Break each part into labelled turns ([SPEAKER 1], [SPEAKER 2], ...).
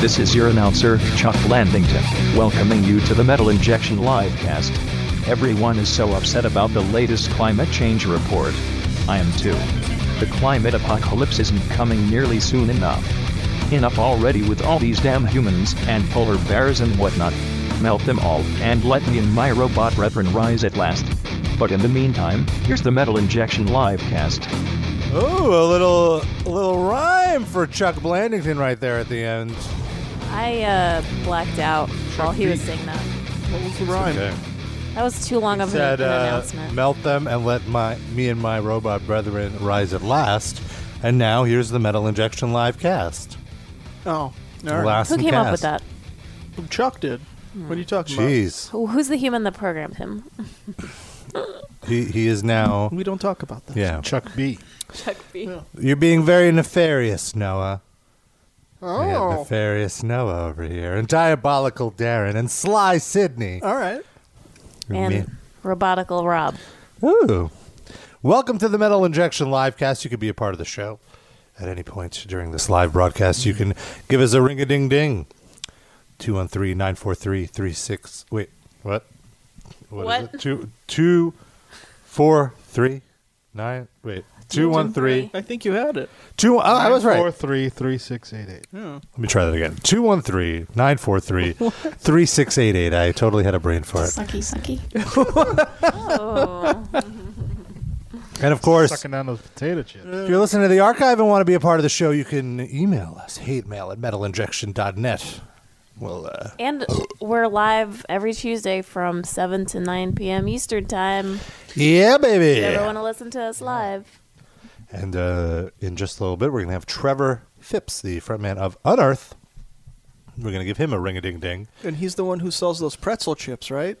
[SPEAKER 1] This is your announcer, Chuck Landington, welcoming you to the Metal Injection Livecast. Everyone is so upset about the latest climate change report. I am too. The climate apocalypse isn't coming nearly soon enough. Enough already with all these damn humans and polar bears and whatnot. Melt them all and let me and my robot brethren rise at last. But in the meantime, here's the Metal Injection Livecast.
[SPEAKER 2] Ooh, a little a little rhyme for Chuck Blandington right there at the end.
[SPEAKER 3] I uh, blacked out while he was
[SPEAKER 4] B.
[SPEAKER 3] saying that.
[SPEAKER 4] What was the rhyme?
[SPEAKER 3] That was too long of
[SPEAKER 2] Said,
[SPEAKER 3] an, an
[SPEAKER 2] uh,
[SPEAKER 3] announcement.
[SPEAKER 2] melt them and let my me and my robot brethren rise at last. And now here's the Metal Injection live cast.
[SPEAKER 4] Oh, all right.
[SPEAKER 2] Last
[SPEAKER 3] Who
[SPEAKER 2] and
[SPEAKER 3] came up with
[SPEAKER 2] cast.
[SPEAKER 3] that?
[SPEAKER 4] Chuck did. What are you talking
[SPEAKER 2] Jeez,
[SPEAKER 3] Who- Who's the human that programmed him?
[SPEAKER 2] he he is now.
[SPEAKER 4] about? We don't talk about that.
[SPEAKER 2] Yeah,
[SPEAKER 5] Chuck B.
[SPEAKER 3] Chuck B.
[SPEAKER 2] you're being very nefarious, Noah. We got
[SPEAKER 4] Oh,
[SPEAKER 2] nefarious Noah over here, and diabolical Darren, and sly Sydney.
[SPEAKER 4] all right.
[SPEAKER 3] And
[SPEAKER 2] Me-
[SPEAKER 3] Robotical Rob.
[SPEAKER 2] Ooh. Welcome to the Metal Injection Livecast. You can be a part of the show at any point during this live broadcast. You can give us a ring a ding ding. 213 943 36. Wait, what?
[SPEAKER 3] What?
[SPEAKER 2] is it? Two, two, four, three, nine. Wait, 213.
[SPEAKER 4] I think you had it.
[SPEAKER 2] Two, oh, I was right.
[SPEAKER 5] Four three three six eight eight.
[SPEAKER 3] Oh.
[SPEAKER 4] Yeah.
[SPEAKER 2] Let me try that again. 213 943 3688. I totally had a brain fart.
[SPEAKER 6] Sucky, sucky.
[SPEAKER 3] Oh.
[SPEAKER 2] And of course,
[SPEAKER 5] Sucking down those potato chips.
[SPEAKER 2] If you're listening to the archive and want to be a part of the show, you can email us, hate mail at metalinjection.net. Well, uh,
[SPEAKER 3] and we're live every Tuesday from 7 to 9 p.m. Eastern Time.
[SPEAKER 2] yeah, baby.
[SPEAKER 3] If you ever want to listen to us live,
[SPEAKER 2] And uh, in just a little bit, we're going to have Trevor Phipps, the frontman of Unearth. We're going to give him a ring a ding ding.
[SPEAKER 4] And he's the one who sells those pretzel chips, right?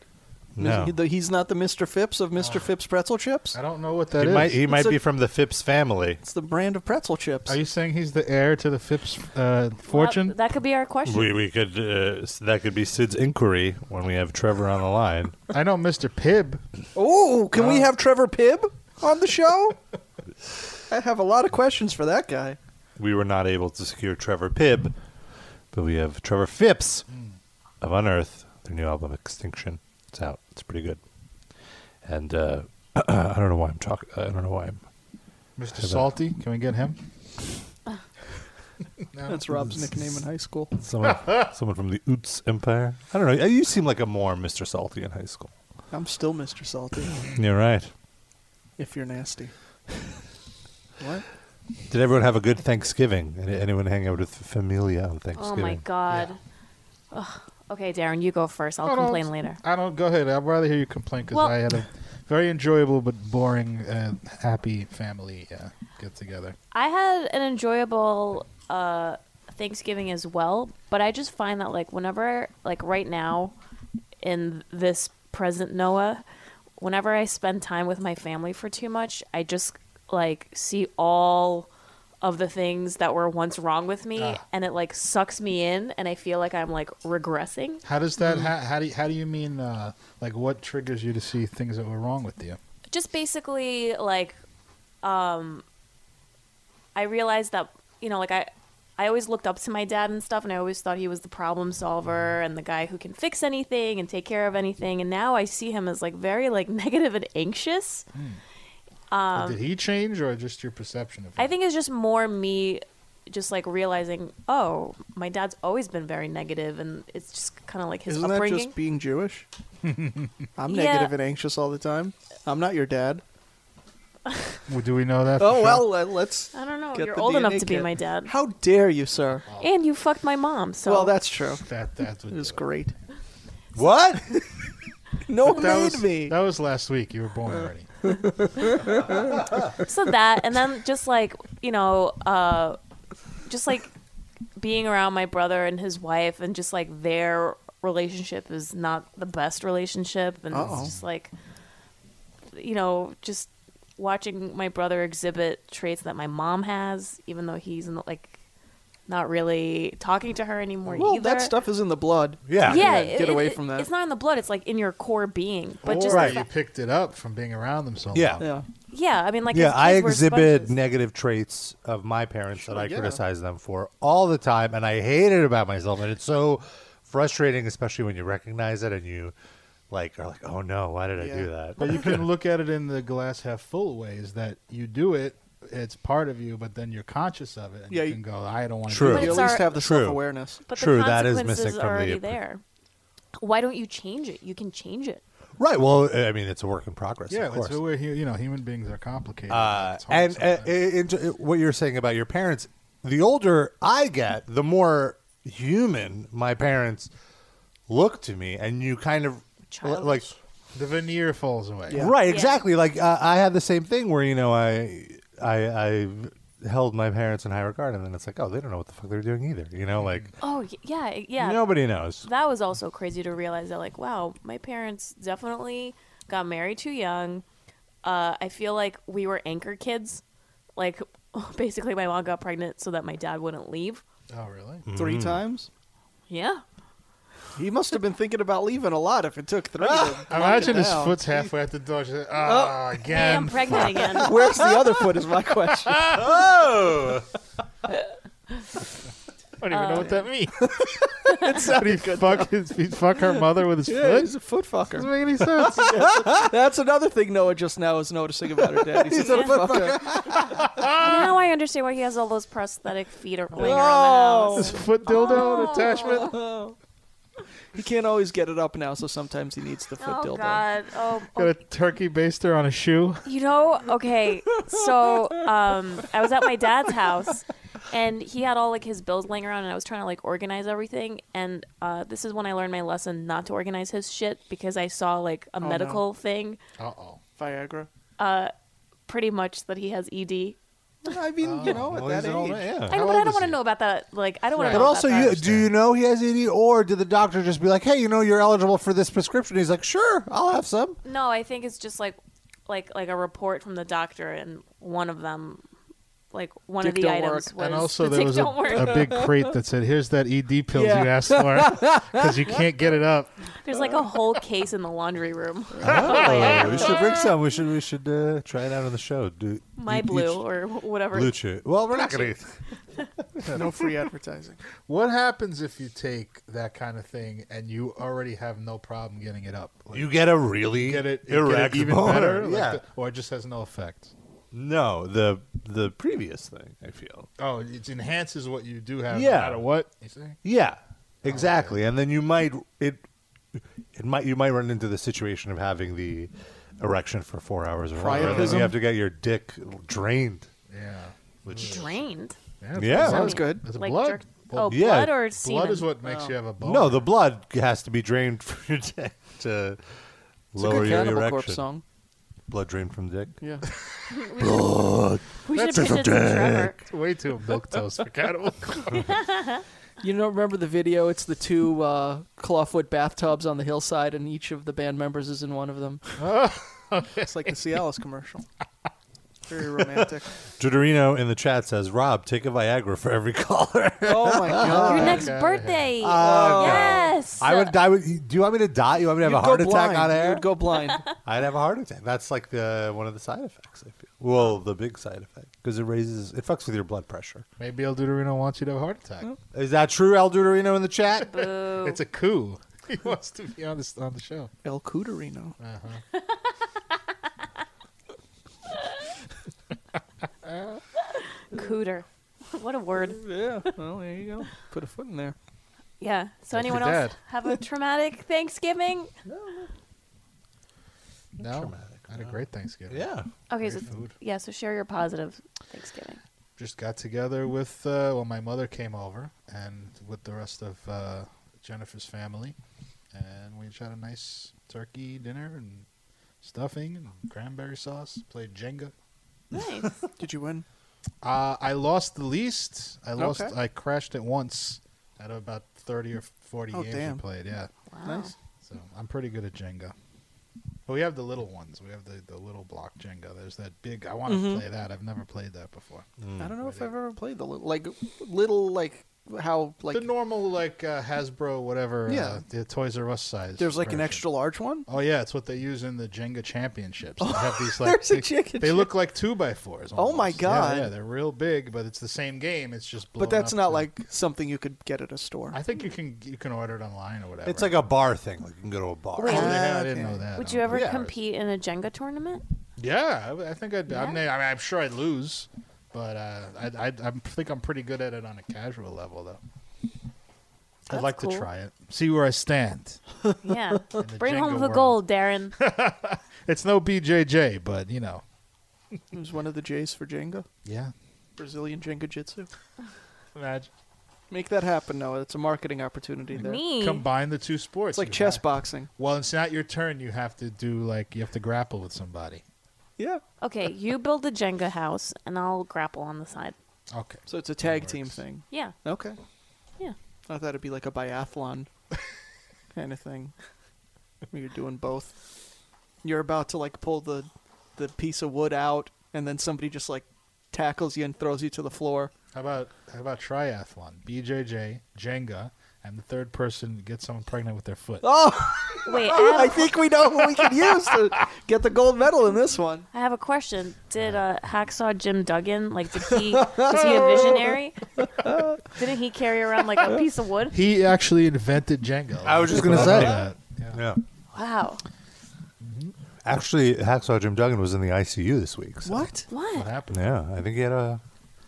[SPEAKER 2] No. Oh.
[SPEAKER 4] He- the- he's not the Mr. Phipps of Mr. Phipps pretzel chips?
[SPEAKER 5] I don't know what
[SPEAKER 2] He
[SPEAKER 5] that is.
[SPEAKER 2] might, he might
[SPEAKER 4] a-
[SPEAKER 2] be from the Phipps family.
[SPEAKER 4] It's the brand of pretzel chips.
[SPEAKER 5] Are you saying he's the heir to the Phipps uh,
[SPEAKER 3] Well,
[SPEAKER 5] fortune?
[SPEAKER 3] that could be our question.
[SPEAKER 2] We, we could uh, s- that could be Sid's inquiry when we have Trevor on the line.
[SPEAKER 5] I know Mr. Pibb.
[SPEAKER 4] oh, can we have Trevor Pibb on the show? I have a lot of questions for that guy.
[SPEAKER 2] We were not able to secure Trevor Pibb, but we have Trevor Phipps of Unearth, their new album Extinction. It's out. It's pretty good. And uh, I don't know why I'm talking. I don't know why I'm.
[SPEAKER 5] Mr. Salty. Can we get him?
[SPEAKER 4] That's Rob's nickname in high school.
[SPEAKER 2] Someone, someone from the Oots Empire. I don't know. You seem like a more Mr. Salty in high school.
[SPEAKER 4] I'm still Mr. Salty,
[SPEAKER 2] You're right.
[SPEAKER 4] if you're nasty. what?
[SPEAKER 2] Did everyone have a good Thanksgiving? Any- Anyone hang out with familia on
[SPEAKER 3] oh
[SPEAKER 2] Thanksgiving?
[SPEAKER 3] my God. Ugh. Okay, Darren, you go first. I'll
[SPEAKER 5] No, no,
[SPEAKER 3] complain
[SPEAKER 5] it's-
[SPEAKER 3] later.
[SPEAKER 5] I don't. Go ahead. I'd rather hear you complain because
[SPEAKER 3] Well-
[SPEAKER 5] I had a very enjoyable but boring, uh, happy family uh, get together.
[SPEAKER 3] I had an enjoyable uh, Thanksgiving as well, but I just find that like whenever, like right now, in this present Noah, whenever I spend time with my family for too much, I just like see all of the things that were once wrong with me, and it like sucks me in, and I feel like I'm like regressing.
[SPEAKER 5] How does that? How, how do you, how do you mean? Uh, like what triggers you to see things that were wrong with you?
[SPEAKER 3] just basically like um i realized that you know like i i always looked up to my dad and stuff and i always thought he was the problem solver and the guy who can fix anything and take care of anything and now i see him as like very like negative and anxious Um,
[SPEAKER 5] Like, Hmm.
[SPEAKER 4] Um,
[SPEAKER 5] Did he change or just your perception of him?
[SPEAKER 3] i think it's just more me just like realizing oh my dad's always been very negative and it's just kind of like his
[SPEAKER 4] Isn't
[SPEAKER 3] upbringing
[SPEAKER 4] that just being Jewish? I'm
[SPEAKER 3] Yeah.
[SPEAKER 4] negative and anxious all the time. I'm not your dad.
[SPEAKER 5] Well, do we know that? for
[SPEAKER 4] Oh
[SPEAKER 5] sure?
[SPEAKER 4] well, uh, let's.
[SPEAKER 3] I don't know.
[SPEAKER 4] get
[SPEAKER 3] Oh, You're
[SPEAKER 4] the
[SPEAKER 3] old enough
[SPEAKER 4] DNA
[SPEAKER 3] to be
[SPEAKER 4] kit.
[SPEAKER 3] my dad.
[SPEAKER 4] How dare you, sir?
[SPEAKER 3] and you fucked my mom so
[SPEAKER 4] Well, that's true.
[SPEAKER 5] That that
[SPEAKER 4] It was great.
[SPEAKER 2] What?
[SPEAKER 4] No one
[SPEAKER 5] That
[SPEAKER 4] made
[SPEAKER 5] was,
[SPEAKER 4] me.
[SPEAKER 5] that was last week. You were
[SPEAKER 2] Uh.
[SPEAKER 5] born already.
[SPEAKER 3] so that and then just like you know uh just like being around my brother and his wife and just like their relationship is not the best relationship and
[SPEAKER 4] Uh-oh.
[SPEAKER 3] it's just like you know just watching my brother exhibit traits that my mom has even though he's not, like not really talking to her anymore
[SPEAKER 4] well,
[SPEAKER 3] either
[SPEAKER 4] that stuff is in the blood.
[SPEAKER 2] Yeah.
[SPEAKER 3] yeah,
[SPEAKER 4] Yeah, get
[SPEAKER 3] it-
[SPEAKER 4] away
[SPEAKER 3] it-
[SPEAKER 4] from that.
[SPEAKER 3] It's not in the blood. It's like in your core being. But
[SPEAKER 5] or
[SPEAKER 3] just the
[SPEAKER 5] you
[SPEAKER 3] fa-
[SPEAKER 5] picked it up from being around them so
[SPEAKER 2] Yeah.
[SPEAKER 5] long.
[SPEAKER 4] Yeah.
[SPEAKER 3] yeah, I mean, like
[SPEAKER 2] Yeah,
[SPEAKER 3] as
[SPEAKER 2] I
[SPEAKER 3] kids, we're
[SPEAKER 2] exhibit
[SPEAKER 3] sponges.
[SPEAKER 2] negative traits of my parents that I
[SPEAKER 4] yeah.
[SPEAKER 2] criticize them for all the time, and I hate it about myself. And it's so frustrating, especially when you recognize it and you like are like, "Oh no, why did I do
[SPEAKER 4] Yeah.
[SPEAKER 2] that?"
[SPEAKER 5] But you can look at it in the glass half full way is that you do it, it's part of you, but then you're conscious of it and
[SPEAKER 4] Yeah,
[SPEAKER 5] you
[SPEAKER 4] you-
[SPEAKER 5] can go, I don't want to
[SPEAKER 2] True.
[SPEAKER 5] do that.
[SPEAKER 4] You at
[SPEAKER 3] But it's
[SPEAKER 4] least
[SPEAKER 3] our-
[SPEAKER 4] have the
[SPEAKER 2] True.
[SPEAKER 4] self awareness.
[SPEAKER 3] But
[SPEAKER 2] True,
[SPEAKER 3] the
[SPEAKER 2] that is
[SPEAKER 3] consequences
[SPEAKER 2] missing from
[SPEAKER 3] are
[SPEAKER 2] the
[SPEAKER 3] already
[SPEAKER 2] appre-
[SPEAKER 3] there. Why don't you change it? You can change it.
[SPEAKER 2] Right. Well, I mean, it's a work in progress.
[SPEAKER 5] Yeah,
[SPEAKER 2] of course.
[SPEAKER 5] it's we're, hu- you know, human beings are complicated.
[SPEAKER 2] Uh,
[SPEAKER 5] It's hard
[SPEAKER 2] and uh,
[SPEAKER 5] sometimes.
[SPEAKER 2] it, it- what you're saying about your parents, the older I get, the more human my parents look to me, and you kind of
[SPEAKER 3] Childish.
[SPEAKER 2] like
[SPEAKER 5] the veneer falls away.
[SPEAKER 4] Yeah.
[SPEAKER 2] right
[SPEAKER 3] Yeah.
[SPEAKER 2] exactly like uh, i had the same thing where you know i i i held my parents in high regard and then it's like oh they don't know what the fuck they're doing either you know like
[SPEAKER 3] Oh y- yeah, yeah.
[SPEAKER 2] nobody knows
[SPEAKER 3] that was also crazy to realize that like wow my parents definitely got married too young uh, i feel like we were anchor kids like basically my mom got pregnant so that my dad wouldn't leave
[SPEAKER 5] Oh, really?
[SPEAKER 2] Mm-hmm.
[SPEAKER 4] Three times.
[SPEAKER 3] yeah
[SPEAKER 4] He must have been thinking about leaving a lot if it took three. to
[SPEAKER 5] Ah, Imagine his
[SPEAKER 4] down.
[SPEAKER 5] foot's halfway at the door. She's like, oh,
[SPEAKER 3] hey i'm
[SPEAKER 5] again.
[SPEAKER 3] pregnant again
[SPEAKER 4] Where's the other foot is my question.
[SPEAKER 5] Oh. I don't even know what that
[SPEAKER 4] Uh.
[SPEAKER 5] means. Did he fuck, his, he fuck her mother with his
[SPEAKER 4] Yeah,
[SPEAKER 5] foot?
[SPEAKER 4] he's a foot fucker.
[SPEAKER 5] Doesn't make any sense.
[SPEAKER 4] That's another thing Noah just now is noticing about her dad. He's, a
[SPEAKER 3] Yeah.
[SPEAKER 4] foot fucker.
[SPEAKER 3] now i understand why he has all those prosthetic feet ar- laying around
[SPEAKER 4] Oh.
[SPEAKER 3] the
[SPEAKER 5] His
[SPEAKER 3] house
[SPEAKER 5] foot dildo
[SPEAKER 3] Oh.
[SPEAKER 5] attachment.
[SPEAKER 4] He can't always get it up now, so sometimes he needs the foot
[SPEAKER 3] Oh
[SPEAKER 4] dildo.
[SPEAKER 3] God! Oh,
[SPEAKER 5] Got a turkey baster on a shoe.
[SPEAKER 3] You know, okay, so um, I was at my dad's house, and he had all like his bills laying around, and I was trying to like organize everything. And uh, this is when I learned my lesson not to organize his shit because I saw like
[SPEAKER 5] Oh,
[SPEAKER 3] a medical thing, uh,
[SPEAKER 5] Uh oh.
[SPEAKER 4] Viagra.
[SPEAKER 3] pretty much that he has ED.
[SPEAKER 4] I mean,
[SPEAKER 5] Oh,
[SPEAKER 4] you know, at
[SPEAKER 2] Well,
[SPEAKER 4] that
[SPEAKER 2] he's
[SPEAKER 4] age.
[SPEAKER 2] an old man, yeah.
[SPEAKER 3] I know,
[SPEAKER 5] How
[SPEAKER 3] but I
[SPEAKER 5] old
[SPEAKER 3] don't
[SPEAKER 5] is
[SPEAKER 3] want to
[SPEAKER 5] he?
[SPEAKER 3] know about that. Like, I don't want
[SPEAKER 5] Right.
[SPEAKER 3] to.
[SPEAKER 2] but
[SPEAKER 3] know
[SPEAKER 2] also
[SPEAKER 3] about
[SPEAKER 2] you,
[SPEAKER 3] that.
[SPEAKER 2] do you know he has ed or did the doctor just be like hey you know you're eligible for this prescription he's like sure i'll have some
[SPEAKER 3] No, I think it's just like, like, like a report from the doctor, and one of them, like one
[SPEAKER 4] Dick
[SPEAKER 3] of the
[SPEAKER 4] don't
[SPEAKER 3] items
[SPEAKER 4] work.
[SPEAKER 3] was
[SPEAKER 5] and also
[SPEAKER 3] the
[SPEAKER 5] there
[SPEAKER 3] dick
[SPEAKER 5] was a,
[SPEAKER 3] don't work.
[SPEAKER 5] a big crate that said, "Here's that ED pills
[SPEAKER 4] Yeah.
[SPEAKER 5] you asked for because you can't get it up."
[SPEAKER 3] There's like a whole case in the laundry room.
[SPEAKER 2] we Oh, should bring some we should we should uh, try it out on the show do
[SPEAKER 3] My
[SPEAKER 2] each-
[SPEAKER 3] blue
[SPEAKER 2] each-
[SPEAKER 3] or whatever.
[SPEAKER 2] blue chew well we're not gonna e-,
[SPEAKER 4] No free advertising.
[SPEAKER 5] What happens if you take that kind of thing and you already have no problem getting it up? Like,
[SPEAKER 2] you get a really
[SPEAKER 5] get it, you get
[SPEAKER 2] erect
[SPEAKER 5] it even
[SPEAKER 2] boner.
[SPEAKER 5] better, like
[SPEAKER 2] yeah
[SPEAKER 5] the- or it just has no effect.
[SPEAKER 2] no the the previous thing i feel
[SPEAKER 5] Oh, it enhances what you do have,
[SPEAKER 2] Yeah.
[SPEAKER 5] no matter what. You Oh, see?
[SPEAKER 2] Yeah, exactly. And then you might it it might you might run into the situation of having the erection for four hours or longer. and then
[SPEAKER 4] Priapism?
[SPEAKER 2] you have to get your dick drained.
[SPEAKER 5] Yeah, Mm.
[SPEAKER 2] Which
[SPEAKER 3] drained.
[SPEAKER 5] yeah.
[SPEAKER 2] Yeah.
[SPEAKER 5] blood.
[SPEAKER 4] Sounds good.
[SPEAKER 5] It's
[SPEAKER 3] Like
[SPEAKER 5] blood.
[SPEAKER 3] jerk-
[SPEAKER 5] Blood.
[SPEAKER 3] oh,
[SPEAKER 2] Yeah,
[SPEAKER 3] blood or
[SPEAKER 2] blood
[SPEAKER 3] semen? Oh.
[SPEAKER 5] blood is what makes you have a bone.
[SPEAKER 2] no, the blood has to be drained for your dick to
[SPEAKER 4] It's a
[SPEAKER 2] lower
[SPEAKER 4] good
[SPEAKER 2] your
[SPEAKER 4] Cannibal
[SPEAKER 2] erection.
[SPEAKER 4] Corpse song.
[SPEAKER 2] Blood drained from dick.
[SPEAKER 4] Yeah.
[SPEAKER 3] We should, we should pitch it to Trevor.
[SPEAKER 5] way too milk toast for cattle.
[SPEAKER 4] You know, remember the video? It's the two uh, clawfoot bathtubs on the hillside, and each of the band members is in one of them. It's like the Cialis commercial. Very romantic.
[SPEAKER 2] Judorino in the chat says, "Rob, take a Viagra for every caller."
[SPEAKER 4] oh my
[SPEAKER 2] Ah.
[SPEAKER 4] god!
[SPEAKER 3] Your next
[SPEAKER 5] God.
[SPEAKER 3] birthday.
[SPEAKER 2] Oh,
[SPEAKER 3] yes.
[SPEAKER 2] I would. I would. Do you want me to die? You want me to have a
[SPEAKER 4] You'd go
[SPEAKER 2] heart attack
[SPEAKER 4] blind.
[SPEAKER 2] on air?
[SPEAKER 4] You'd go blind.
[SPEAKER 2] I'd have a heart attack. That's like the one of the side effects. I feel. Well, the big side effect because it raises, it fucks with your blood pressure.
[SPEAKER 5] Maybe El Duderino wants you to have a heart attack.
[SPEAKER 2] Is that true, El Duderino in the chat?
[SPEAKER 3] Boo.
[SPEAKER 5] It's a coup. He wants to be on this on the show.
[SPEAKER 4] El Cuderino.
[SPEAKER 5] Uh-huh.
[SPEAKER 3] cooter. what a word.
[SPEAKER 4] Yeah. Well, there you go. Put a foot in there.
[SPEAKER 3] Yeah. So
[SPEAKER 5] That's
[SPEAKER 3] anyone
[SPEAKER 5] your
[SPEAKER 3] else
[SPEAKER 5] dad.
[SPEAKER 3] have a traumatic Thanksgiving?
[SPEAKER 5] No,
[SPEAKER 2] Traumatic,
[SPEAKER 5] I had a great Thanksgiving.
[SPEAKER 2] yeah.
[SPEAKER 3] Okay.
[SPEAKER 5] Great
[SPEAKER 3] So
[SPEAKER 5] food.
[SPEAKER 3] yeah. So share your positive Thanksgiving.
[SPEAKER 5] just got together with uh, well, my mother came over and with the rest of uh, Jennifer's family, and we just had a nice turkey dinner and stuffing and cranberry sauce. Played Jenga.
[SPEAKER 3] Nice.
[SPEAKER 4] Did you win?
[SPEAKER 5] Uh, I lost the least. I lost.
[SPEAKER 4] Okay.
[SPEAKER 5] I crashed it once out of about thirty or forty
[SPEAKER 4] Oh,
[SPEAKER 5] games
[SPEAKER 4] damn.
[SPEAKER 5] we played. Yeah,
[SPEAKER 3] Wow.
[SPEAKER 4] Nice.
[SPEAKER 5] so I'm pretty good at Jenga. But we have the little ones. We have the, the little block Jenga. There's that big. I want to play that. I've never played that before.
[SPEAKER 4] I don't know if I've ever played the little, like little like how like
[SPEAKER 5] the normal like uh, Hasbro whatever
[SPEAKER 4] Yeah.
[SPEAKER 5] uh, the Toys R Us size.
[SPEAKER 4] there's like an
[SPEAKER 5] version.
[SPEAKER 4] extra large one.
[SPEAKER 5] Oh yeah, it's what they use in the Jenga championships. They have these like
[SPEAKER 4] There's a
[SPEAKER 5] they,
[SPEAKER 4] Jenga
[SPEAKER 5] they look like two by fours.
[SPEAKER 4] Oh, my
[SPEAKER 5] almost.
[SPEAKER 4] God.
[SPEAKER 5] Yeah, yeah, they're real big, but it's the same game. It's just. blown
[SPEAKER 4] But that's
[SPEAKER 5] up
[SPEAKER 4] not
[SPEAKER 5] to-
[SPEAKER 4] like something you could get at a store.
[SPEAKER 5] I think you can you can order it online or whatever.
[SPEAKER 2] It's like a bar thing. Like you can go to a bar.
[SPEAKER 5] Oh,
[SPEAKER 3] Wait.
[SPEAKER 5] yeah, I
[SPEAKER 4] Ah,
[SPEAKER 5] didn't
[SPEAKER 4] okay.
[SPEAKER 5] know that.
[SPEAKER 3] Would you ever
[SPEAKER 2] Yeah.
[SPEAKER 3] compete in a Jenga tournament?
[SPEAKER 5] Yeah, I, I think I'd.
[SPEAKER 3] Yeah?
[SPEAKER 5] I, mean, I mean, I'm sure I'd lose, but uh, I, I, I think I'm pretty good at it on a casual level, though. I'd
[SPEAKER 3] That's
[SPEAKER 5] like
[SPEAKER 3] cool.
[SPEAKER 5] to try it. See where I stand.
[SPEAKER 3] Yeah.
[SPEAKER 5] the
[SPEAKER 3] Bring home
[SPEAKER 5] Jenga
[SPEAKER 3] the
[SPEAKER 5] world.
[SPEAKER 3] gold, Darren.
[SPEAKER 5] It's no BJJ, but you know.
[SPEAKER 4] It was one of the J's for Jenga,
[SPEAKER 5] Yeah.
[SPEAKER 4] Brazilian Jenga Jitsu.
[SPEAKER 5] Imagine.
[SPEAKER 4] Make that happen, Noah. It's a marketing opportunity there.
[SPEAKER 3] Me.
[SPEAKER 5] Combine the two sports.
[SPEAKER 4] It's like
[SPEAKER 5] You
[SPEAKER 4] chess
[SPEAKER 5] have-
[SPEAKER 4] boxing.
[SPEAKER 5] Well, it's not your turn. You have to do like you have to grapple with somebody.
[SPEAKER 4] Yeah.
[SPEAKER 3] Okay, you build a Jenga house and I'll grapple on the side.
[SPEAKER 5] Okay.
[SPEAKER 4] So it's a tag
[SPEAKER 5] works.
[SPEAKER 4] team thing.
[SPEAKER 3] Yeah.
[SPEAKER 4] Okay.
[SPEAKER 3] Yeah.
[SPEAKER 4] I thought it'd be like a biathlon kind of thing. where You're doing both. You're about to like pull the the piece of wood out, and then somebody just like tackles you and throws you to the floor.
[SPEAKER 5] How about how about triathlon? BJJ, Jenga, and the third person gets someone pregnant with their foot.
[SPEAKER 4] Oh,
[SPEAKER 3] Wait, I
[SPEAKER 4] I
[SPEAKER 3] have,
[SPEAKER 4] think we know what we can use to get the gold medal in this one.
[SPEAKER 3] I have a question. Did uh, hacksaw Jim Duggan like did he was he a visionary? Didn't he carry around like a piece of wood?
[SPEAKER 5] He actually invented Jenga.
[SPEAKER 2] I was just
[SPEAKER 5] People
[SPEAKER 2] gonna
[SPEAKER 5] don't
[SPEAKER 2] say.
[SPEAKER 5] know that. Yeah.
[SPEAKER 2] Yeah.
[SPEAKER 3] Wow.
[SPEAKER 2] Actually, Hacksaw Jim Duggan was in the ICU this week. so-
[SPEAKER 4] What?
[SPEAKER 5] What
[SPEAKER 3] What?
[SPEAKER 5] happened?
[SPEAKER 2] Yeah, I think he had a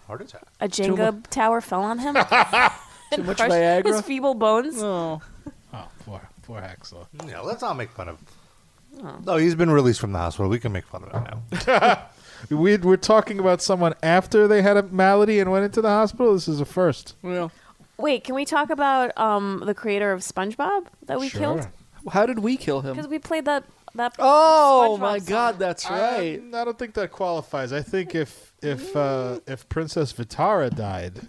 [SPEAKER 2] heart attack.
[SPEAKER 3] A Jenga tower fell on him?
[SPEAKER 4] Too much
[SPEAKER 3] Crushed his
[SPEAKER 4] Viagra.
[SPEAKER 3] feeble bones?
[SPEAKER 4] Oh,
[SPEAKER 5] Oh, poor, poor Hacksaw.
[SPEAKER 2] Yeah, let's not make fun of. No, he's been released from the hospital. We can make fun of him now.
[SPEAKER 5] We we're talking about someone after they had a malady and went into the hospital. This is a first.
[SPEAKER 4] well.
[SPEAKER 3] Wait, can we talk about um, the creator of SpongeBob that we killed?
[SPEAKER 4] How did we kill him?
[SPEAKER 3] Because we played that that
[SPEAKER 4] Oh
[SPEAKER 3] SpongeBob
[SPEAKER 4] my
[SPEAKER 3] song.
[SPEAKER 4] God, that's right.
[SPEAKER 5] Um, I, I don't think that qualifies. I think if if uh,
[SPEAKER 3] Mm.
[SPEAKER 5] if Princess Vitara died,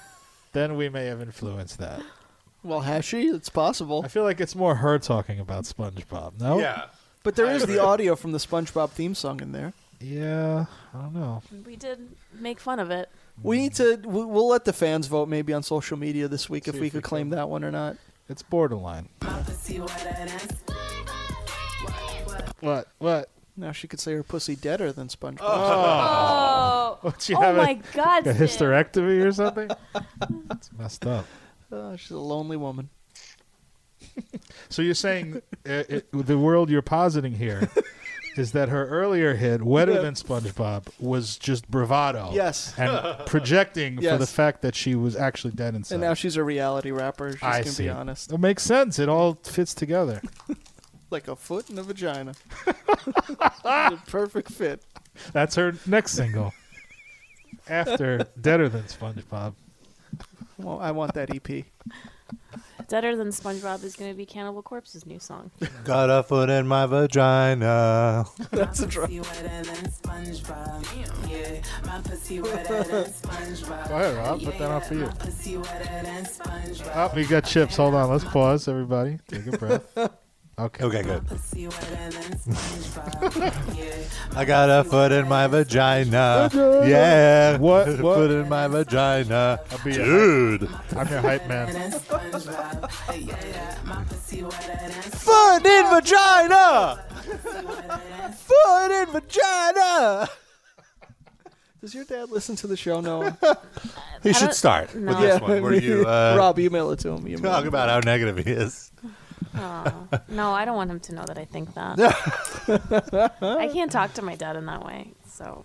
[SPEAKER 5] then we may have influenced that.
[SPEAKER 4] well, Hashi, it's possible.
[SPEAKER 5] I feel like it's more her talking about SpongeBob. No.
[SPEAKER 4] But there is the audio from the SpongeBob theme song in there.
[SPEAKER 5] Yeah. I don't know.
[SPEAKER 3] We did make fun of it.
[SPEAKER 4] We need to. we- We'll let the fans vote maybe on social media this week if we could claim that one or not.
[SPEAKER 5] It's borderline. What? What?
[SPEAKER 4] Now she could say her pussy deader than SpongeBob.
[SPEAKER 3] Oh,
[SPEAKER 5] What? You
[SPEAKER 3] oh
[SPEAKER 5] have
[SPEAKER 3] my
[SPEAKER 5] a,
[SPEAKER 3] God!
[SPEAKER 5] a
[SPEAKER 3] Sid.
[SPEAKER 5] hysterectomy or something? it's messed up.
[SPEAKER 4] Oh, she's a lonely woman.
[SPEAKER 5] So you're saying uh it, the world you're positing here is that her earlier hit, Wetter
[SPEAKER 4] Yeah.
[SPEAKER 5] Than SpongeBob, was just bravado.
[SPEAKER 4] Yes.
[SPEAKER 5] Oh. And projecting for
[SPEAKER 4] Yes.
[SPEAKER 5] the fact that she was actually dead inside.
[SPEAKER 4] And now she's a reality rapper. She's
[SPEAKER 5] I
[SPEAKER 4] gonna
[SPEAKER 5] see.
[SPEAKER 4] be honest,
[SPEAKER 5] It makes sense. It all fits together.
[SPEAKER 4] like a foot in a vagina. The perfect fit.
[SPEAKER 5] That's her next single. After Deader Than SpongeBob.
[SPEAKER 4] Well, I want that E EP.
[SPEAKER 3] Deader than SpongeBob is going to be Cannibal Corpse's new song.
[SPEAKER 2] Got a foot in my vagina.
[SPEAKER 4] That's a drop.
[SPEAKER 5] Go ahead, Rob. Put that on for you. Oh, we got chips. Hold on. Let's pause, everybody. Take a breath. Okay.
[SPEAKER 2] Okay, good. I got a foot in my vagina. Yeah.
[SPEAKER 5] What-
[SPEAKER 2] Put a
[SPEAKER 5] what?
[SPEAKER 2] Foot in my vagina.
[SPEAKER 5] be your
[SPEAKER 2] Dude.
[SPEAKER 5] I'm your hype man.
[SPEAKER 2] Foot in vagina. foot in vagina.
[SPEAKER 4] Does your dad listen to the show? No.
[SPEAKER 2] He
[SPEAKER 3] don't-
[SPEAKER 2] should start
[SPEAKER 3] no.
[SPEAKER 2] with this one. Where you uh,
[SPEAKER 4] Rob, email it to him. Email
[SPEAKER 2] talk
[SPEAKER 4] it.
[SPEAKER 2] about how negative he is.
[SPEAKER 3] Oh, no, I don't want him to know that I think that. I can't talk to my dad in that way, so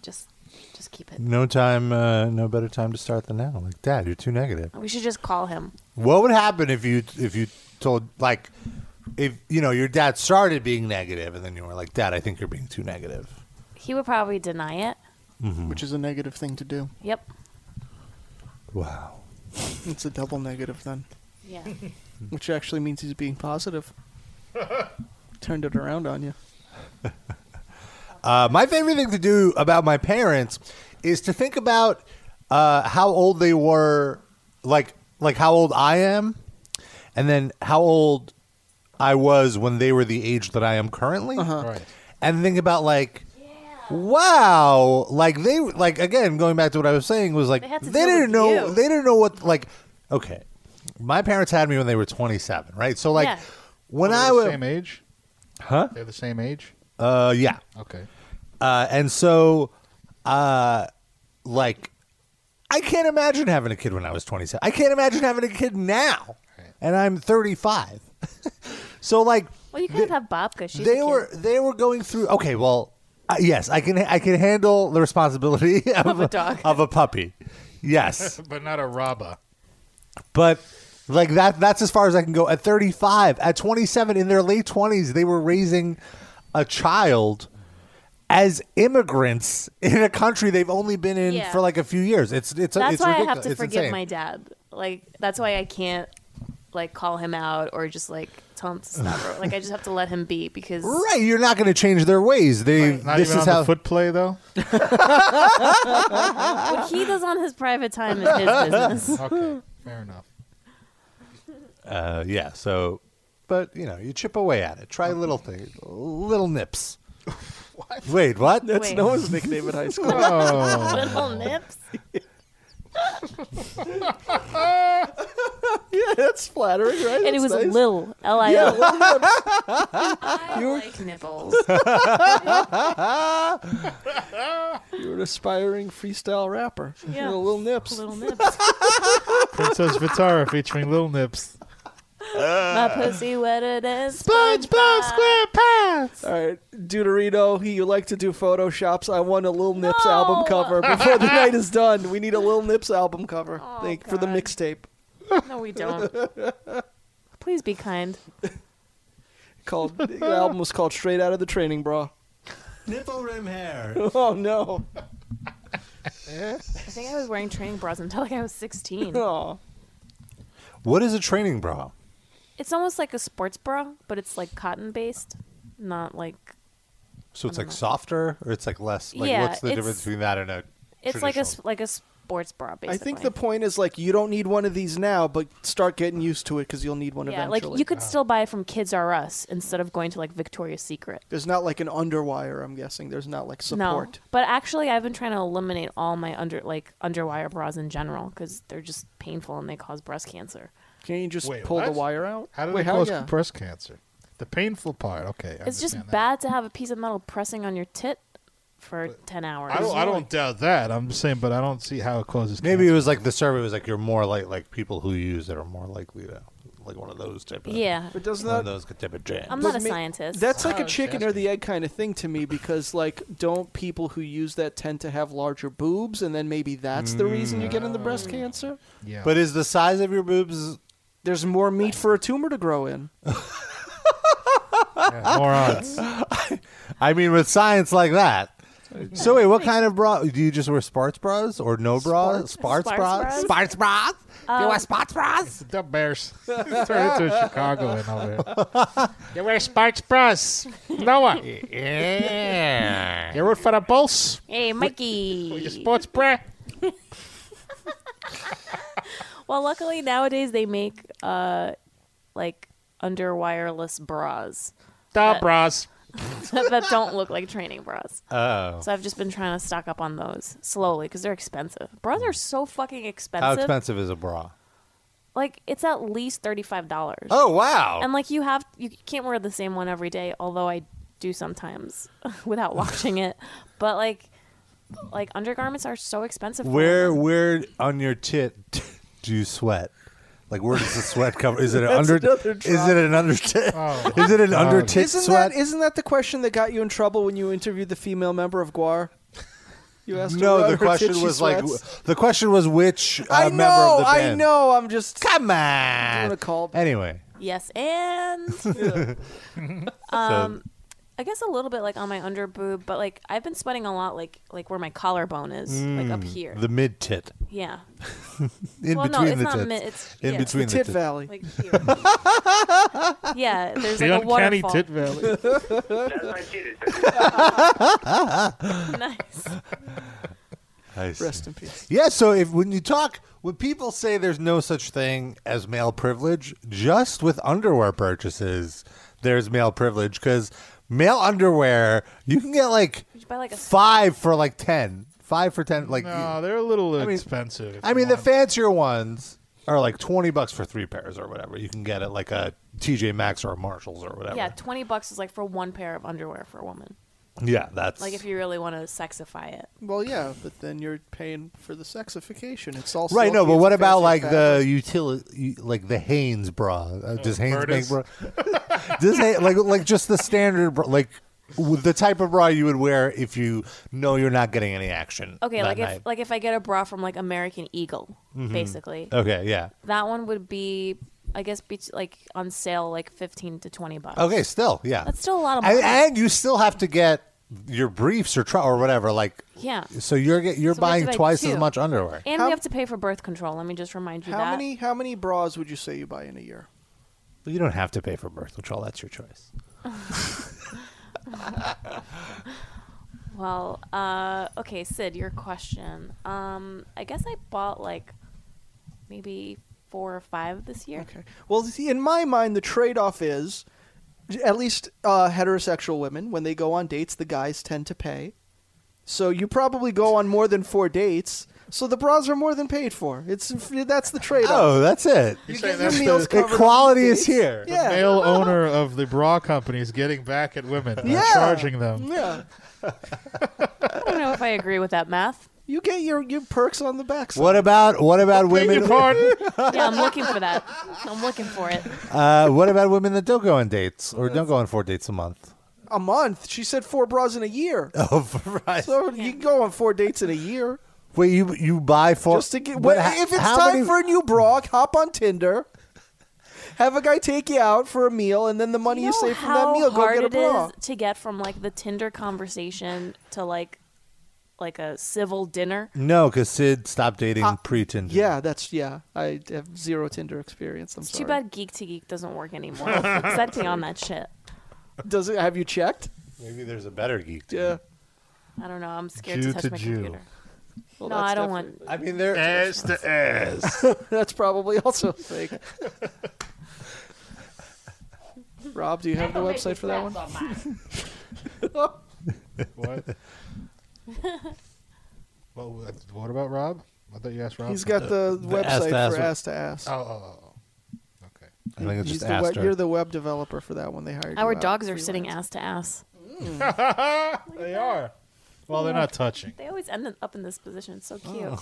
[SPEAKER 3] just just keep it.
[SPEAKER 2] No time. Uh, no better time to start than now. Like, Dad, you're too negative.
[SPEAKER 3] We should just call him.
[SPEAKER 2] What would happen if you if you told like if you know your dad started being negative and then you were like, Dad, I think you're being too negative.
[SPEAKER 3] He would probably deny it.
[SPEAKER 4] Which is a negative thing to do.
[SPEAKER 3] Yep.
[SPEAKER 2] Wow.
[SPEAKER 4] It's a double negative then.
[SPEAKER 3] Yeah.
[SPEAKER 4] Which actually means he's being positive. Turned it around on you.
[SPEAKER 2] Uh, my favorite thing to do about my parents is to think about uh, how old they were, like like how old I am, and then how old I was when they were the age that I am currently,
[SPEAKER 5] All right.
[SPEAKER 2] and think about like Wow! Like they like again going back to what I was saying was like
[SPEAKER 3] They
[SPEAKER 2] they,
[SPEAKER 3] had to deal
[SPEAKER 2] didn't
[SPEAKER 3] with
[SPEAKER 2] know
[SPEAKER 3] you.
[SPEAKER 2] they didn't know what like okay. My parents had me when they were 27, right? So like
[SPEAKER 3] Yeah.
[SPEAKER 2] when
[SPEAKER 5] They're
[SPEAKER 2] I
[SPEAKER 5] the
[SPEAKER 2] was
[SPEAKER 5] same age.
[SPEAKER 2] huh?
[SPEAKER 5] They're the same age.
[SPEAKER 2] Uh yeah.
[SPEAKER 5] Okay.
[SPEAKER 2] Uh, and so, uh, like, I can't imagine having a kid when I was 27. I can't imagine having a kid now,
[SPEAKER 5] Right.
[SPEAKER 2] and I'm 35. so, like,
[SPEAKER 3] Well, you could have Bobka. She's a
[SPEAKER 2] they
[SPEAKER 3] kid.
[SPEAKER 2] were they were going through. Okay, well, uh, yes, I can I can handle the responsibility of,
[SPEAKER 3] a dog.
[SPEAKER 2] of a puppy. Yes,
[SPEAKER 5] But not a Raba.
[SPEAKER 2] but. Like that that's as far as I can go. At 35, at 27 in their late 20s, they were raising a child as immigrants in a country they've only been in
[SPEAKER 3] Yeah.
[SPEAKER 2] for like a few years. It's it's
[SPEAKER 3] That's
[SPEAKER 2] it's
[SPEAKER 3] why
[SPEAKER 2] ridiculous.
[SPEAKER 3] I have to
[SPEAKER 2] it's
[SPEAKER 3] forgive
[SPEAKER 2] insane.
[SPEAKER 3] my dad. Like that's why I can't like call him out or just like tell him to stop. or, like I just have to let him be because
[SPEAKER 2] Right, you're not going to change their ways. They
[SPEAKER 5] Not
[SPEAKER 2] this
[SPEAKER 5] even
[SPEAKER 2] is
[SPEAKER 5] on
[SPEAKER 2] how
[SPEAKER 5] the foot play though.
[SPEAKER 3] what he does on his private time is his business.
[SPEAKER 5] Okay, fair enough.
[SPEAKER 2] uh, yeah, so but you know, you chip away at it. Try little things, little nips. Wait, what?
[SPEAKER 4] That's
[SPEAKER 3] Wait.
[SPEAKER 4] no one's nickname at high school.
[SPEAKER 5] Oh,
[SPEAKER 3] Little nips.
[SPEAKER 4] yeah, that's flattering, right?
[SPEAKER 3] And it
[SPEAKER 4] That's
[SPEAKER 3] was
[SPEAKER 4] nice.
[SPEAKER 3] Lil L I
[SPEAKER 4] Yeah,
[SPEAKER 3] L.
[SPEAKER 4] little nips.
[SPEAKER 3] I
[SPEAKER 4] You were-
[SPEAKER 3] like nipples.
[SPEAKER 4] You're an aspiring freestyle rapper.
[SPEAKER 3] Yeah.
[SPEAKER 4] You know, little nips.
[SPEAKER 3] Little nips.
[SPEAKER 5] Princess Vitara featuring Lil Nips.
[SPEAKER 3] My pussy wetter than
[SPEAKER 5] SpongeBob SquarePants.
[SPEAKER 4] All right, Deuterino, he you like to do photoshops. I want a Lil Nips album
[SPEAKER 3] No.
[SPEAKER 4] cover before the night is done. We need a Lil Nips album cover.
[SPEAKER 3] Oh,
[SPEAKER 4] Thank for the
[SPEAKER 3] God.
[SPEAKER 4] mixtape.
[SPEAKER 3] No, we don't. Please be kind.
[SPEAKER 4] Called the album was called Straight Out of the Training Bra.
[SPEAKER 2] Nipple rim hair.
[SPEAKER 4] Oh no.
[SPEAKER 3] I think I was wearing training bras until like I was 16.
[SPEAKER 4] Oh.
[SPEAKER 2] What is a training bra?
[SPEAKER 3] It's almost like a sports bra, but it's like cotton based, not like
[SPEAKER 2] So it's
[SPEAKER 3] I
[SPEAKER 2] like
[SPEAKER 3] don't know.
[SPEAKER 2] softer, or it's like less. Like,
[SPEAKER 3] Yeah,
[SPEAKER 2] what's the
[SPEAKER 3] it's-
[SPEAKER 2] difference between that and a?
[SPEAKER 3] It's like a s-
[SPEAKER 2] traditional?
[SPEAKER 3] like a sports bra, basically.
[SPEAKER 4] I think the point is like you don't need one of these now, but start getting used to it because you'll need one
[SPEAKER 3] yeah,
[SPEAKER 4] eventually.
[SPEAKER 3] like you could still buy it from Kids R Us instead of going to like Victoria's Secret.
[SPEAKER 4] There's not like an underwire. I'm guessing there's not like support.
[SPEAKER 3] No, but actually, I've been trying to eliminate all my under like underwire bras in general because they're just painful and they cause breast cancer.
[SPEAKER 4] Can you just
[SPEAKER 5] Wait,
[SPEAKER 4] pull the
[SPEAKER 5] what?
[SPEAKER 4] wire out?
[SPEAKER 5] How did
[SPEAKER 4] Wait,
[SPEAKER 5] it cause
[SPEAKER 4] yeah.
[SPEAKER 5] breast cancer? The painful part. Okay, I
[SPEAKER 3] It's just
[SPEAKER 5] understand that.
[SPEAKER 3] bad to have a piece of metal pressing on your tit for ten hours.
[SPEAKER 5] I don't. I don't doubt that. I'm just saying, but I don't see how it causes.
[SPEAKER 2] Maybe it
[SPEAKER 5] cancer.
[SPEAKER 2] was like the survey was like you're more like like people who use it are more likely to like one of those type of
[SPEAKER 3] Yeah, Um,
[SPEAKER 4] But doesn't
[SPEAKER 2] one of
[SPEAKER 4] that
[SPEAKER 2] those type of jams.
[SPEAKER 3] I'm not a
[SPEAKER 4] But ma-
[SPEAKER 3] scientist.
[SPEAKER 4] That's like
[SPEAKER 5] I
[SPEAKER 2] Oh,
[SPEAKER 4] a
[SPEAKER 5] was
[SPEAKER 4] chicken or the egg kind of thing to me because, like, don't people who use that tend to have larger boobs, and then maybe that's the reason you're getting the breast cancer?
[SPEAKER 5] Yeah.
[SPEAKER 2] Mm. but is the size of your boobs?
[SPEAKER 4] There's more meat for a tumor to grow in.
[SPEAKER 5] yeah, morons.
[SPEAKER 2] I mean, with science like that. So wait, what kind of bra? Do you just wear sports bras or no bras? Sports
[SPEAKER 3] Sparts
[SPEAKER 2] bras?
[SPEAKER 3] bras?
[SPEAKER 2] Sports bras? do
[SPEAKER 3] Um,
[SPEAKER 2] you wear sports bras?
[SPEAKER 5] the Bears. Turn into a Chicagoan over here. You wear Sparks Bros. Noah.
[SPEAKER 2] Yeah.
[SPEAKER 5] You root for the Bulls.
[SPEAKER 3] hey, Mikey.
[SPEAKER 5] sports bra.
[SPEAKER 3] Well, luckily nowadays they make uh like underwireless bras
[SPEAKER 5] The bras.
[SPEAKER 3] that don't look like training bras.
[SPEAKER 2] Oh,
[SPEAKER 3] So I've just been trying to stock up on those slowly because they're expensive. Bras are so fucking expensive.
[SPEAKER 2] how expensive is a bra?
[SPEAKER 3] Like it's at least thirty five dollars.
[SPEAKER 2] Oh wow.
[SPEAKER 3] And like you have you can't wear the same one every day, although I do sometimes without watching it. But like like undergarments are so expensive. for
[SPEAKER 2] Where
[SPEAKER 3] women.
[SPEAKER 2] where on your tit do you sweat? Like where does the sweat come? Is it an
[SPEAKER 4] That's
[SPEAKER 2] under?
[SPEAKER 4] another
[SPEAKER 2] Is it an under tit?
[SPEAKER 5] Oh.
[SPEAKER 2] Is it an
[SPEAKER 4] Um,
[SPEAKER 2] under tit
[SPEAKER 4] Isn't
[SPEAKER 2] sweat?
[SPEAKER 4] that, isn't that the question that got you in trouble when you interviewed the female member of Guar? You asked her
[SPEAKER 2] no,
[SPEAKER 4] about
[SPEAKER 2] the
[SPEAKER 4] her
[SPEAKER 2] question
[SPEAKER 4] tit she
[SPEAKER 2] was like
[SPEAKER 4] sweats.
[SPEAKER 2] the question was which uh,
[SPEAKER 4] I
[SPEAKER 2] member of
[SPEAKER 4] know,
[SPEAKER 2] the
[SPEAKER 4] I
[SPEAKER 2] band.
[SPEAKER 4] know, I'm just.
[SPEAKER 2] Come
[SPEAKER 4] Doing a
[SPEAKER 2] on.
[SPEAKER 4] call.
[SPEAKER 2] Anyway,
[SPEAKER 3] Yes and
[SPEAKER 2] um,
[SPEAKER 3] I guess a little bit like on my underboob, but like I've been sweating a lot like like where my collarbone is, like up here.
[SPEAKER 2] Hmm, the mid tit
[SPEAKER 3] yeah.
[SPEAKER 2] in
[SPEAKER 3] well no,
[SPEAKER 2] between
[SPEAKER 3] it's
[SPEAKER 2] the
[SPEAKER 3] not
[SPEAKER 2] tits.
[SPEAKER 3] mid it's
[SPEAKER 2] in
[SPEAKER 3] yeah,
[SPEAKER 2] between
[SPEAKER 4] Tit
[SPEAKER 2] the tits.
[SPEAKER 4] Valley.
[SPEAKER 3] like here. yeah, there's
[SPEAKER 5] The
[SPEAKER 3] like a
[SPEAKER 5] uncanny
[SPEAKER 3] waterfall.
[SPEAKER 5] tit valley.
[SPEAKER 3] nice.
[SPEAKER 2] I see.
[SPEAKER 4] Rest in peace.
[SPEAKER 2] Yeah, so if when you talk, when people say there's no such thing as male privilege, just with underwear purchases, there's male privilege because male underwear, you can get like
[SPEAKER 3] You should buy like a
[SPEAKER 2] five for like ten. Five for ten, like
[SPEAKER 5] no, they're a little
[SPEAKER 2] mean-
[SPEAKER 5] expensive. if
[SPEAKER 2] I
[SPEAKER 5] you
[SPEAKER 2] mean, the
[SPEAKER 5] want.
[SPEAKER 2] fancier ones are like twenty bucks for three pairs or whatever. You can get it like a TJ Maxx or a Marshalls or whatever.
[SPEAKER 3] yeah, twenty bucks is like for one pair of underwear for a woman.
[SPEAKER 2] yeah, that's
[SPEAKER 3] Like if you really want to sexify it.
[SPEAKER 4] Well, yeah, but then you're paying for the sexification. It's all
[SPEAKER 2] right. No,
[SPEAKER 4] silky,
[SPEAKER 2] but
[SPEAKER 4] it's
[SPEAKER 2] what
[SPEAKER 4] a
[SPEAKER 2] about
[SPEAKER 4] fancy
[SPEAKER 2] like the
[SPEAKER 4] fabric.
[SPEAKER 2] utility, like the Hanes bra? Uh, does Hanes make
[SPEAKER 5] Virtus.
[SPEAKER 2] bra? does Hanes, like like just the standard bra, like with the type of bra you would wear if you know you're not getting any action?
[SPEAKER 3] Okay,
[SPEAKER 2] that
[SPEAKER 3] like
[SPEAKER 2] night. Mm-hmm.
[SPEAKER 3] if like if I get a bra from like American Eagle, basically,
[SPEAKER 2] okay, yeah.
[SPEAKER 3] that one would be, I guess, be like on sale like fifteen to twenty bucks.
[SPEAKER 2] Okay, still, yeah.
[SPEAKER 3] That's still a lot of
[SPEAKER 2] And,
[SPEAKER 3] money.
[SPEAKER 2] and you still have to get your briefs or tr- or whatever. Like,
[SPEAKER 3] yeah,
[SPEAKER 2] so you're get, you're
[SPEAKER 3] So we have
[SPEAKER 2] buying
[SPEAKER 3] to buy
[SPEAKER 2] twice as
[SPEAKER 3] two.
[SPEAKER 2] much underwear.
[SPEAKER 3] and
[SPEAKER 4] How-
[SPEAKER 3] we have to pay for birth control. Let me just remind you
[SPEAKER 4] How
[SPEAKER 3] that.
[SPEAKER 4] many how many bras would you say you buy in a year?
[SPEAKER 2] But you don't have to pay for birth control. That's your choice.
[SPEAKER 3] Well, uh, okay, Sid, your question. Um, I guess I bought like maybe four or five this year.
[SPEAKER 4] Okay. Well, see, in my mind, the trade-off is, at least uh, heterosexual women, when they go on dates, the guys tend to pay. So you probably go on more than four dates, so the bras are more than paid for. It's that's the trade-off.
[SPEAKER 2] Oh, that's it.
[SPEAKER 5] You
[SPEAKER 4] You
[SPEAKER 5] say
[SPEAKER 4] get your
[SPEAKER 5] that's
[SPEAKER 4] meals
[SPEAKER 5] the-
[SPEAKER 4] covered.
[SPEAKER 2] Equality
[SPEAKER 4] on
[SPEAKER 2] is
[SPEAKER 4] dates.
[SPEAKER 2] here.
[SPEAKER 5] The
[SPEAKER 4] Yeah.
[SPEAKER 5] male owner of the bra company is getting back at women, by
[SPEAKER 4] Yeah.
[SPEAKER 5] charging them.
[SPEAKER 4] Yeah.
[SPEAKER 3] I don't know if I agree with that math.
[SPEAKER 4] You get your, your perks on the backside.
[SPEAKER 2] What about what about
[SPEAKER 5] Beg your
[SPEAKER 2] women?
[SPEAKER 5] pardon.
[SPEAKER 3] Yeah, I'm looking for that. I'm looking for it.
[SPEAKER 2] Uh, what about women that don't go on dates or don't go on four dates a month?
[SPEAKER 4] A month. She said four bras in a year.
[SPEAKER 2] Oh, right.
[SPEAKER 4] So you can go on four dates in a year.
[SPEAKER 2] Wait, you you buy four
[SPEAKER 4] just to get.
[SPEAKER 2] But
[SPEAKER 4] wh-
[SPEAKER 2] ho-
[SPEAKER 4] if it's
[SPEAKER 2] how
[SPEAKER 4] time
[SPEAKER 2] many-
[SPEAKER 4] for a new bra, hop on Tinder. Have a guy take you out for a meal, and then the money you,
[SPEAKER 3] know
[SPEAKER 4] save from that
[SPEAKER 3] how
[SPEAKER 4] meal, go
[SPEAKER 3] hard
[SPEAKER 4] get a
[SPEAKER 3] it
[SPEAKER 4] bra.
[SPEAKER 3] is to get from like the Tinder conversation to like like a civil dinner.
[SPEAKER 2] no, because Sid stopped dating pre-Tinder.
[SPEAKER 4] Yeah, that's yeah. I have zero Tinder experience. I'm
[SPEAKER 3] It's
[SPEAKER 4] sorry.
[SPEAKER 3] too bad Geek to Geek doesn't work anymore. Because I'd be on that shit.
[SPEAKER 4] Does it? Have you checked?
[SPEAKER 2] maybe there's a better geek.
[SPEAKER 4] Yeah.
[SPEAKER 3] I don't know. I'm scared
[SPEAKER 5] Jew
[SPEAKER 3] to touch
[SPEAKER 5] to
[SPEAKER 3] my
[SPEAKER 5] Jew.
[SPEAKER 3] computer.
[SPEAKER 4] Well,
[SPEAKER 3] no,
[SPEAKER 4] that's
[SPEAKER 3] I don't
[SPEAKER 4] definitely-
[SPEAKER 3] want.
[SPEAKER 2] I mean, there.
[SPEAKER 5] Ass to ass.
[SPEAKER 4] That's probably also fake. Rob, do you have the website for that one?
[SPEAKER 5] What? well, what- what about Rob? I thought you asked Rob.
[SPEAKER 4] He's got the,
[SPEAKER 2] The ass to ass
[SPEAKER 4] website for
[SPEAKER 2] one.
[SPEAKER 4] ass to ass.
[SPEAKER 5] Oh, oh, oh. okay.
[SPEAKER 2] I think it's
[SPEAKER 4] He's
[SPEAKER 2] just
[SPEAKER 4] the web,
[SPEAKER 2] Astra.
[SPEAKER 4] you're the web developer for that one. They hired.
[SPEAKER 3] Our
[SPEAKER 4] you out
[SPEAKER 3] dogs are sitting
[SPEAKER 4] freelance.
[SPEAKER 3] ass to ass.
[SPEAKER 4] Mm.
[SPEAKER 5] They are. Well, they're not touching.
[SPEAKER 3] They always end up in this position. It's
[SPEAKER 4] Oh.
[SPEAKER 3] so cute.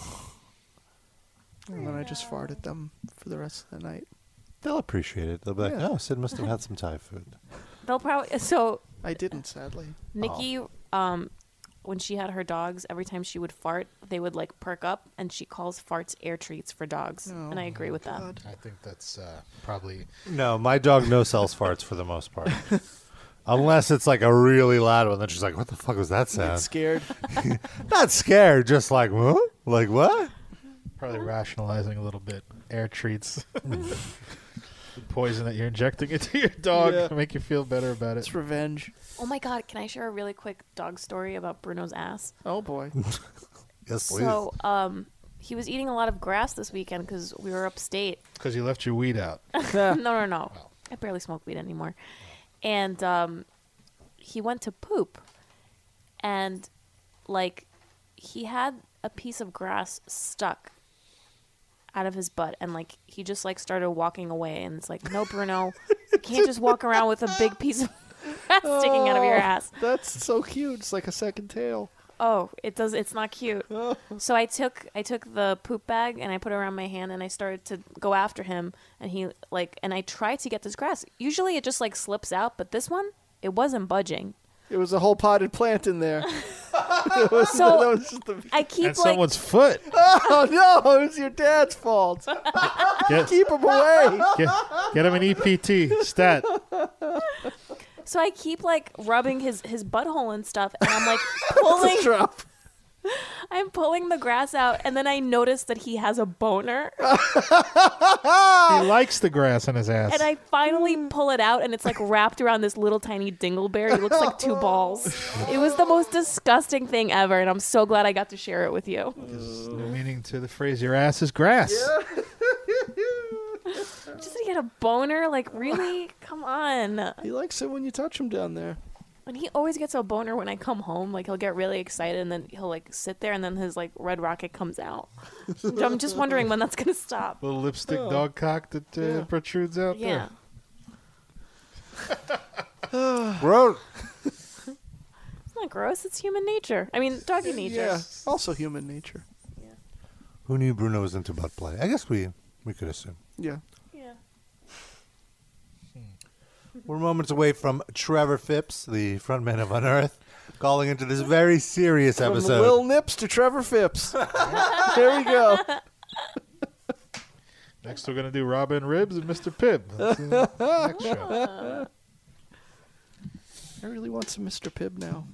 [SPEAKER 4] And then I just farted at them for the rest of the night.
[SPEAKER 2] They'll appreciate it. They'll be like,
[SPEAKER 4] Yeah.
[SPEAKER 2] "Oh, Sid must have had some Thai food."
[SPEAKER 3] They'll probably so
[SPEAKER 4] I didn't, sadly.
[SPEAKER 3] Nikki, um, when she had her dogs, every time she would fart, they would like perk up, and she calls farts air treats for dogs, and I agree with that.
[SPEAKER 4] Oh God.
[SPEAKER 5] I think that's uh, probably.
[SPEAKER 2] No, my dog no sells farts for the most part, unless it's like a really loud one. Then she's like, "What the fuck was that
[SPEAKER 4] Get
[SPEAKER 2] sound?"
[SPEAKER 4] scared.
[SPEAKER 2] Not scared, just like, huh? Like what?
[SPEAKER 5] Probably rationalizing a little bit. Air treats. the poison that you're injecting into your dog
[SPEAKER 4] Yeah.
[SPEAKER 5] to make you feel better about it.
[SPEAKER 4] It's revenge.
[SPEAKER 3] Oh my god, can I share a really quick dog story about Bruno's ass?
[SPEAKER 4] Oh boy.
[SPEAKER 2] Yes, please.
[SPEAKER 3] So, um, he was eating a lot of grass this weekend because we were upstate,
[SPEAKER 5] Because you left your weed out.
[SPEAKER 3] no, no, no. I barely smoke weed anymore. And um, he went to poop, and like he had a piece of grass stuck out of his butt, and like he just like started walking away, and it's like, no, Bruno, you can't just walk around with a big piece of grass sticking out of your ass.
[SPEAKER 4] Oh, That's so cute. It's like a second tail.
[SPEAKER 3] Oh, it does. It's not cute. so I took I took the poop bag and I put it around my hand and I started to go after him and he like and I tried to get this grass. Usually it just like slips out, but this one it wasn't budging.
[SPEAKER 4] It was a whole potted plant in there. It was-
[SPEAKER 3] So-
[SPEAKER 4] that was just the-
[SPEAKER 3] I keep
[SPEAKER 5] And
[SPEAKER 3] like
[SPEAKER 5] someone's foot.
[SPEAKER 4] oh no! It was your dad's fault.
[SPEAKER 5] Get,
[SPEAKER 4] Keep him away.
[SPEAKER 5] get, get him an EPT stat.
[SPEAKER 3] so I keep like rubbing his his butthole and stuff and I'm like pulling
[SPEAKER 4] Drop.
[SPEAKER 3] I'm pulling the grass out and then I notice that he has a boner
[SPEAKER 5] He likes the grass in his ass.
[SPEAKER 3] and I finally pull it out and it's like wrapped around this little tiny dingleberry. It looks like two balls. It was the most disgusting thing ever and I'm so glad I got to share it with you.
[SPEAKER 5] There's no meaning to the phrase your ass is grass.
[SPEAKER 3] Just to get a boner, like really? Come on.
[SPEAKER 4] He likes it when you touch him down there.
[SPEAKER 3] And he always gets a boner when I come home. Like he'll get really excited and then he'll like sit there and then his like red rocket comes out. I'm just wondering when that's gonna stop.
[SPEAKER 5] Little lipstick
[SPEAKER 4] Oh.
[SPEAKER 5] dog cock that uh,
[SPEAKER 4] Yeah.
[SPEAKER 5] protrudes out
[SPEAKER 3] Yeah.
[SPEAKER 2] Bro,
[SPEAKER 3] It's not gross, it's human nature. I mean doggy nature.
[SPEAKER 4] Yeah, also human nature.
[SPEAKER 2] who knew Bruno was into butt play? I guess we we could assume.
[SPEAKER 4] Yeah.
[SPEAKER 3] Yeah.
[SPEAKER 2] Hmm. We're moments away from Trevor Phipps, the frontman of Unearth, calling into this very serious
[SPEAKER 4] From
[SPEAKER 2] episode.
[SPEAKER 4] Will Nips to Trevor Phipps. there we go.
[SPEAKER 5] there. Next, we're gonna do Robin Ribs and Mr. Pibb. That's the next show.
[SPEAKER 4] I really want some Mr. Pibb now.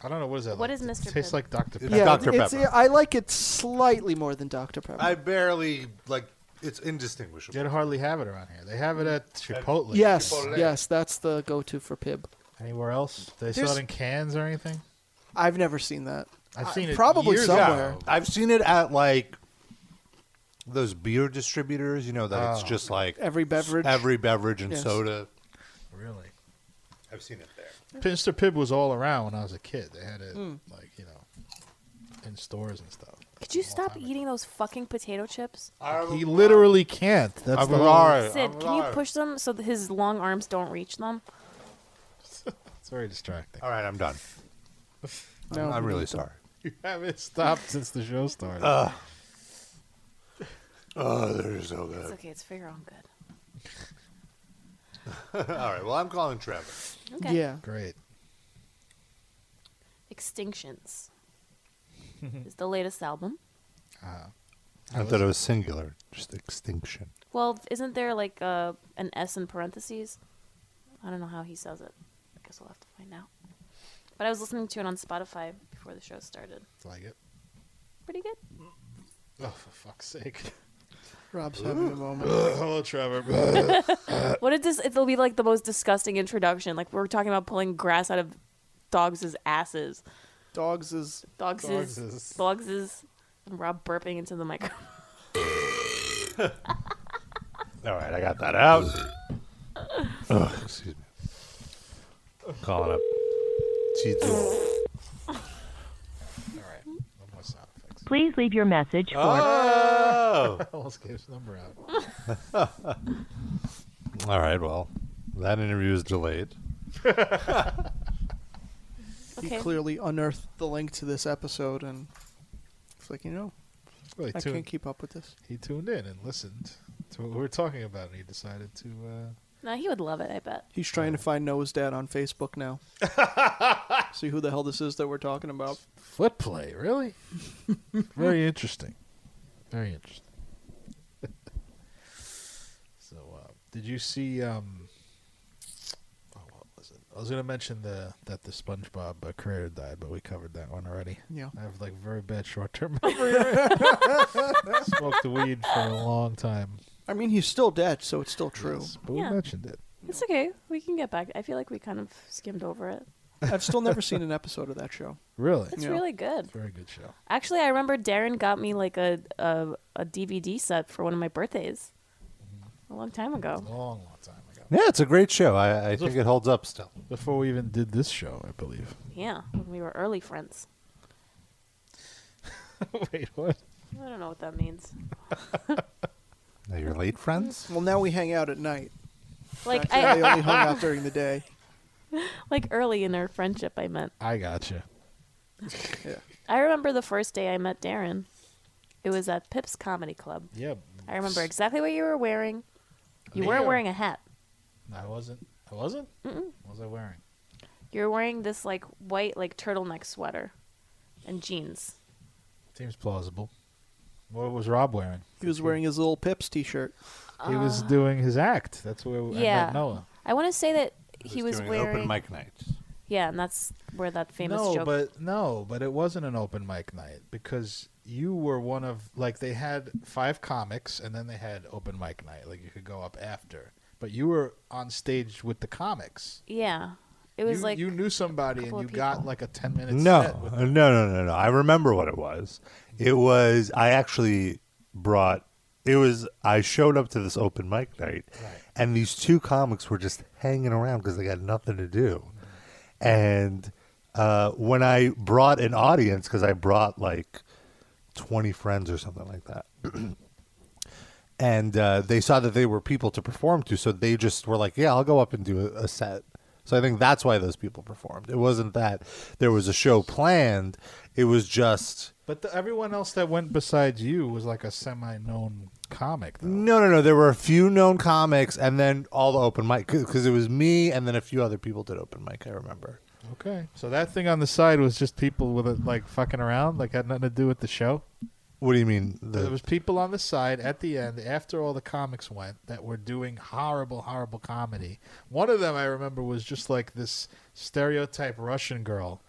[SPEAKER 5] I don't know what is that.
[SPEAKER 3] What
[SPEAKER 5] like?
[SPEAKER 3] is Mr.
[SPEAKER 5] It tastes
[SPEAKER 3] Pibb?
[SPEAKER 5] like Dr. Pepper.
[SPEAKER 4] Yeah,
[SPEAKER 2] Dr.
[SPEAKER 4] It's,
[SPEAKER 2] Pepper.
[SPEAKER 4] I like it slightly more than Dr. Pepper.
[SPEAKER 2] I barely like it's
[SPEAKER 5] You'd
[SPEAKER 2] indistinguishable.
[SPEAKER 5] hardly have it around here. They have it at Chipotle.
[SPEAKER 4] yes,
[SPEAKER 2] Chipotle.
[SPEAKER 4] yes, that's the go-to for Pibb.
[SPEAKER 5] Anywhere else? They sell
[SPEAKER 4] There's-
[SPEAKER 5] it in cans or anything?
[SPEAKER 4] I've never seen that.
[SPEAKER 5] I've
[SPEAKER 4] Uh,
[SPEAKER 5] seen it
[SPEAKER 4] probably
[SPEAKER 5] years
[SPEAKER 4] somewhere.
[SPEAKER 5] ago.
[SPEAKER 2] I've seen it at like those beer distributors, you know, that it's
[SPEAKER 5] Oh.
[SPEAKER 2] just like
[SPEAKER 4] Every beverage.
[SPEAKER 2] every beverage and
[SPEAKER 4] Yes.
[SPEAKER 2] soda.
[SPEAKER 5] Really?
[SPEAKER 2] I've seen it there.
[SPEAKER 5] Mr. Pibb was all around when I was a kid. They had it like you know in stores and stuff.
[SPEAKER 3] Could you stop eating those fucking potato chips?
[SPEAKER 5] He literally can't. That's the whole-
[SPEAKER 3] Sid, can you push them so that his long arms don't reach them?
[SPEAKER 5] It's very distracting.
[SPEAKER 2] All right, I'm done.
[SPEAKER 4] No,
[SPEAKER 2] I'm
[SPEAKER 4] you
[SPEAKER 2] really
[SPEAKER 4] don't.
[SPEAKER 2] sorry.
[SPEAKER 5] You haven't stopped since the show started.
[SPEAKER 2] Oh, they're so
[SPEAKER 3] It's
[SPEAKER 2] good.
[SPEAKER 3] okay, it's for your own good.
[SPEAKER 2] All right, well, I'm calling Trevor.
[SPEAKER 3] Okay.
[SPEAKER 4] Yeah.
[SPEAKER 5] Great.
[SPEAKER 3] Extinctions is the latest album.
[SPEAKER 2] I thought it was singular, just extinction.
[SPEAKER 3] Well, isn't there like uh, an S in parentheses? I don't know how he says it. I guess we'll have to find out. But I was listening to it on Spotify before the show started.
[SPEAKER 5] It's like it.
[SPEAKER 3] Pretty good.
[SPEAKER 5] Oh, for fuck's sake.
[SPEAKER 4] Rob's having a moment.
[SPEAKER 5] Hello, Trevor.
[SPEAKER 3] What did this? It'll be like the most disgusting introduction. Like we're talking about pulling grass out of dogs' asses.
[SPEAKER 4] Dogs is
[SPEAKER 3] Dogs'
[SPEAKER 5] Dogs's.
[SPEAKER 3] dogs' dogs' and Rob burping into the microphone.
[SPEAKER 2] All right, I got that out. Ugh, excuse me. Calling up. Cheats.
[SPEAKER 5] all right. One more sound effects.
[SPEAKER 6] Please leave your message for
[SPEAKER 2] Oh!
[SPEAKER 5] I almost gave his number out.
[SPEAKER 2] All right, well, that interview is delayed.
[SPEAKER 3] Okay.
[SPEAKER 4] he clearly unearthed the link to this episode and it's like, you know,
[SPEAKER 5] Well, he,
[SPEAKER 4] I can't
[SPEAKER 5] tuned,
[SPEAKER 4] keep up with this.
[SPEAKER 5] he tuned in and listened to what we were talking about, and he decided to. Uh,
[SPEAKER 3] No, he would love it. I bet.
[SPEAKER 4] He's trying to find Noah's dad on Facebook now. See who the hell this is that we're talking about.
[SPEAKER 5] Foot play, really? Very interesting. Very interesting. so, uh, did you see? Um, oh, what was it? I was gonna mention the that the SpongeBob uh, creator died, but we covered that one already.
[SPEAKER 4] Yeah.
[SPEAKER 5] I have like very bad short term memory. Smoked the weed for a long time.
[SPEAKER 4] I mean, he's still dead, so it's still true.
[SPEAKER 5] Yes, but we
[SPEAKER 3] Yeah.
[SPEAKER 5] mentioned it.
[SPEAKER 3] It's okay. We can get back. I feel like we kind of skimmed over it.
[SPEAKER 4] I've still never seen an episode of that show.
[SPEAKER 5] Really,
[SPEAKER 3] It's
[SPEAKER 4] Yeah.
[SPEAKER 3] really good.
[SPEAKER 5] very good show.
[SPEAKER 3] Actually, I remember Darren got me like a, a a DVD set for one of my birthdays a long time ago.
[SPEAKER 5] Long, long time ago.
[SPEAKER 2] Yeah, it's a great show. I, I think it holds up still.
[SPEAKER 5] Before we even did this show, I believe.
[SPEAKER 3] Yeah, when we were early friends.
[SPEAKER 5] Wait, what?
[SPEAKER 3] I don't know what that means.
[SPEAKER 2] Now you're late, friends?
[SPEAKER 4] Well, now we hang out at night.
[SPEAKER 3] Like
[SPEAKER 4] Actually, they
[SPEAKER 3] I
[SPEAKER 4] only hung out during the day.
[SPEAKER 3] like early in our friendship, I meant.
[SPEAKER 5] I gotcha.
[SPEAKER 4] Yeah.
[SPEAKER 3] I remember the first day I met Darren. It was at Pip's Comedy Club.
[SPEAKER 5] Yeah,
[SPEAKER 3] I remember exactly what you were wearing. You
[SPEAKER 5] Yeah.
[SPEAKER 3] weren't wearing a hat.
[SPEAKER 5] I wasn't. I wasn't. Mm-mm. What was I wearing?
[SPEAKER 3] You were wearing this like white like turtleneck sweater and jeans.
[SPEAKER 5] Seems plausible. What was Rob wearing?
[SPEAKER 4] He was wearing his little Pips T-shirt.
[SPEAKER 5] he was doing his act. That's where I
[SPEAKER 3] Uh, yeah.
[SPEAKER 5] met Noah.
[SPEAKER 3] I want to say that he was,
[SPEAKER 2] doing an
[SPEAKER 3] wearing
[SPEAKER 2] open mic night.
[SPEAKER 3] Yeah, and that's where that famous
[SPEAKER 5] no,
[SPEAKER 3] joke.
[SPEAKER 5] but no, but it wasn't an open mic night because you were one of like they had five comics and then they had open mic night. Like you could go up after, but you were on stage with the comics.
[SPEAKER 3] yeah, it was
[SPEAKER 5] you,
[SPEAKER 3] like
[SPEAKER 5] you knew somebody and
[SPEAKER 3] couple
[SPEAKER 5] you
[SPEAKER 3] of
[SPEAKER 5] got
[SPEAKER 3] people.
[SPEAKER 5] like a ten minute
[SPEAKER 2] No,
[SPEAKER 5] set. With,
[SPEAKER 2] no, no, no, no. I remember what it was. It was, I actually brought, it was, I showed up to this open mic night, and these two comics were just hanging around because they got nothing to do. And uh, when I brought an audience, because I brought like 20 friends or something like that, and uh, they saw that they were people to perform to, so they just were like, "Yeah, I'll go up and do a, a set." So I think that's why those people performed. It wasn't that there was a show planned; it was just
[SPEAKER 5] But the, everyone else that went besides you was like a semi-known comic. Though.
[SPEAKER 2] no, no, no. There were a few known comics, and then all the open mic because it was me, and then a few other people did open mic. I remember.
[SPEAKER 5] Okay, so that thing on the side was just people with it like fucking around, like had nothing to do with the show.
[SPEAKER 2] What do you mean?
[SPEAKER 5] there
[SPEAKER 2] The,
[SPEAKER 5] was people on the side at the end after all the comics went that were doing horrible horrible comedy one of them i remember was just like this stereotype russian girl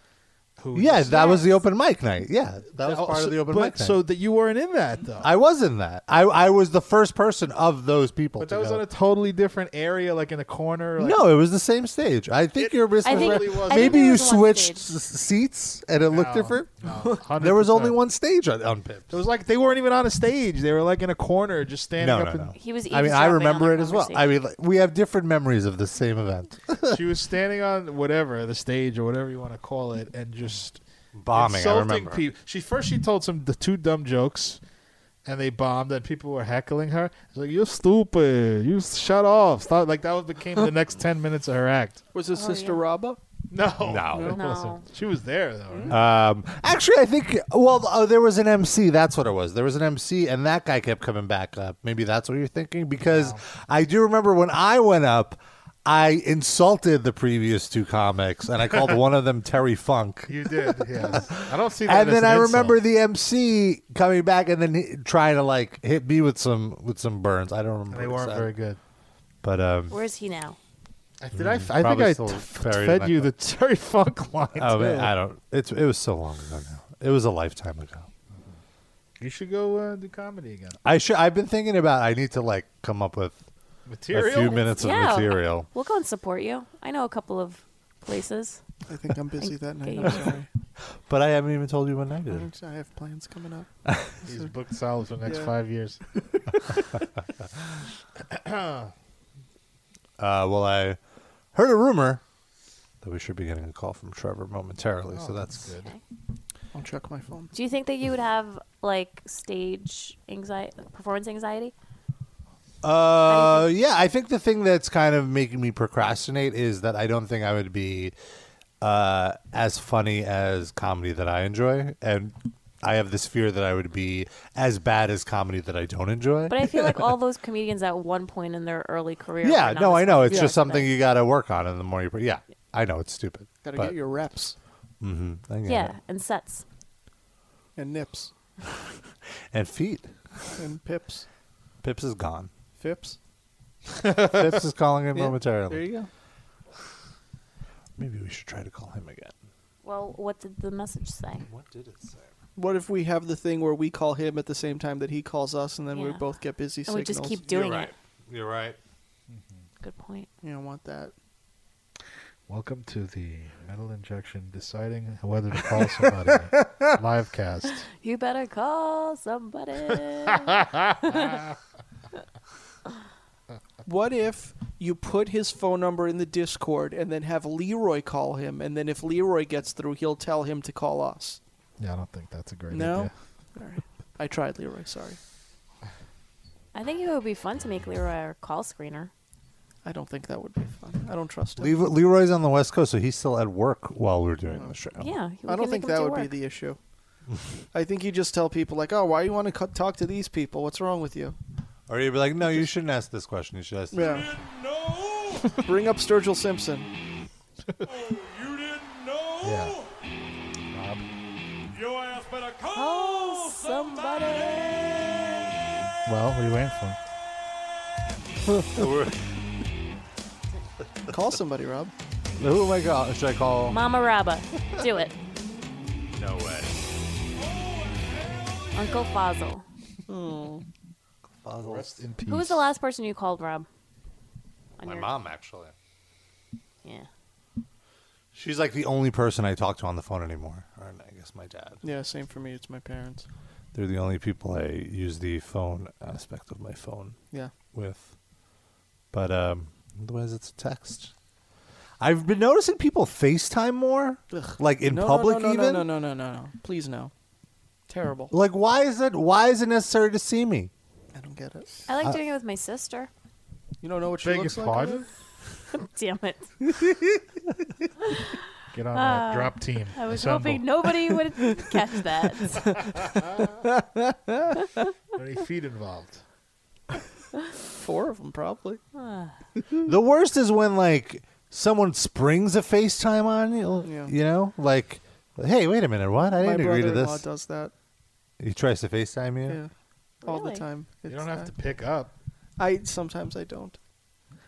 [SPEAKER 5] who
[SPEAKER 2] yeah,
[SPEAKER 5] just-
[SPEAKER 2] that was the open mic night. Yeah, that was
[SPEAKER 5] Oh,
[SPEAKER 2] part
[SPEAKER 5] so-
[SPEAKER 2] of the open
[SPEAKER 5] but,
[SPEAKER 2] mic night.
[SPEAKER 5] so that you weren't in that though
[SPEAKER 2] I was in that. I I was the first person of those people.
[SPEAKER 5] but
[SPEAKER 2] to
[SPEAKER 5] that was
[SPEAKER 2] go.
[SPEAKER 5] on a totally different area like in a corner like,
[SPEAKER 2] no, it was the same stage. I think
[SPEAKER 5] It
[SPEAKER 2] you're
[SPEAKER 3] I think-
[SPEAKER 2] misremembering.
[SPEAKER 5] Totally was. I think
[SPEAKER 2] Maybe
[SPEAKER 3] there
[SPEAKER 2] you
[SPEAKER 3] was one
[SPEAKER 2] switched
[SPEAKER 3] stage.
[SPEAKER 2] s- seats and it looked
[SPEAKER 5] No,
[SPEAKER 2] different.
[SPEAKER 5] no,
[SPEAKER 2] There was only
[SPEAKER 5] 100%.
[SPEAKER 2] one stage on, on Pips.
[SPEAKER 5] it was like they weren't even on a stage they were like in a corner just standing
[SPEAKER 2] No,
[SPEAKER 5] up
[SPEAKER 2] no,
[SPEAKER 5] and
[SPEAKER 3] He was.
[SPEAKER 2] I mean, I
[SPEAKER 3] eavesdropping on
[SPEAKER 2] remember
[SPEAKER 3] the
[SPEAKER 2] it as well. I
[SPEAKER 3] conversation.
[SPEAKER 2] mean, like, we have different memories of the same event.
[SPEAKER 5] she was standing on whatever the stage or whatever you want to call it and just
[SPEAKER 2] Bombing, I
[SPEAKER 5] insulting
[SPEAKER 2] remember.
[SPEAKER 5] people. She first she told some the two dumb jokes, and they bombed, and people were heckling her. She's like, "You're stupid. You s- shut off. Stop." Like that was became the next ten minutes of her act.
[SPEAKER 4] Was his
[SPEAKER 3] Oh,
[SPEAKER 4] sister
[SPEAKER 3] yeah.
[SPEAKER 4] Raba?
[SPEAKER 5] No,
[SPEAKER 2] No.
[SPEAKER 5] it wasn't. She was there though. right?
[SPEAKER 2] Um, actually, I think well, oh, there was an MC. That's what it was. There was an MC, and that guy kept coming back up. Maybe that's what you're thinking because I do remember when I went up, I insulted the previous two comics, and I called one of them Terry Funk.
[SPEAKER 5] You did. Yes. I don't see that.
[SPEAKER 2] and
[SPEAKER 5] as
[SPEAKER 2] then
[SPEAKER 5] an
[SPEAKER 2] I remember
[SPEAKER 5] insult.
[SPEAKER 2] the MC coming back and then he, trying to like hit me with some with some burns. I don't remember.
[SPEAKER 5] they
[SPEAKER 2] what he
[SPEAKER 5] weren't
[SPEAKER 2] said.
[SPEAKER 5] very good.
[SPEAKER 2] But um,
[SPEAKER 3] Where's he now?
[SPEAKER 5] I- Did I? f- I think
[SPEAKER 2] probably
[SPEAKER 5] I
[SPEAKER 2] still
[SPEAKER 5] t-
[SPEAKER 2] buried in
[SPEAKER 5] fed
[SPEAKER 2] that
[SPEAKER 5] you the Terry Funk line.
[SPEAKER 2] oh, man,
[SPEAKER 5] too.
[SPEAKER 2] I don't. It's it was so long ago now. It was a lifetime ago.
[SPEAKER 5] You should go uh, do comedy again.
[SPEAKER 2] I should. I've been thinking about. I need to like come up with
[SPEAKER 5] Material.
[SPEAKER 2] a few minutes of
[SPEAKER 3] Yeah.
[SPEAKER 2] material.
[SPEAKER 3] We'll go and support you. I know a couple of places.
[SPEAKER 4] I think I'm busy that night.
[SPEAKER 3] you.
[SPEAKER 4] I'm sorry.
[SPEAKER 2] But I haven't even told you when I
[SPEAKER 4] I
[SPEAKER 2] did.
[SPEAKER 4] don't- I have plans coming up.
[SPEAKER 5] He's booked solid for the next
[SPEAKER 4] Yeah.
[SPEAKER 5] five years.
[SPEAKER 2] Uh, well, I heard a rumor that we should be getting a call from Trevor momentarily. so
[SPEAKER 5] Oh,
[SPEAKER 2] that's
[SPEAKER 5] that's
[SPEAKER 2] good.
[SPEAKER 3] Okay.
[SPEAKER 4] I'll check my phone.
[SPEAKER 3] Do you think that you would have like stage anxiety, performance anxiety?
[SPEAKER 2] Uh, yeah, I think the thing that's kind of making me procrastinate is that I don't think I would be uh, as funny as comedy that I enjoy, and I have this fear that I would be as bad as comedy that I don't enjoy.
[SPEAKER 3] But I feel like all those comedians at one point in their early career.
[SPEAKER 2] yeah,
[SPEAKER 3] were not
[SPEAKER 2] no, I
[SPEAKER 3] as
[SPEAKER 2] know it's
[SPEAKER 4] Yeah.
[SPEAKER 2] just something you got to work on, and the more you, pr- yeah, I know it's stupid.
[SPEAKER 4] Gotta
[SPEAKER 2] but-
[SPEAKER 4] get your reps
[SPEAKER 2] Mhm, I get
[SPEAKER 3] funny.
[SPEAKER 2] it.
[SPEAKER 3] Yeah, and sets.
[SPEAKER 4] and nips
[SPEAKER 2] and feet.
[SPEAKER 4] and pips,
[SPEAKER 2] Pips is gone.
[SPEAKER 4] fips.
[SPEAKER 2] Pips is calling him
[SPEAKER 4] Yeah, There
[SPEAKER 2] momentarily.
[SPEAKER 4] you go.
[SPEAKER 2] Maybe we should try to call him again.
[SPEAKER 3] Well, what did the message say?
[SPEAKER 2] What did it say?
[SPEAKER 4] What if we have the thing where we call him at the same time that he calls us, and then we
[SPEAKER 3] Yeah.
[SPEAKER 4] both get busy
[SPEAKER 3] And
[SPEAKER 4] signals?
[SPEAKER 3] we just keep doing it.
[SPEAKER 2] You're right.
[SPEAKER 3] Good point.
[SPEAKER 4] You don't want that.
[SPEAKER 5] Welcome to the metal injection deciding whether to call somebody live cast.
[SPEAKER 3] You better call somebody.
[SPEAKER 4] What if you put his phone number in the Discord and then have Leroy call him, and then if Leroy gets through, he'll tell him to call us?
[SPEAKER 5] Yeah, I don't think that's a great
[SPEAKER 4] No?
[SPEAKER 5] idea.
[SPEAKER 4] All right. I tried, Leroy. Sorry.
[SPEAKER 3] I think it would be fun to make Leroy our call screener.
[SPEAKER 4] I don't think that would be fun. I don't trust him.
[SPEAKER 2] Le- Leroy's on the West Coast, so he's still at work while we're doing the show.
[SPEAKER 3] Yeah,
[SPEAKER 4] I don't think that would be the issue. I think you just tell people like, "Oh, why you want to cu- talk to these people? What's wrong with you?"
[SPEAKER 2] Or you'd be like, no, you shouldn't ask this question. You should ask. This.
[SPEAKER 4] Yeah. Bring up Sturgill Simpson.
[SPEAKER 5] Yeah.
[SPEAKER 3] call Oh, somebody.
[SPEAKER 5] Well, what are you waiting for?
[SPEAKER 4] Call somebody, Rob.
[SPEAKER 2] Who am I call? oh Should I call?
[SPEAKER 3] Mama Rabba, do it.
[SPEAKER 2] No way.
[SPEAKER 3] Uncle Fozzel.
[SPEAKER 5] Rest in peace.
[SPEAKER 3] Who was the last person you called, Rob? On
[SPEAKER 2] My
[SPEAKER 3] your-
[SPEAKER 2] mom actually.
[SPEAKER 3] Yeah.
[SPEAKER 2] She's like the only person I talk to on the phone anymore. Or I guess my dad.
[SPEAKER 4] Yeah, same for me. It's my parents.
[SPEAKER 2] They're the only people I use the phone aspect of my phone
[SPEAKER 4] Yeah.
[SPEAKER 2] with. But um, otherwise, it's a text. I've been noticing people FaceTime more,
[SPEAKER 4] Ugh.
[SPEAKER 2] like in
[SPEAKER 4] No, no,
[SPEAKER 2] public,
[SPEAKER 4] no, no,
[SPEAKER 2] even.
[SPEAKER 4] No, no, no, no, no, no. Please no. Terrible.
[SPEAKER 2] Like, why is it? Why is it necessary to see me?
[SPEAKER 4] I don't get it.
[SPEAKER 3] I
[SPEAKER 2] Uh,
[SPEAKER 3] like doing it with my sister.
[SPEAKER 4] You don't know what she
[SPEAKER 5] Beg your
[SPEAKER 4] looks like.
[SPEAKER 5] pardon?
[SPEAKER 3] Damn it. Uh,
[SPEAKER 5] Get on that drop team.
[SPEAKER 3] I was
[SPEAKER 5] Assemble.
[SPEAKER 3] hoping nobody would catch that.
[SPEAKER 5] Any feet involved?
[SPEAKER 4] Four of them probably.
[SPEAKER 2] The worst is when like someone springs a FaceTime on you.
[SPEAKER 4] Yeah.
[SPEAKER 2] You know, like, hey, wait a minute, what? I
[SPEAKER 4] My
[SPEAKER 2] didn't agree to
[SPEAKER 4] brother-in-law
[SPEAKER 2] this.
[SPEAKER 4] does that.
[SPEAKER 2] He tries to FaceTime you.
[SPEAKER 4] Yeah. All
[SPEAKER 3] Really?
[SPEAKER 4] the time.
[SPEAKER 5] You
[SPEAKER 4] It's
[SPEAKER 5] don't have
[SPEAKER 4] not-
[SPEAKER 5] to pick up.
[SPEAKER 4] I sometimes I don't.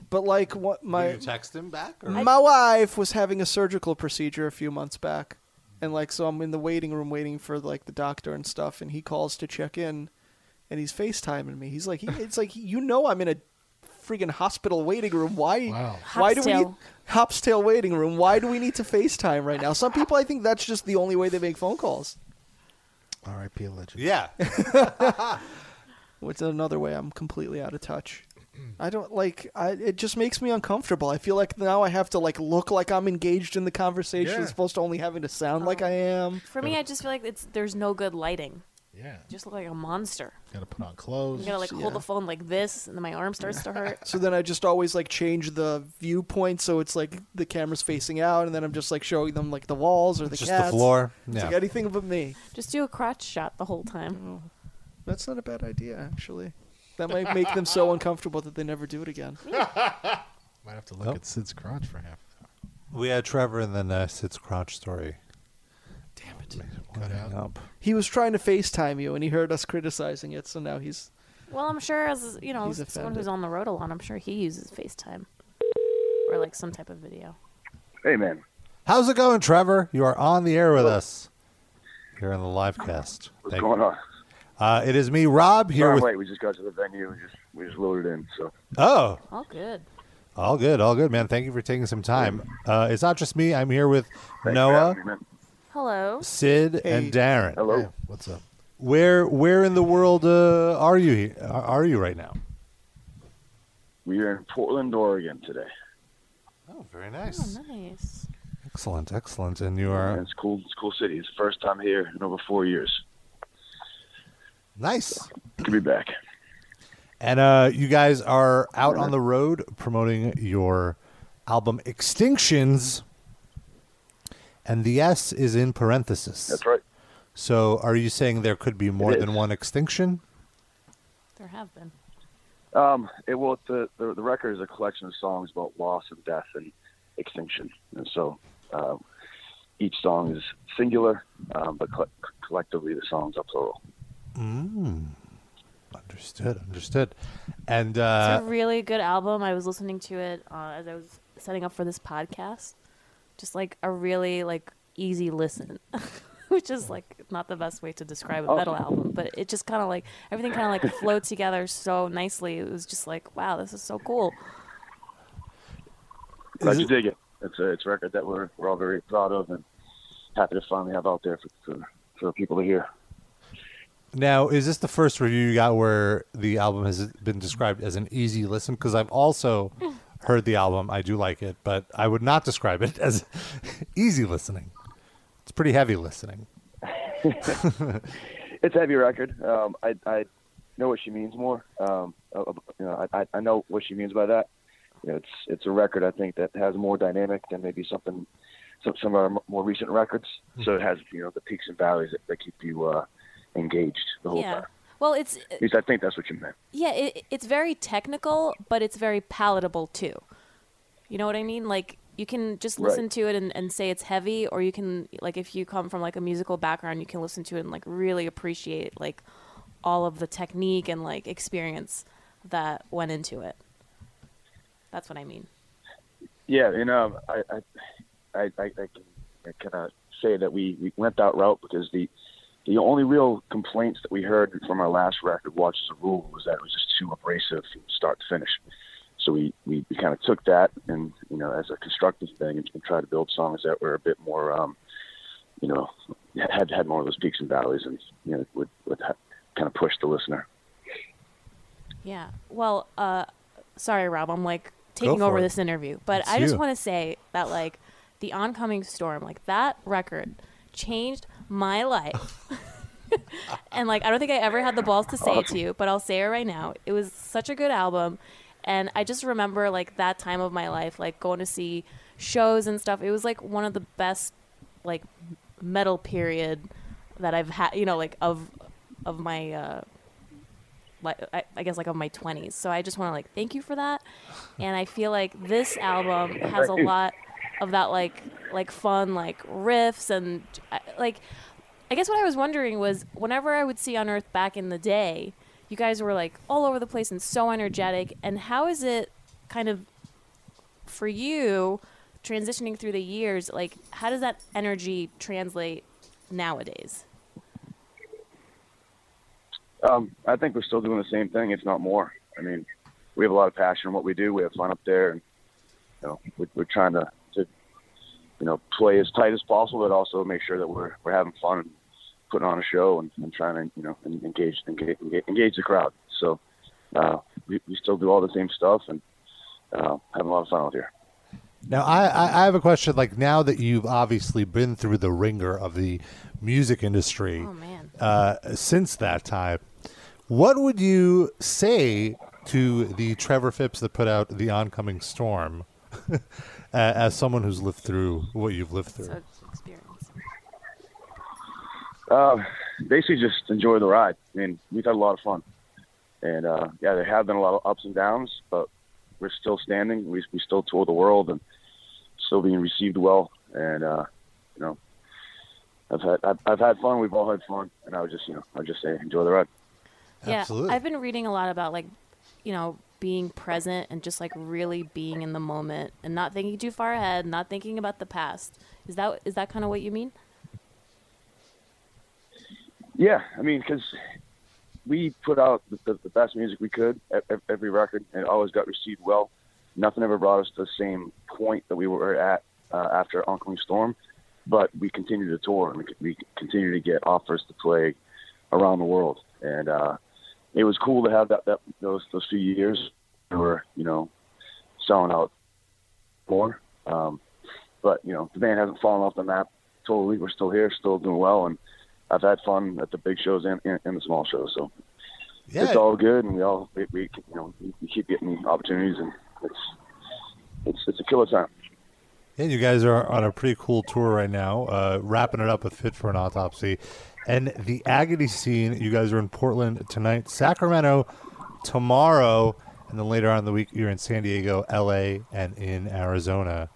[SPEAKER 4] But like what my
[SPEAKER 2] text him back?
[SPEAKER 4] my wife was having a surgical procedure a few months back, and like so I'm in the waiting room waiting for like the doctor and stuff, and he calls to check in, and he's FaceTiming me. He's like, he, it's like you know I'm in a freaking hospital waiting room. Why?
[SPEAKER 2] Oh.
[SPEAKER 5] Wow.
[SPEAKER 4] Why do we
[SPEAKER 3] Hopstail.
[SPEAKER 4] need Hopstail waiting room? Why do we need to FaceTime right now? Some people I think that's just the only way they make phone calls.
[SPEAKER 5] R.I.P. Legend.
[SPEAKER 2] Yeah.
[SPEAKER 4] It's another way I'm completely out of touch. I don't like. I it just makes me uncomfortable. I feel like now I have to like look like I'm engaged in the conversation,
[SPEAKER 5] Yeah.
[SPEAKER 4] as opposed to only having to sound like I am.
[SPEAKER 3] For me, I just feel like it's there's no good lighting.
[SPEAKER 5] Yeah.
[SPEAKER 3] I just look like a monster.
[SPEAKER 5] gotta put on
[SPEAKER 3] I'm
[SPEAKER 5] clothes.
[SPEAKER 3] gonna like
[SPEAKER 4] Yeah.
[SPEAKER 3] hold the phone like this, and then my arm starts to hurt.
[SPEAKER 4] So then I just always like change the viewpoint, so it's like the camera's facing out, and then I'm just like showing them like the walls or the
[SPEAKER 2] Just
[SPEAKER 4] cats.
[SPEAKER 2] the floor.
[SPEAKER 4] It's
[SPEAKER 2] Yeah.
[SPEAKER 4] like anything but me.
[SPEAKER 3] Just do a crotch shot the whole time.
[SPEAKER 4] Oh. That's not a bad idea, actually. That might make them so uncomfortable that they never do it again.
[SPEAKER 5] Might have to look
[SPEAKER 2] Oh.
[SPEAKER 5] at Sid's crotch for half.
[SPEAKER 2] we had Trevor and then uh, Sid's crotch story.
[SPEAKER 4] Damn it.
[SPEAKER 5] Cut out.
[SPEAKER 2] Up.
[SPEAKER 4] He was trying to FaceTime you, and he heard us criticizing it, so now he's
[SPEAKER 3] Well, I'm sure as you know,
[SPEAKER 4] He's
[SPEAKER 3] someone
[SPEAKER 4] offended.
[SPEAKER 3] who's on the road a lot, I'm sure he uses FaceTime or like some type of video.
[SPEAKER 6] Hey, man.
[SPEAKER 2] How's it going, Trevor? You are on the air with us here on the live cast.
[SPEAKER 6] What's
[SPEAKER 2] Thank you.
[SPEAKER 6] going on?
[SPEAKER 2] Uh, it is me, Rob, here
[SPEAKER 6] Sorry,
[SPEAKER 2] with.
[SPEAKER 6] wait, we just got to the venue. We just we just loaded in. So
[SPEAKER 2] Oh,
[SPEAKER 3] All good.
[SPEAKER 2] all good, all good, man. Thank you for taking some time. Uh, it's not just me. I'm here with
[SPEAKER 6] thanks for
[SPEAKER 2] Noah,
[SPEAKER 6] having me, man.
[SPEAKER 3] Hello.
[SPEAKER 2] Sid, and
[SPEAKER 4] Hey.
[SPEAKER 2] Darren.
[SPEAKER 6] Hello.
[SPEAKER 5] Yeah, what's up?
[SPEAKER 2] Where where in the world uh, are you he- are are you right now?
[SPEAKER 6] We are in Portland, Oregon today.
[SPEAKER 2] Oh, very
[SPEAKER 3] Oh, nice.
[SPEAKER 2] Excellent, excellent. And you are
[SPEAKER 6] And it's cool. It's a cool city. It's the first time here in over four years.
[SPEAKER 2] nice.
[SPEAKER 6] Good to be back.
[SPEAKER 2] And uh, you guys are out on the road promoting your album Extinctions. And the S is in parentheses.
[SPEAKER 6] That's right.
[SPEAKER 2] So are you saying there could be more
[SPEAKER 6] is.
[SPEAKER 2] than one extinction?
[SPEAKER 3] There have been.
[SPEAKER 6] Um, it, well, the, the the record is a collection of songs about loss and death and extinction, and so uh, each song is singular, um, but co- collectively the songs are plural.
[SPEAKER 2] Hmm. Understood, understood. And
[SPEAKER 3] It's
[SPEAKER 2] uh,
[SPEAKER 3] a really good album. I was listening to it uh, as I was setting up for this podcast. Just like a really like easy listen, which is like not the best way to describe a
[SPEAKER 6] Oh.
[SPEAKER 3] metal album, but it just kind of like everything kind of like flowed together so nicely. It was just like, wow, this is so cool.
[SPEAKER 6] Glad
[SPEAKER 2] Is
[SPEAKER 6] you
[SPEAKER 2] it-
[SPEAKER 6] dig it. It's a it's a record that we're we're all very proud of and happy to finally have out there for for, for people to hear.
[SPEAKER 2] Now, is this the first review you got where the album has been described as an easy listen? Because I've also heard the album. I do like it, but I would not describe it as easy listening. It's pretty heavy listening.
[SPEAKER 6] It's a heavy record. Um, I, I know what she means more. Um, uh, you know, I, I- I know what she means by that. You know, it's it's a record I think that has more dynamic than maybe something some some of our m- more recent records. So it has you know the peaks and valleys that, that keep you uh, engaged the whole
[SPEAKER 3] Yeah.
[SPEAKER 6] time.
[SPEAKER 3] Well, it's
[SPEAKER 6] At least I think that's what you meant.
[SPEAKER 3] yeah, it, it's very technical, but it's very palatable too. You know what I mean? Like you can just
[SPEAKER 6] Right.
[SPEAKER 3] listen to it and, and say it's heavy, or you can like if you come from like a musical background, you can listen to it and like really appreciate like all of the technique and like experience that went into it. That's what I mean.
[SPEAKER 6] Yeah, and um, I, I, I, I, I can I cannot say that we, we went that route because the the only real complaints that we heard from our last record, Watch as a Rule, was that it was just too abrasive from start to finish. So we, we, we kind of took that and you know as a constructive thing and, and tried to build songs that were a bit more um, you know had had more of those peaks and valleys and you know would would ha- kind of push the listener.
[SPEAKER 3] Yeah. Well, uh, sorry, Rob. I'm like taking
[SPEAKER 2] for
[SPEAKER 3] over
[SPEAKER 2] it.
[SPEAKER 3] this interview, but
[SPEAKER 2] It's
[SPEAKER 3] I just
[SPEAKER 2] you.
[SPEAKER 3] want to say that like the oncoming storm, like that record changed my life. and like I don't think I ever had the balls to say it to you, but I'll say it right now. It was such a good album and I just remember like that time of my life like going to see shows and stuff. It was like one of the best like metal period that I've had, you know, like of of my uh like I, I guess like of my 20s. So I just want to like thank you for that. And I feel like this album has a
[SPEAKER 6] Thank you.
[SPEAKER 3] lot of that like like fun like riffs and uh, like I guess what I was wondering was whenever I would see Unearth back in the day, you guys were like all over the place and so energetic. And how is it kind of for you transitioning through the years? Like, how does that energy translate nowadays?
[SPEAKER 6] Um, I think we're still doing the same thing, if not more. I mean, we have a lot of passion in what we do. We have fun up there, and you know, we're, we're trying to, to, you know, play as tight as possible, but also make sure that we're we're having fun and putting on a show and, and trying to, you know, en- engage engage, engage the crowd. So uh, we, we still do all the same stuff and uh, having a lot of fun out here.
[SPEAKER 2] Now, I, I, I have a question. Like, now that you've obviously been through the ringer of the music industry
[SPEAKER 3] Oh, man.
[SPEAKER 2] uh, since that time, what would you say to the Trevor Phipps that put out The Oncoming Storm uh, as someone who's lived through what you've lived through?
[SPEAKER 3] So experience.
[SPEAKER 6] Uh, basically, just enjoy the ride. I mean, we've had a lot of fun, and uh, yeah, there have been a lot of ups and downs, but we're still standing. We we still tour the world and still being received well. And uh, you know, I've had I've, I've had fun. We've all had fun, and I would just you know I would just say enjoy the ride.
[SPEAKER 3] Yeah,
[SPEAKER 2] Absolutely.
[SPEAKER 3] I've been reading a lot about like, you know, being present and just like really being in the moment and not thinking too far ahead, not thinking about the past. Is that is that kind of what you mean?
[SPEAKER 6] Yeah, I mean, because we put out the, the, the best music we could at, at every record, and it always got received well. Nothing ever brought us to the same point that we were at uh, after Oncoming Storm, but we continued to tour and we, c- we continued to get offers to play around the world, and uh, it was cool to have that, that those those few years we were you know selling out more. Um, but you know the band hasn't fallen off the map totally. We're still here, still doing well, and I've had fun at the big shows and, and, and the small shows. So
[SPEAKER 2] yeah.
[SPEAKER 6] it's all good, and we all we, we you know we keep getting opportunities, and it's it's it's a killer time.
[SPEAKER 2] And you guys are on a pretty cool tour right now, uh, wrapping it up with Fit for an Autopsy. And the agony scene, you guys are in Portland tonight, Sacramento tomorrow, and then later on in the week, you're in San Diego, LA, and in Arizona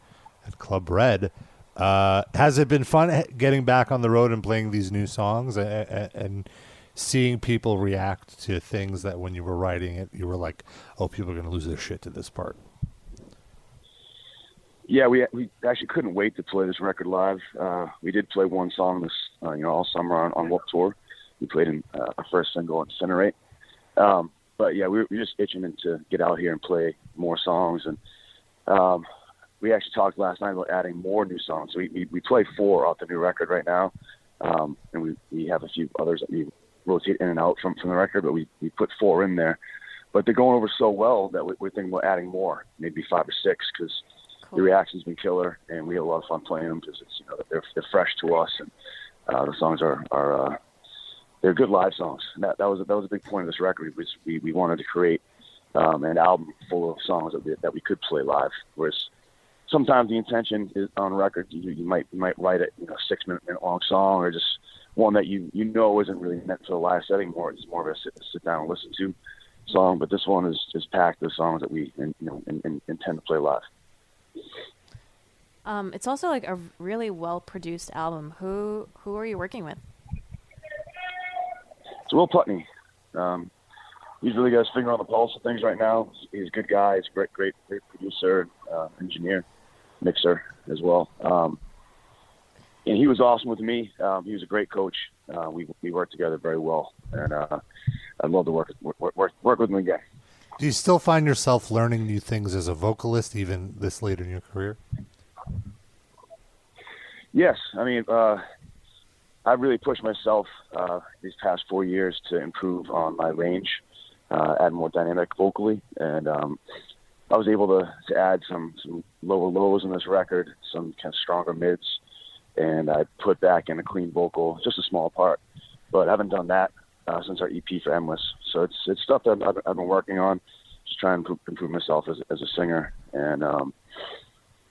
[SPEAKER 2] at Club Red. Uh, has it been fun h- getting back on the road and playing these new songs and, and seeing people react to things that when you were writing it, you were like, oh, people are going to lose their shit to this part?
[SPEAKER 6] Yeah, we we actually couldn't wait to play this record live. Uh, we did play one song this uh, you know all summer on on Warped Tour. We played in uh, our first single, Incinerate. Um, but yeah, we were, we were just itching to get out here and play more songs, and um, we actually talked last night about adding more new songs. So we we, we play four off the new record right now, um, and we we have a few others that we rotate in and out from from the record, but we we put four in there. But they're going over so well that we, we're thinking about adding more, maybe five or six, because the reaction's been killer, and we had a lot of fun playing them because it's you know they're they're fresh to us, and uh, the songs are are uh, they're good live songs. And that that was that was a big point of this record. Was we we wanted to create um, an album full of songs that we, that we could play live. Whereas sometimes the intention is on record, you, you might you might write a you know six minute, minute long song or just one that you you know isn't really meant for the live setting. More it's more of a sit, sit down and listen to song. But this one is is packed with songs that we and, you know and, and intend to play live.
[SPEAKER 3] Um, it's also like a really well produced album. Who who are you working with?
[SPEAKER 6] It's Will Putney. Um, he's really got his finger on the pulse of things right now. He's a good guy. He's a great, great, great producer, uh, engineer, mixer as well. Um, and he was awesome with me. Um, he was a great coach. Uh, we we worked together very well, and uh, I'd love to work work work, work with him again.
[SPEAKER 2] Do you still find yourself learning new things as a vocalist, even this late in your career?
[SPEAKER 6] Yes, I mean, uh, I really pushed myself uh, these past four years to improve on my range, uh, add more dynamic vocally, and um, I was able to, to add some, some lower lows in this record, some kind of stronger mids, and I put back in a clean vocal, just a small part. But I haven't done that uh, since our EP for Endless. So it's it's stuff that I've, I've been working on, just trying to improve, improve myself as, as a singer. And um,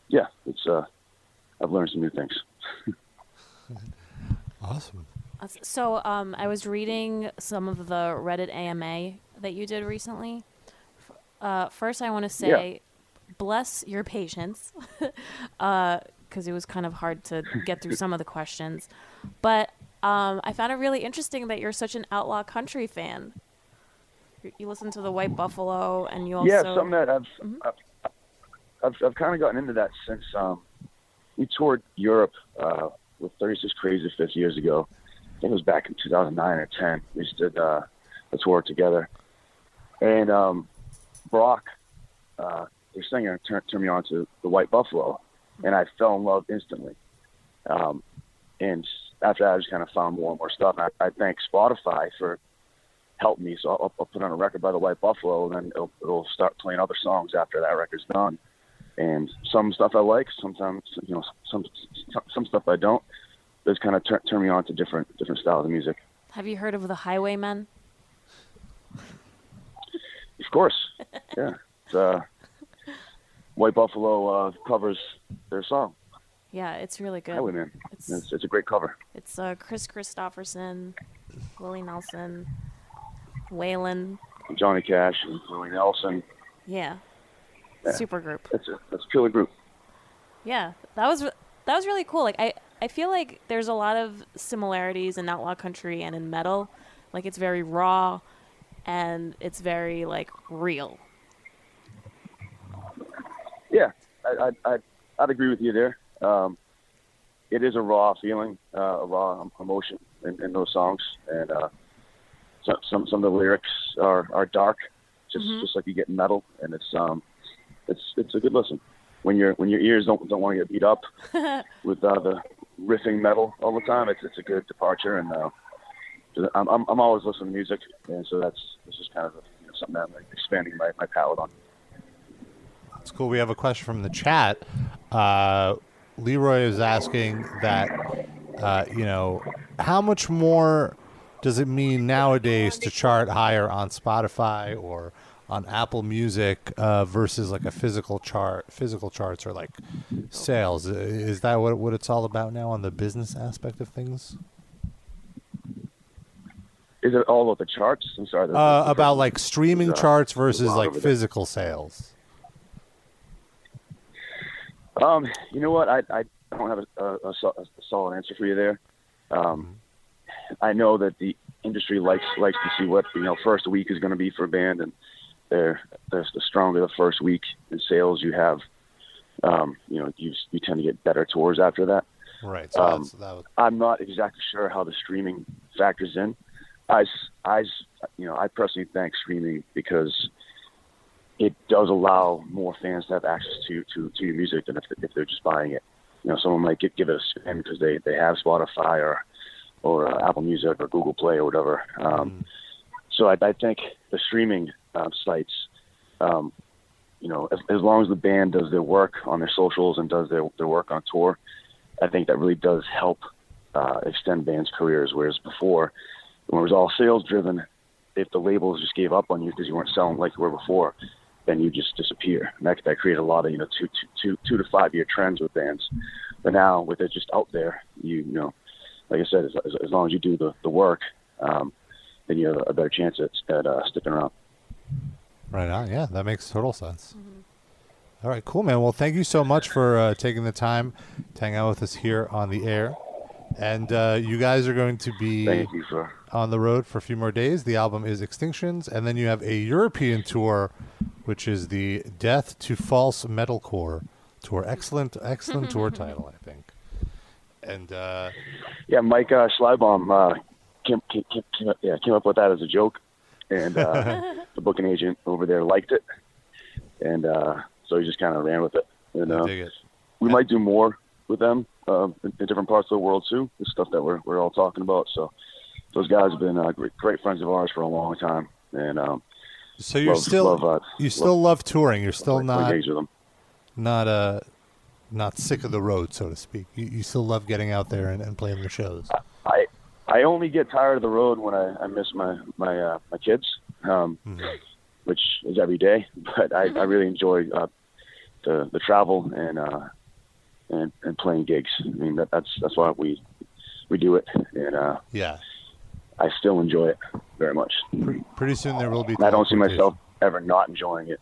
[SPEAKER 6] yeah, it's uh, I've learned some new things.
[SPEAKER 2] Awesome.
[SPEAKER 3] So um, I was reading some of the Reddit AMA that you did recently. F- Uh, first, I want to say, bless your patience, because it was kind of hard to get through some of the questions. But um, I found it really interesting that you're such an outlaw country fan. You- You listen to the White Buffalo, and you also Mm-hmm.
[SPEAKER 6] yeah, something that I've I've, I've, I've kind of gotten into that since um, we toured Europe uh, with 36 Crazy Fifth years ago. I think it was back in 2009 or 10. We just did uh, a tour together, and um, Brock, uh, their singer, turned turned me on to the White Buffalo, and I fell in love instantly. Um, and after that, I just kind of found more and more stuff. And I, I thank Spotify for help me. So I'll, I'll put on a record by the White Buffalo, and then it'll, it'll start playing other songs after that record's done. And some stuff I like, sometimes you know, some some, some stuff I don't. It's kind of turn, turn me on to different different styles of music.
[SPEAKER 3] have you heard of the Highwaymen?
[SPEAKER 6] Of course, yeah. It's, uh, White Buffalo uh, covers their song
[SPEAKER 3] Yeah, it's really good.
[SPEAKER 6] Highwayman.
[SPEAKER 3] It's-
[SPEAKER 6] It's, it's a great cover.
[SPEAKER 3] It's uh, Chris Christopherson, Willie Nelson, Waylon.
[SPEAKER 6] Johnny Cash and Willie Nelson.
[SPEAKER 3] Yeah. Super group.
[SPEAKER 6] That's a that's a killer group.
[SPEAKER 3] Yeah. That was re- that was really cool. Like I I feel like there's a lot of similarities in outlaw country and in metal. Like it's very raw and it's very like real.
[SPEAKER 6] Yeah, I, I, I'd, I'd agree with you there. Um, it is a raw feeling, uh, a raw em- emotion in, in those songs, and uh, some, some some of the lyrics are, are dark, just just like you get in metal, and it's um, it's it's a good listen when your when your ears don't don't want to get beat up with uh, the riffing metal all the time. It's it's a good departure, and uh, I'm, I'm I'm always listening to music, and so that's this is kind of you know, something that I'm like, expanding my, my palette on.
[SPEAKER 2] It's cool. We have a question from the chat. Uh, Leroy is asking that, uh, you know, how much more does it mean nowadays to chart higher on Spotify or on Apple Music uh, versus like a physical chart? Physical charts or like sales. I- Is that what what it's all about now on the business aspect of things?
[SPEAKER 6] Is it all about the charts? I'm sorry. the-
[SPEAKER 2] Uh,
[SPEAKER 6] the- Uh,
[SPEAKER 2] about like streaming charts versus
[SPEAKER 6] lot
[SPEAKER 2] like
[SPEAKER 6] over there.
[SPEAKER 2] physical sales.
[SPEAKER 6] Um, you know what? I, I don't have a, a, a so- a solid answer for you there. Um, I know that the industry likes likes to see what you know first week is going to be for a band, and they're, they're the stronger the first week in sales you have, um, you know, you you tend to get better tours after that.
[SPEAKER 2] Right. So
[SPEAKER 6] Um,
[SPEAKER 2] that's, that was,
[SPEAKER 6] I'm not exactly sure how the streaming factors in. I, s- I s- you know, I personally thank streaming because it does allow more fans to have access to to, to your music than if, if they're just buying it. You know, someone might give, give it a spin because they, they have Spotify or or uh, Apple Music or Google Play or whatever. Um, So I, I think the streaming um, sites, um, you know, as, as long as the band does their work on their socials and does their their work on tour, I think that really does help uh, extend bands' careers. Whereas before, when it was all sales driven, if the labels just gave up on you because you weren't selling like you were before, then you just disappear. And that, that created a lot of you know two, two, two, two to five year trends with bands. But now with it just out there, you, you know, like I said, as, as, as long as you do the, the work, um, then you have a better chance at, at uh, sticking around.
[SPEAKER 2] Right on. Yeah, that makes total sense.
[SPEAKER 6] Mm-hmm.
[SPEAKER 2] All right, cool, man. Well, thank you so much for uh, taking the time to hang out with us here on the air. And uh, you guys are going to be
[SPEAKER 6] Thank you for
[SPEAKER 2] on the road for a few more days. The album is Extinctions, and then you have a European tour, which is the Death to False Metalcore tour. Excellent, excellent tour title, I think. And uh,
[SPEAKER 6] Yeah, Mike uh, Schleibaum uh, came, came, came, came up, yeah, came up with that as a joke, and uh, the booking agent over there liked it, and uh, so he just kind of ran with it. And
[SPEAKER 2] I
[SPEAKER 6] uh,
[SPEAKER 2] dig it.
[SPEAKER 6] we might do more with them um, in, in different parts of the world too. The stuff that we're we're all talking about. So those guys have been uh, great, great friends of ours for a long time, and um,
[SPEAKER 2] So you're
[SPEAKER 6] love-
[SPEAKER 2] still
[SPEAKER 6] love, uh,
[SPEAKER 2] you still love touring. You're still
[SPEAKER 6] like,
[SPEAKER 2] not
[SPEAKER 6] engage with them.
[SPEAKER 2] not uh not sick of the road, so to speak. You, you still love getting out there and, and playing the shows.
[SPEAKER 6] I I only get tired of the road when I, I miss my my uh, my kids, um,
[SPEAKER 2] Hmm.
[SPEAKER 6] which is every day. But I, I really enjoy uh, the the travel and uh, and and playing gigs. I mean that, that's that's why we we do it, and uh,
[SPEAKER 2] Yeah.
[SPEAKER 6] I still enjoy it very much.
[SPEAKER 2] Pretty soon there will be.
[SPEAKER 6] I don't see
[SPEAKER 2] teleportation.
[SPEAKER 6] myself ever not enjoying it.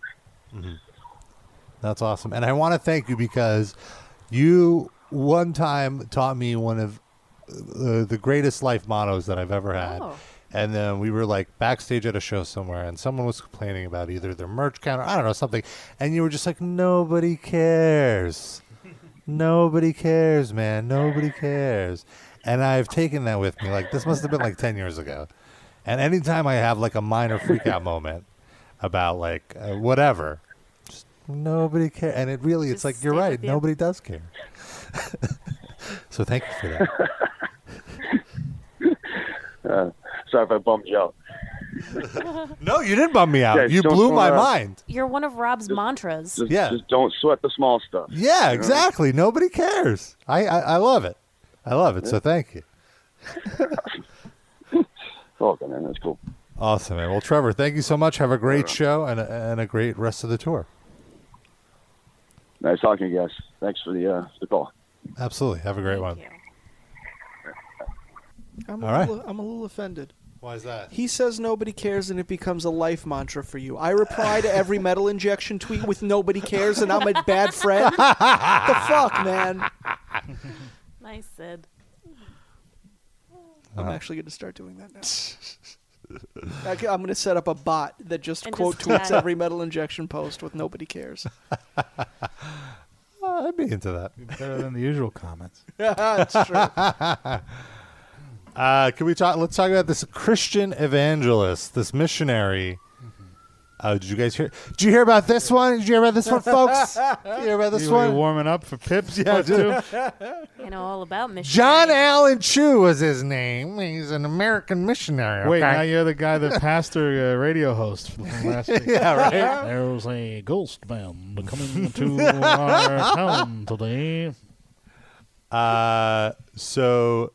[SPEAKER 2] That's awesome. And I want to thank you because you one time taught me one of uh, the greatest life mottos that I've ever had.
[SPEAKER 3] Oh.
[SPEAKER 2] And then we were like backstage at a show somewhere, and someone was complaining about either their merch counter, I don't know, something. And you were just like, nobody cares. Nobody cares, man. Nobody cares. And I've taken that with me. Like, this must have been like 10 years ago. And anytime I have like a minor freak out moment about like uh, whatever, just nobody cares. And it really, it's
[SPEAKER 3] Just
[SPEAKER 2] like, you're
[SPEAKER 3] stay
[SPEAKER 2] right.
[SPEAKER 3] with you.
[SPEAKER 2] Nobody does care. so thank you for that.
[SPEAKER 6] Uh, sorry if I bummed you out.
[SPEAKER 2] No, you didn't bum me out.
[SPEAKER 6] Yeah,
[SPEAKER 2] you
[SPEAKER 6] don't
[SPEAKER 2] blew my
[SPEAKER 6] wanna-
[SPEAKER 2] mind.
[SPEAKER 3] You're one of Rob's mantras.
[SPEAKER 6] Just,
[SPEAKER 2] Yeah.
[SPEAKER 6] just don't sweat the small stuff.
[SPEAKER 2] Yeah, exactly. Nobody cares. I, I, I love it. I love it. So thank you.
[SPEAKER 6] Okay, man, that's cool.
[SPEAKER 2] Awesome, man. Well, Trevor, thank you so much. Have a great show and a, and a great rest of the tour.
[SPEAKER 6] Nice talking to you guys. Thanks for the uh, the call.
[SPEAKER 2] Absolutely. Have a great one.
[SPEAKER 3] Thank you.
[SPEAKER 4] I'm a
[SPEAKER 2] All right.
[SPEAKER 4] little, I'm a little offended.
[SPEAKER 2] Why is that?
[SPEAKER 4] He says nobody cares, and it becomes a life mantra for you. I reply to every metal injection tweet with nobody cares, and I'm a bad friend. the fuck, man!
[SPEAKER 3] Nice, Sid.
[SPEAKER 4] I'm actually going to start doing that now. I ca- I'm going to set up a bot that just
[SPEAKER 3] And
[SPEAKER 4] quote
[SPEAKER 3] just
[SPEAKER 4] tweets
[SPEAKER 3] add-
[SPEAKER 4] every metal injection post with nobody cares.
[SPEAKER 2] Uh, I'd be into that.
[SPEAKER 5] Better than the usual comments.
[SPEAKER 4] That's true.
[SPEAKER 2] Uh, can we talk? Let's talk about this Christian evangelist, this missionary.
[SPEAKER 4] Mm-hmm.
[SPEAKER 2] Uh, did you guys hear? Did you hear about this one? Did you hear about this one, folks? Did you hear about this
[SPEAKER 5] You- you
[SPEAKER 2] one?
[SPEAKER 5] warming up for Pips. Yeah, too.
[SPEAKER 3] I know all about Michigan.
[SPEAKER 2] John Allen Chu was his name. He's an American missionary.
[SPEAKER 5] Wait,
[SPEAKER 2] okay?
[SPEAKER 5] now you're the guy that pastor uh, radio host from last week.
[SPEAKER 2] yeah, right.
[SPEAKER 7] There's a ghost band coming to our town today.
[SPEAKER 2] Uh, so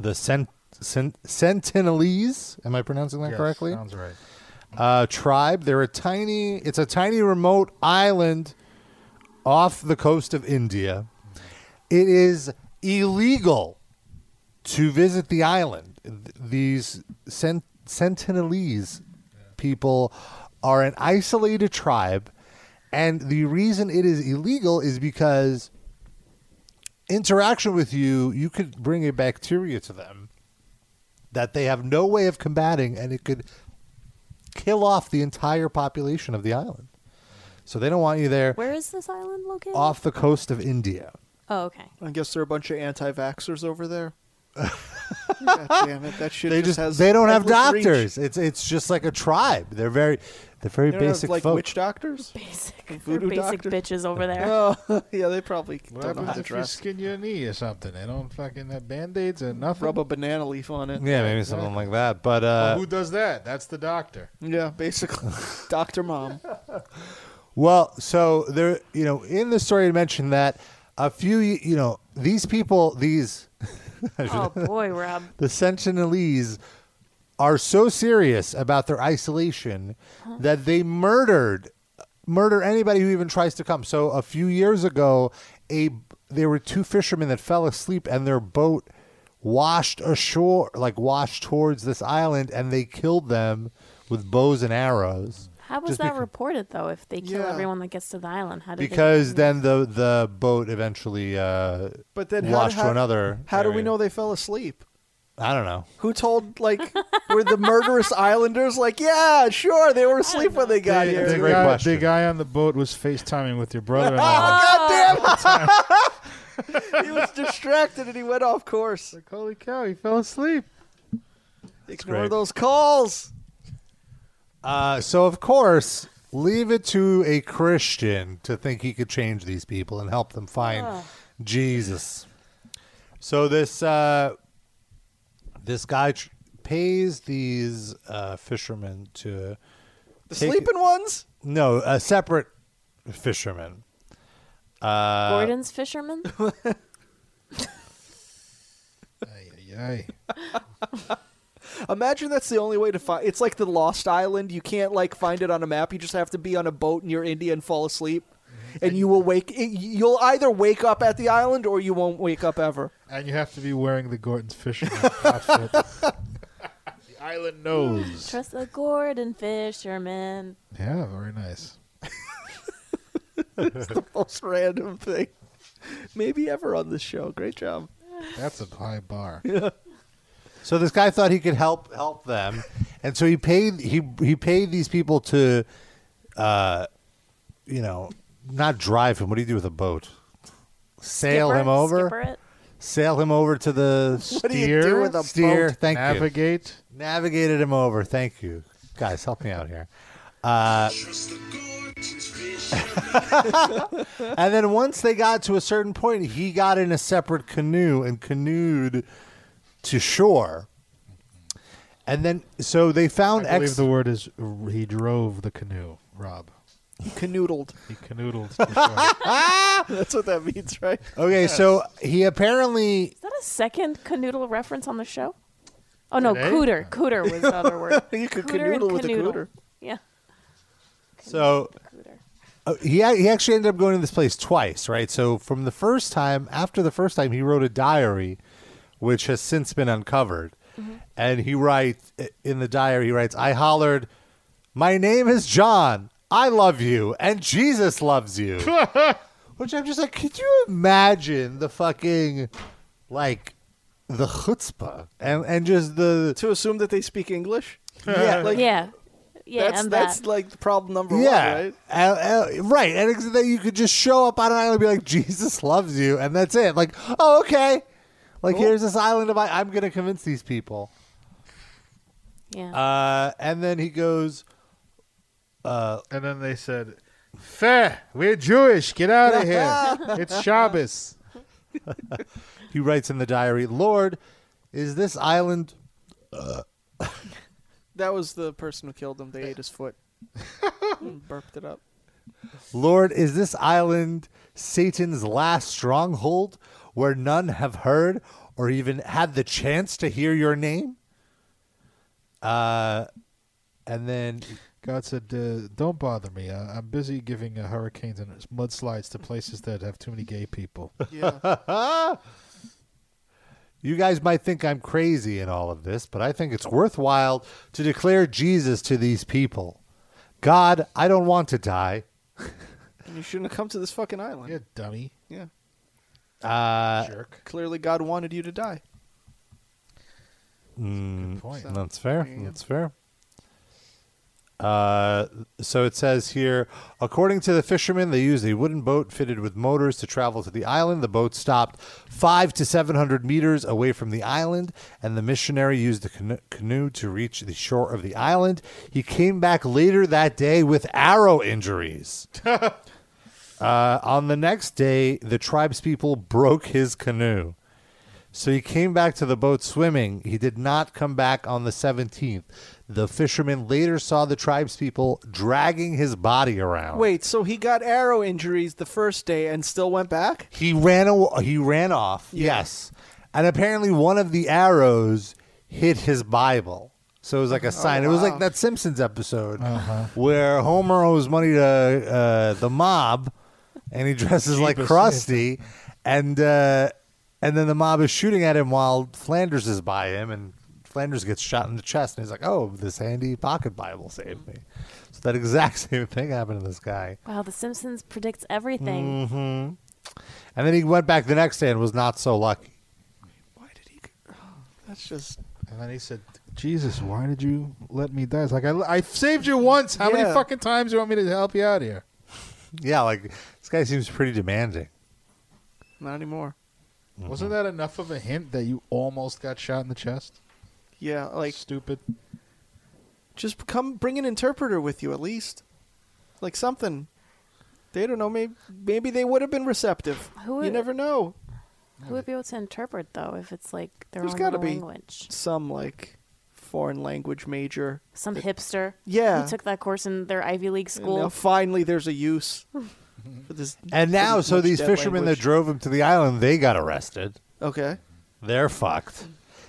[SPEAKER 2] the Sent- Sent- Sentinelese, am I pronouncing that
[SPEAKER 5] Yes,
[SPEAKER 2] correctly?
[SPEAKER 5] Sounds right.
[SPEAKER 2] uh, tribe. They're a tiny. It's a tiny remote island off the coast of India. It is illegal to visit the island. Th- These Sent- Sentinelese people are an isolated tribe, and the reason it is illegal is because interaction with you, you could bring a bacteria to them that they have no way of combating, and it could kill off the entire population of the island. So they don't want you there
[SPEAKER 3] Where is this island located?
[SPEAKER 2] off the coast of India.
[SPEAKER 3] Oh, okay.
[SPEAKER 4] I guess there are a bunch of anti-vaxxers over there. God damn it! That shit
[SPEAKER 2] They
[SPEAKER 4] just
[SPEAKER 2] just,
[SPEAKER 4] has
[SPEAKER 2] they don't have
[SPEAKER 4] endless reach.
[SPEAKER 2] doctors. It's it's just like a tribe. They're very they're very
[SPEAKER 4] They don't have,
[SPEAKER 2] basic
[SPEAKER 4] like
[SPEAKER 2] folk.
[SPEAKER 4] witch doctors.
[SPEAKER 3] Basic,
[SPEAKER 4] Voodoo
[SPEAKER 3] basic
[SPEAKER 4] doctor.
[SPEAKER 3] bitches over there.
[SPEAKER 4] Oh, yeah, they probably
[SPEAKER 5] What
[SPEAKER 4] don't know how
[SPEAKER 5] happens
[SPEAKER 4] to
[SPEAKER 5] if you
[SPEAKER 4] dress.
[SPEAKER 5] skin your knee or something? They don't fucking have band aids or nothing.
[SPEAKER 4] Rub a banana leaf on it.
[SPEAKER 2] yeah, maybe something like that. But uh,
[SPEAKER 5] Well, who does that? That's the doctor.
[SPEAKER 4] Yeah, basically, Doctor Mom.
[SPEAKER 2] Well, so there, you know, in the story, I mentioned that a few, you know, these people, these
[SPEAKER 3] Oh boy, Rob.
[SPEAKER 2] the Sentinelese, are so serious about their isolation
[SPEAKER 3] Uh-huh.
[SPEAKER 2] that they murdered, murder anybody who even tries to come. So a few years ago, a there were two fishermen that fell asleep and their boat washed ashore, like washed towards this island, and they killed them with bows and arrows.
[SPEAKER 3] How was
[SPEAKER 2] Just
[SPEAKER 3] that
[SPEAKER 2] beca-
[SPEAKER 3] reported though? If they kill
[SPEAKER 4] Yeah.
[SPEAKER 3] everyone that gets to the island, how did
[SPEAKER 2] because
[SPEAKER 3] they...
[SPEAKER 2] then the the boat eventually uh
[SPEAKER 4] But then how,
[SPEAKER 2] launched
[SPEAKER 4] how,
[SPEAKER 2] to another
[SPEAKER 4] how do we
[SPEAKER 2] area.
[SPEAKER 4] know they fell asleep?
[SPEAKER 2] i don't know
[SPEAKER 4] Who told like were the murderous islanders like, yeah, sure, they were asleep when they got
[SPEAKER 5] The-
[SPEAKER 4] here.
[SPEAKER 5] the,
[SPEAKER 2] a great
[SPEAKER 5] guy,
[SPEAKER 2] question.
[SPEAKER 5] the guy on the boat was FaceTiming with your brother-in-law.
[SPEAKER 4] God damn it. he was distracted and he went off course.
[SPEAKER 5] like, holy cow, he fell asleep.
[SPEAKER 4] Ignore
[SPEAKER 2] great.
[SPEAKER 4] those calls.
[SPEAKER 2] uh so of course leave it to a christian to think he could change these people and help them find
[SPEAKER 3] Ugh.
[SPEAKER 2] jesus so this uh this guy tr- pays these uh fishermen to
[SPEAKER 4] The
[SPEAKER 2] Take-
[SPEAKER 4] sleeping ones?
[SPEAKER 2] No, a separate fisherman. Uh,
[SPEAKER 3] Gordon's fisherman.
[SPEAKER 4] Imagine that's the only way to find. It's like the Lost Island. You can't like find it on a map. You just have to be on a boat near India and fall asleep, and you will wake. You'll either wake up at the island or you won't wake up ever.
[SPEAKER 5] And you have to be wearing the Gordon's fishing outfit. the island knows.
[SPEAKER 3] Trust the Gordon fisherman.
[SPEAKER 5] Yeah, very nice.
[SPEAKER 4] it's the most random thing, maybe ever on this show. Great job.
[SPEAKER 5] That's a high bar.
[SPEAKER 2] So this guy thought he could help help them, and so he paid he he paid these people to, uh, you know, not drive him. What do you do with a boat? Sail
[SPEAKER 5] Skipper-
[SPEAKER 2] him over.
[SPEAKER 5] skipper it?
[SPEAKER 2] Sail him over to the steer.
[SPEAKER 5] What do you do with a
[SPEAKER 2] steer?
[SPEAKER 5] boat?
[SPEAKER 2] Thank
[SPEAKER 5] Navigate?
[SPEAKER 2] you. Navigated him over. Thank you, guys. Help me out here. Uh, and then once they got to a certain point, he got in a separate canoe and canoed to shore. And then, so they
[SPEAKER 5] I
[SPEAKER 2] found
[SPEAKER 5] believe
[SPEAKER 2] ex-
[SPEAKER 5] the word is r- he drove the canoe, Rob.
[SPEAKER 4] He canoodled.
[SPEAKER 5] He canoodled.
[SPEAKER 4] That's what that means, right?
[SPEAKER 2] Okay, so he apparently
[SPEAKER 3] Is that a second canoodle reference on the show? Oh no,
[SPEAKER 2] Today?
[SPEAKER 3] cooter. Cooter was the other word.
[SPEAKER 4] You could
[SPEAKER 3] Cooter and
[SPEAKER 4] canoodle with a
[SPEAKER 3] canoodle.
[SPEAKER 4] cooter.
[SPEAKER 3] Yeah.
[SPEAKER 2] so uh, he a- he actually ended up going to this place twice, right? So from the first time, after the first time, he wrote a diary, which has since been uncovered, and he writes in the diary he writes, "I hollered, my name is John. I love you, and Jesus loves you." Which I'm just like, could you imagine the fucking like the chutzpah and and just the
[SPEAKER 4] to assume that they speak English?
[SPEAKER 2] Yeah, like-
[SPEAKER 3] yeah. Yeah,
[SPEAKER 4] that's
[SPEAKER 3] and
[SPEAKER 4] that's
[SPEAKER 3] that.
[SPEAKER 4] like the problem number
[SPEAKER 2] yeah,
[SPEAKER 4] one, right?
[SPEAKER 2] Uh, uh, right. And it's that you could just show up on an island and be like, Jesus loves you, and that's it. Like, oh, okay. Like, here's this island of I- I'm going to convince these people.
[SPEAKER 3] Yeah.
[SPEAKER 2] Uh, and then he goes.
[SPEAKER 5] Uh, and then they said, "Fair, we're Jewish. Get out of here. It's Shabbos."
[SPEAKER 2] he writes in the diary, Lord, is this island. Uh,
[SPEAKER 4] That was the person who killed him. They ate his foot. and burped it up.
[SPEAKER 2] Lord, is this island Satan's last stronghold where none have heard or even had the chance to hear your name? Uh, and then
[SPEAKER 5] God said, uh, "Don't bother me. I- I'm busy giving uh, hurricanes and mudslides to places that have too many gay people."
[SPEAKER 2] Yeah. You guys might think I'm crazy in all of this, but I think it's worthwhile to declare Jesus to these people. God, I don't want to die.
[SPEAKER 4] And you shouldn't have come to this fucking island. Yeah,
[SPEAKER 5] dummy.
[SPEAKER 4] Yeah.
[SPEAKER 2] Uh,
[SPEAKER 4] Clearly, God wanted you to die.
[SPEAKER 2] mm,
[SPEAKER 4] point.
[SPEAKER 2] That's fair. That's fair. Uh, so it says here, according to the fishermen, they used a wooden boat fitted with motors to travel to the island. The boat stopped five to seven hundred meters away from the island, and the missionary used the cano- canoe to reach the shore of the island. He came back later that day with arrow injuries. uh, on the next day, the tribe's people broke his canoe. So he came back to the boat swimming. He did not come back on the 17th. The fishermen later saw the tribespeople dragging his body around.
[SPEAKER 4] Wait, so he got arrow injuries the first day and still went back?
[SPEAKER 2] He ran aw- he ran off. Yes. And apparently one of the arrows hit his Bible. So it was like a sign. It was like that Simpsons episode where Homer owes money to uh, the mob and he dresses like
[SPEAKER 8] Jeepers.
[SPEAKER 2] Krusty and uh, and then the mob is shooting at him while Flanders is by him and Flanders gets shot in the chest and he's like, "Oh, this handy pocket Bible saved me." So that exact same thing happened to this guy.
[SPEAKER 3] wow, The Simpsons predicts everything.
[SPEAKER 2] Mm-hmm. And then he went back the next day and was not so lucky.
[SPEAKER 4] That's just.
[SPEAKER 5] And then he said, "Jesus, why did you let me die?" It's like I, I saved you once. How many
[SPEAKER 2] Yeah.
[SPEAKER 5] fucking times do you want me to help you out here?
[SPEAKER 2] Yeah, like this guy seems pretty demanding.
[SPEAKER 4] Not anymore.
[SPEAKER 5] Wasn't that enough of a hint that you almost got shot in the chest?
[SPEAKER 4] Yeah, like
[SPEAKER 5] stupid.
[SPEAKER 4] Just come bring an interpreter with you at least, like something. They don't know. Maybe maybe they would have been receptive.
[SPEAKER 3] Who
[SPEAKER 4] Mm. you
[SPEAKER 3] would-
[SPEAKER 4] never know.
[SPEAKER 3] Who would be able to interpret though if it's like their
[SPEAKER 4] There's
[SPEAKER 3] own
[SPEAKER 4] got to
[SPEAKER 3] little
[SPEAKER 4] be
[SPEAKER 3] language?
[SPEAKER 4] some like foreign language major.
[SPEAKER 3] Some hipster.
[SPEAKER 4] Yeah.
[SPEAKER 3] Who took that course in their Ivy League
[SPEAKER 4] And now
[SPEAKER 3] school.
[SPEAKER 4] finally, there's a use for this.
[SPEAKER 2] And now, so
[SPEAKER 4] much
[SPEAKER 2] these
[SPEAKER 4] dead
[SPEAKER 2] fishermen
[SPEAKER 4] language.
[SPEAKER 2] that drove him to the island, they got arrested.
[SPEAKER 4] Okay.
[SPEAKER 2] They're fucked.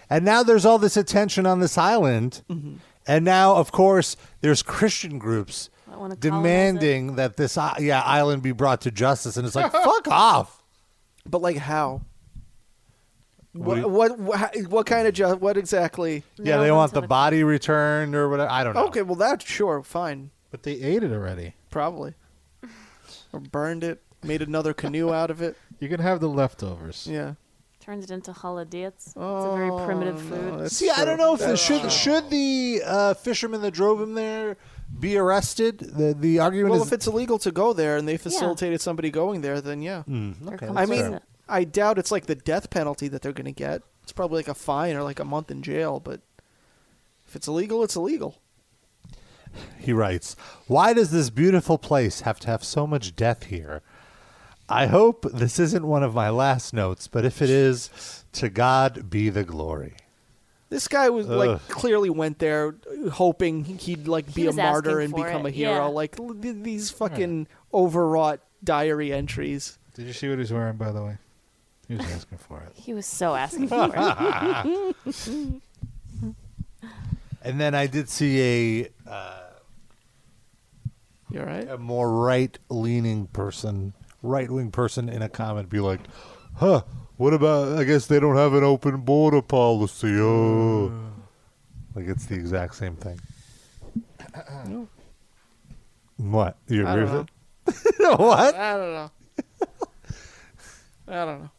[SPEAKER 2] And now there's all this attention on this island.
[SPEAKER 4] Mm-hmm.
[SPEAKER 2] And now, of course, there's Christian groups
[SPEAKER 3] I wanna colonize it.
[SPEAKER 2] demanding that this i- yeah island be brought to justice. And it's like, fuck off.
[SPEAKER 4] But like how?
[SPEAKER 2] What do
[SPEAKER 4] What
[SPEAKER 2] you-
[SPEAKER 4] what what, what kind of ju- what exactly?
[SPEAKER 2] Yeah,
[SPEAKER 3] No,
[SPEAKER 2] they
[SPEAKER 3] not
[SPEAKER 2] want
[SPEAKER 3] till
[SPEAKER 2] the body returned or whatever. I don't know.
[SPEAKER 4] Okay, well that's sure fine,
[SPEAKER 5] But they ate it already.
[SPEAKER 4] probably. Or burned it, made another canoe out of it.
[SPEAKER 5] You can have the leftovers.
[SPEAKER 4] Yeah.
[SPEAKER 3] Turns it into haladiets. it's a very primitive food.
[SPEAKER 4] Oh, that's-
[SPEAKER 2] See, I don't know if the, should should the uh, fishermen that drove him there be arrested. The the argument
[SPEAKER 4] Well,
[SPEAKER 2] is
[SPEAKER 4] if it's illegal to go there and they facilitated somebody going there, then yeah.
[SPEAKER 2] Hmm,
[SPEAKER 5] Mm,
[SPEAKER 3] They're
[SPEAKER 4] I mean,
[SPEAKER 3] complicit.
[SPEAKER 4] I doubt it's like the death penalty that they're going to get. It's probably like a fine or like a month in jail, but if it's illegal, it's illegal.
[SPEAKER 2] He writes, Why does this beautiful place have to have so much death here? I hope this isn't one of my last notes, but if it is, to God be the glory.
[SPEAKER 4] This guy was
[SPEAKER 2] Ugh.
[SPEAKER 4] like clearly went there hoping he'd like be
[SPEAKER 3] He
[SPEAKER 4] a
[SPEAKER 3] was
[SPEAKER 4] martyr
[SPEAKER 3] asking
[SPEAKER 4] and
[SPEAKER 3] for
[SPEAKER 4] become
[SPEAKER 3] it,
[SPEAKER 4] a hero.
[SPEAKER 3] yeah.
[SPEAKER 4] Like l- th- these fucking overwrought diary entries.
[SPEAKER 5] Did you see what he's wearing, by the way? He was asking for it.
[SPEAKER 3] he was so asking for it.
[SPEAKER 2] And then I did see a, uh,
[SPEAKER 4] You all right?
[SPEAKER 2] a more right leaning person, right wing person in a comment be like, Huh, what about, I guess they don't have an open border policy. Oh.
[SPEAKER 4] Mm.
[SPEAKER 2] Like it's the exact same thing. What? You
[SPEAKER 4] I
[SPEAKER 2] agree
[SPEAKER 4] don't
[SPEAKER 2] with it? what?
[SPEAKER 4] I don't know. I don't know.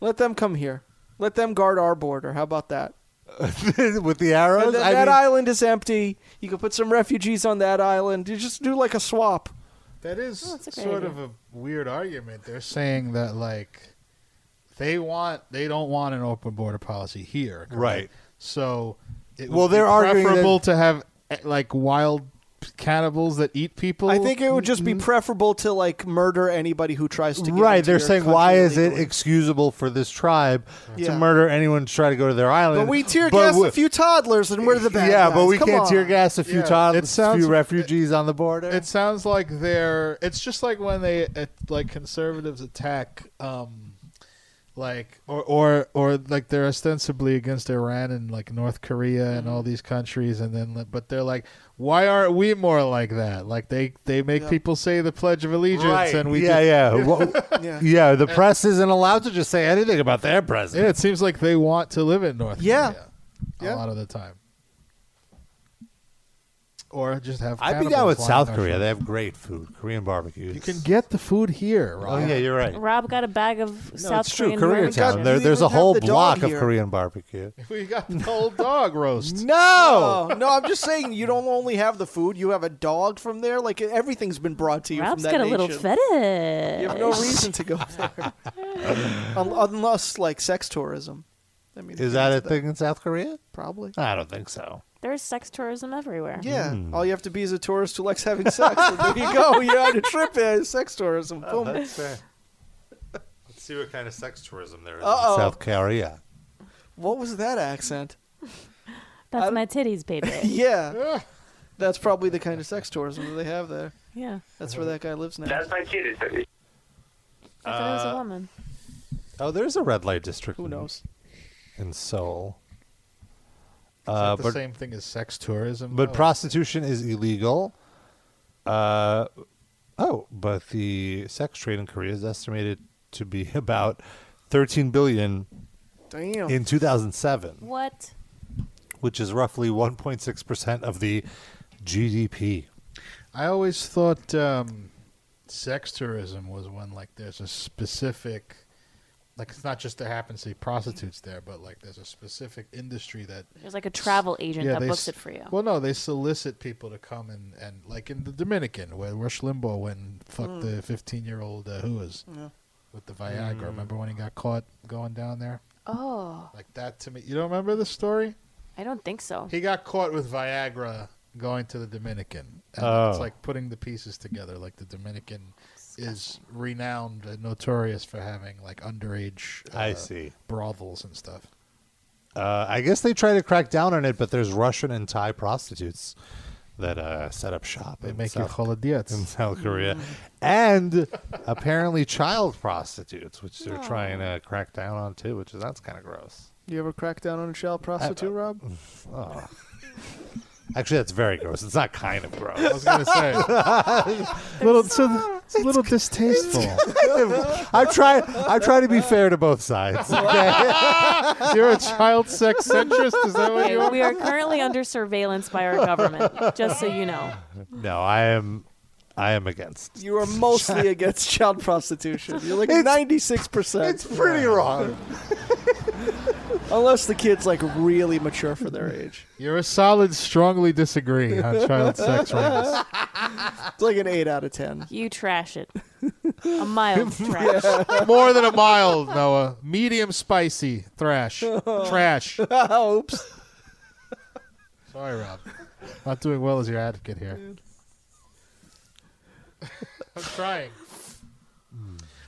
[SPEAKER 4] Let them come here. Let them guard our border. How about that?
[SPEAKER 2] with the arrows.
[SPEAKER 4] And th-
[SPEAKER 2] I
[SPEAKER 4] that
[SPEAKER 2] mean,
[SPEAKER 4] island is empty. You can put some refugees on that island. You just do like a swap.
[SPEAKER 5] That is
[SPEAKER 3] Oh, that's a great
[SPEAKER 5] sort
[SPEAKER 3] idea.
[SPEAKER 5] of a weird argument. They're saying that like they want they don't want an open border policy here, correct?
[SPEAKER 2] Right.
[SPEAKER 5] So, oh, it
[SPEAKER 2] Well,
[SPEAKER 5] would be
[SPEAKER 2] they're arguing that-
[SPEAKER 5] preferable to have eh, like wild cannibals that eat people.
[SPEAKER 4] I think it would just be preferable to like murder anybody who tries to. Get
[SPEAKER 2] Mm-hmm. right.
[SPEAKER 4] into
[SPEAKER 2] They're
[SPEAKER 4] your
[SPEAKER 2] saying,
[SPEAKER 4] country
[SPEAKER 2] why is it
[SPEAKER 4] illegally."
[SPEAKER 2] excusable for this tribe to
[SPEAKER 4] Yeah.
[SPEAKER 2] murder anyone to try to go to their island?
[SPEAKER 4] but we tear
[SPEAKER 2] but
[SPEAKER 4] gas
[SPEAKER 2] we-
[SPEAKER 4] a few toddlers and we're the bad
[SPEAKER 2] yeah,
[SPEAKER 4] guys.
[SPEAKER 2] but we
[SPEAKER 4] Come
[SPEAKER 2] can't
[SPEAKER 4] on.
[SPEAKER 2] tear gas a few
[SPEAKER 5] Yeah. It
[SPEAKER 2] times. A
[SPEAKER 5] sounds-
[SPEAKER 2] few refugees on the border.
[SPEAKER 5] It sounds like they're. It's just like when they eh, at, like conservatives attack, um, like or or or like they're ostensibly against Iran and like North Korea and
[SPEAKER 4] Mm-hmm.
[SPEAKER 5] all these countries, and then like, but they're like, why aren't we more like that? Like they they make
[SPEAKER 4] Yeah.
[SPEAKER 5] people say the Pledge of Allegiance,
[SPEAKER 2] Right.
[SPEAKER 5] and we
[SPEAKER 2] yeah,
[SPEAKER 5] just-
[SPEAKER 2] yeah, Well,
[SPEAKER 4] Yeah.
[SPEAKER 2] yeah. The press isn't allowed to just say anything about their
[SPEAKER 5] yeah.
[SPEAKER 2] president.
[SPEAKER 5] It seems like they want to live in North
[SPEAKER 4] Yeah.
[SPEAKER 5] Korea
[SPEAKER 4] Yeah.
[SPEAKER 5] a lot of the time. Or just have.
[SPEAKER 2] I'd be down
[SPEAKER 5] cannibals
[SPEAKER 2] with
[SPEAKER 5] lying
[SPEAKER 2] South
[SPEAKER 5] on
[SPEAKER 2] Korea.
[SPEAKER 5] shore.
[SPEAKER 2] They have great food, Korean barbecue.
[SPEAKER 5] You can get the food here.
[SPEAKER 2] Oh
[SPEAKER 5] Rob.
[SPEAKER 2] yeah, you're right.
[SPEAKER 3] Rob got a bag of
[SPEAKER 2] No,
[SPEAKER 3] South
[SPEAKER 2] it's true.
[SPEAKER 3] Korean
[SPEAKER 2] Koreatown.
[SPEAKER 3] barbecue.
[SPEAKER 2] There,
[SPEAKER 4] We
[SPEAKER 2] there's a
[SPEAKER 4] even have
[SPEAKER 2] whole
[SPEAKER 4] the dog
[SPEAKER 2] block of
[SPEAKER 4] here.
[SPEAKER 2] Korean barbecue.
[SPEAKER 5] We got the whole dog roast.
[SPEAKER 2] No.
[SPEAKER 4] Oh, no, I'm just saying you don't only have the food; you have a dog from there. Like everything's been brought to you
[SPEAKER 3] Rob's
[SPEAKER 4] from
[SPEAKER 3] got
[SPEAKER 4] that
[SPEAKER 3] a little
[SPEAKER 4] nation.
[SPEAKER 3] fetish.
[SPEAKER 4] You have no reason to go there, Un- unless like sex tourism. I mean,
[SPEAKER 2] Is that a thing in South Korea?
[SPEAKER 4] Probably.
[SPEAKER 2] I don't think so.
[SPEAKER 3] There's sex tourism everywhere.
[SPEAKER 4] Yeah, all you have to be is a tourist who likes having sex. and there you go. You're on a trip. uh, Sex tourism.
[SPEAKER 5] Oh,
[SPEAKER 4] Boom.
[SPEAKER 2] That's fair. Let's see what kind of sex tourism there is
[SPEAKER 4] Uh-oh.
[SPEAKER 2] in South Korea.
[SPEAKER 4] What was that accent?
[SPEAKER 3] That's my titties, baby.
[SPEAKER 4] Yeah. That's probably the kind of sex tourism that they have there.
[SPEAKER 3] yeah.
[SPEAKER 4] That's where that guy lives now.
[SPEAKER 8] That's my titties, baby.
[SPEAKER 3] I thought it was a
[SPEAKER 5] Uh,
[SPEAKER 3] woman.
[SPEAKER 2] Oh, there's a red light district.
[SPEAKER 4] Who
[SPEAKER 2] in-
[SPEAKER 4] knows?
[SPEAKER 2] In Seoul.
[SPEAKER 5] Is
[SPEAKER 2] Uh,
[SPEAKER 5] that the
[SPEAKER 2] but
[SPEAKER 5] same thing Oh. as sex tourism.
[SPEAKER 2] but
[SPEAKER 5] though?
[SPEAKER 2] prostitution is illegal. Uh, oh, but the sex trade in Korea is estimated to be about 13 billion
[SPEAKER 4] Damn.
[SPEAKER 2] in 2007,
[SPEAKER 3] What?
[SPEAKER 2] which is roughly 1.6 percent of the GDP.
[SPEAKER 5] I always thought um, sex tourism was when like there's a specific, like it's not just there happens to be prostitutes there, but like there's a specific industry that
[SPEAKER 3] There's like a travel agent that
[SPEAKER 5] they
[SPEAKER 3] books
[SPEAKER 5] s-
[SPEAKER 3] it for you.
[SPEAKER 5] Well, no, they solicit people to come and, and like in the Dominican where Rush Limbaugh went and fucked the 15 year old uh, who was with the Viagra. Remember when he got caught going down there?
[SPEAKER 3] Oh,
[SPEAKER 5] Like that to me. You don't remember this story?
[SPEAKER 3] I don't think so.
[SPEAKER 5] He got caught with Viagra going to the Dominican. And
[SPEAKER 2] Oh.
[SPEAKER 5] It's like putting the pieces together. Like the Dominican is renowned and notorious for having like underage uh,
[SPEAKER 2] I see.
[SPEAKER 5] brothels and stuff.
[SPEAKER 2] Uh, I guess they try to crack down on it, but there's Russian and Thai prostitutes that uh, set up shop. They
[SPEAKER 5] make you holodets.
[SPEAKER 2] in South Korea, and apparently child prostitutes, which they're trying to crack down on too. Which is that's kind of gross.
[SPEAKER 4] You ever crack down on a child
[SPEAKER 2] uh,
[SPEAKER 4] prostitute, Rob?
[SPEAKER 2] Oh. Actually, that's very gross. It's not kind of gross.
[SPEAKER 5] I was gonna say.
[SPEAKER 7] little, so th- it's a little distasteful.
[SPEAKER 2] I'm trying. I'm trying to be fair to both sides.
[SPEAKER 7] You're a child sex centrist. Is that what
[SPEAKER 3] Okay,
[SPEAKER 7] you are?
[SPEAKER 3] we are currently under surveillance by our government, just so you know.
[SPEAKER 2] No, I am. I am against.
[SPEAKER 4] You are mostly against child prostitution. You're like ninety-six percent,
[SPEAKER 2] pretty wrong.
[SPEAKER 4] unless the kid's like really mature for their age.
[SPEAKER 5] You're a solid, strongly disagree on Uh, child sex rings.
[SPEAKER 4] It's like an eight out of ten.
[SPEAKER 3] You trash it. A mild trash.
[SPEAKER 5] More than a mild, Noah. Medium spicy thrash. Trash.
[SPEAKER 4] Oops.
[SPEAKER 5] Sorry, Rob. Not doing well as your advocate here. I'm trying.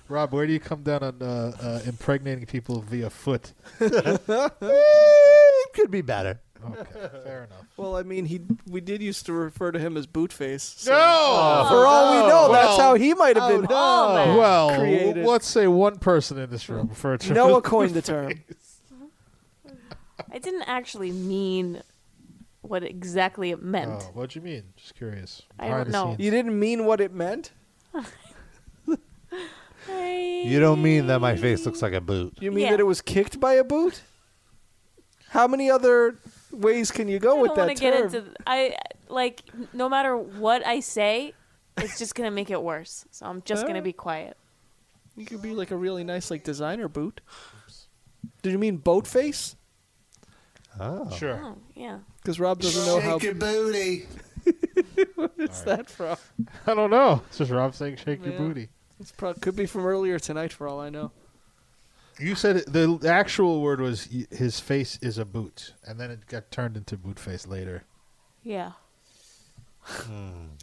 [SPEAKER 5] Rob, where do you come down on uh, uh, impregnating people via foot?
[SPEAKER 2] It could be better.
[SPEAKER 5] Okay, fair enough.
[SPEAKER 4] Well, I mean, he we did used to refer to him as Bootface. So
[SPEAKER 3] Oh,
[SPEAKER 5] No! Oh,
[SPEAKER 4] for all we know, that's
[SPEAKER 5] Well, Oh,
[SPEAKER 4] how he might have been.
[SPEAKER 5] Well,
[SPEAKER 4] Created.
[SPEAKER 5] let's say one person in this room for a trip.
[SPEAKER 4] Noah coined the term.
[SPEAKER 3] I didn't actually mean what exactly it meant.
[SPEAKER 5] Oh, what'd you mean? Just curious.
[SPEAKER 3] I
[SPEAKER 5] Behind
[SPEAKER 3] don't
[SPEAKER 5] the
[SPEAKER 3] know.
[SPEAKER 5] scenes.
[SPEAKER 4] You didn't mean what it meant.
[SPEAKER 5] Oh.
[SPEAKER 2] You don't mean that my face looks like a boot.
[SPEAKER 4] You mean
[SPEAKER 3] Yeah.
[SPEAKER 4] that it was kicked by a boot? How many other ways can you go
[SPEAKER 3] I
[SPEAKER 4] with
[SPEAKER 3] don't
[SPEAKER 4] that
[SPEAKER 3] want to
[SPEAKER 4] term?
[SPEAKER 3] get into. I like no matter what I say, it's just gonna make it worse. So I'm just gonna be quiet.
[SPEAKER 4] You could be like a really nice like designer boot. Did you mean boat face?
[SPEAKER 2] Oh.
[SPEAKER 5] Sure.
[SPEAKER 3] Oh yeah.
[SPEAKER 4] Because Rob doesn't know how.
[SPEAKER 2] booty.
[SPEAKER 4] Where's that from?
[SPEAKER 5] I don't know. It's just Rob saying, "Shake
[SPEAKER 4] Yeah.
[SPEAKER 5] your booty."
[SPEAKER 4] It's pro- could be from earlier tonight, for all I know.
[SPEAKER 5] You said it, the actual word was y- his face is a boot, and then it got turned into boot face later.
[SPEAKER 3] Yeah.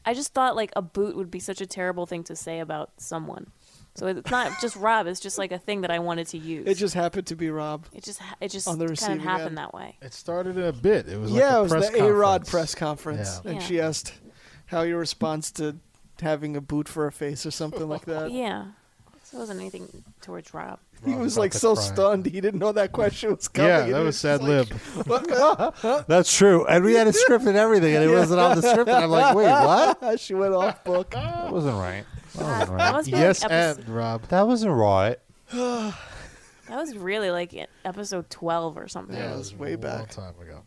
[SPEAKER 3] I just thought like a boot would be such a terrible thing to say about someone. So it's not just Rob. It's just like a thing that I wanted to use.
[SPEAKER 4] It just happened to be Rob.
[SPEAKER 3] it just ha- it just
[SPEAKER 4] On the
[SPEAKER 3] kind
[SPEAKER 4] receiving
[SPEAKER 3] of happened
[SPEAKER 4] end.
[SPEAKER 3] that way.
[SPEAKER 5] It started in a bit. It was like
[SPEAKER 4] yeah,
[SPEAKER 5] a
[SPEAKER 4] it was
[SPEAKER 5] press
[SPEAKER 4] the A Rod
[SPEAKER 5] conference.
[SPEAKER 4] press conference,
[SPEAKER 5] Yeah.
[SPEAKER 4] and
[SPEAKER 3] Yeah.
[SPEAKER 4] she asked how your response to having a boot for a face or something like that.
[SPEAKER 3] Yeah. So it wasn't anything towards Rob.
[SPEAKER 4] He
[SPEAKER 5] Rob
[SPEAKER 4] was
[SPEAKER 5] about
[SPEAKER 4] like
[SPEAKER 5] to
[SPEAKER 4] so
[SPEAKER 5] cry.
[SPEAKER 4] stunned he didn't know that question was coming.
[SPEAKER 5] Yeah,
[SPEAKER 4] and
[SPEAKER 5] that
[SPEAKER 4] he
[SPEAKER 5] was
[SPEAKER 4] just
[SPEAKER 5] sad
[SPEAKER 4] like,
[SPEAKER 5] lib.
[SPEAKER 2] That's true. And we had a script and everything, and it wasn't on the script. And I'm like, wait, what?
[SPEAKER 4] she went off book.
[SPEAKER 2] That wasn't right. That wasn't
[SPEAKER 3] That
[SPEAKER 2] right.
[SPEAKER 3] must be
[SPEAKER 5] Yes,
[SPEAKER 3] like episode,
[SPEAKER 5] and Rob.
[SPEAKER 2] That wasn't right.
[SPEAKER 3] that was really like e- episode twelve or something.
[SPEAKER 4] Yeah. it was way
[SPEAKER 5] a Long
[SPEAKER 4] back.
[SPEAKER 5] time ago.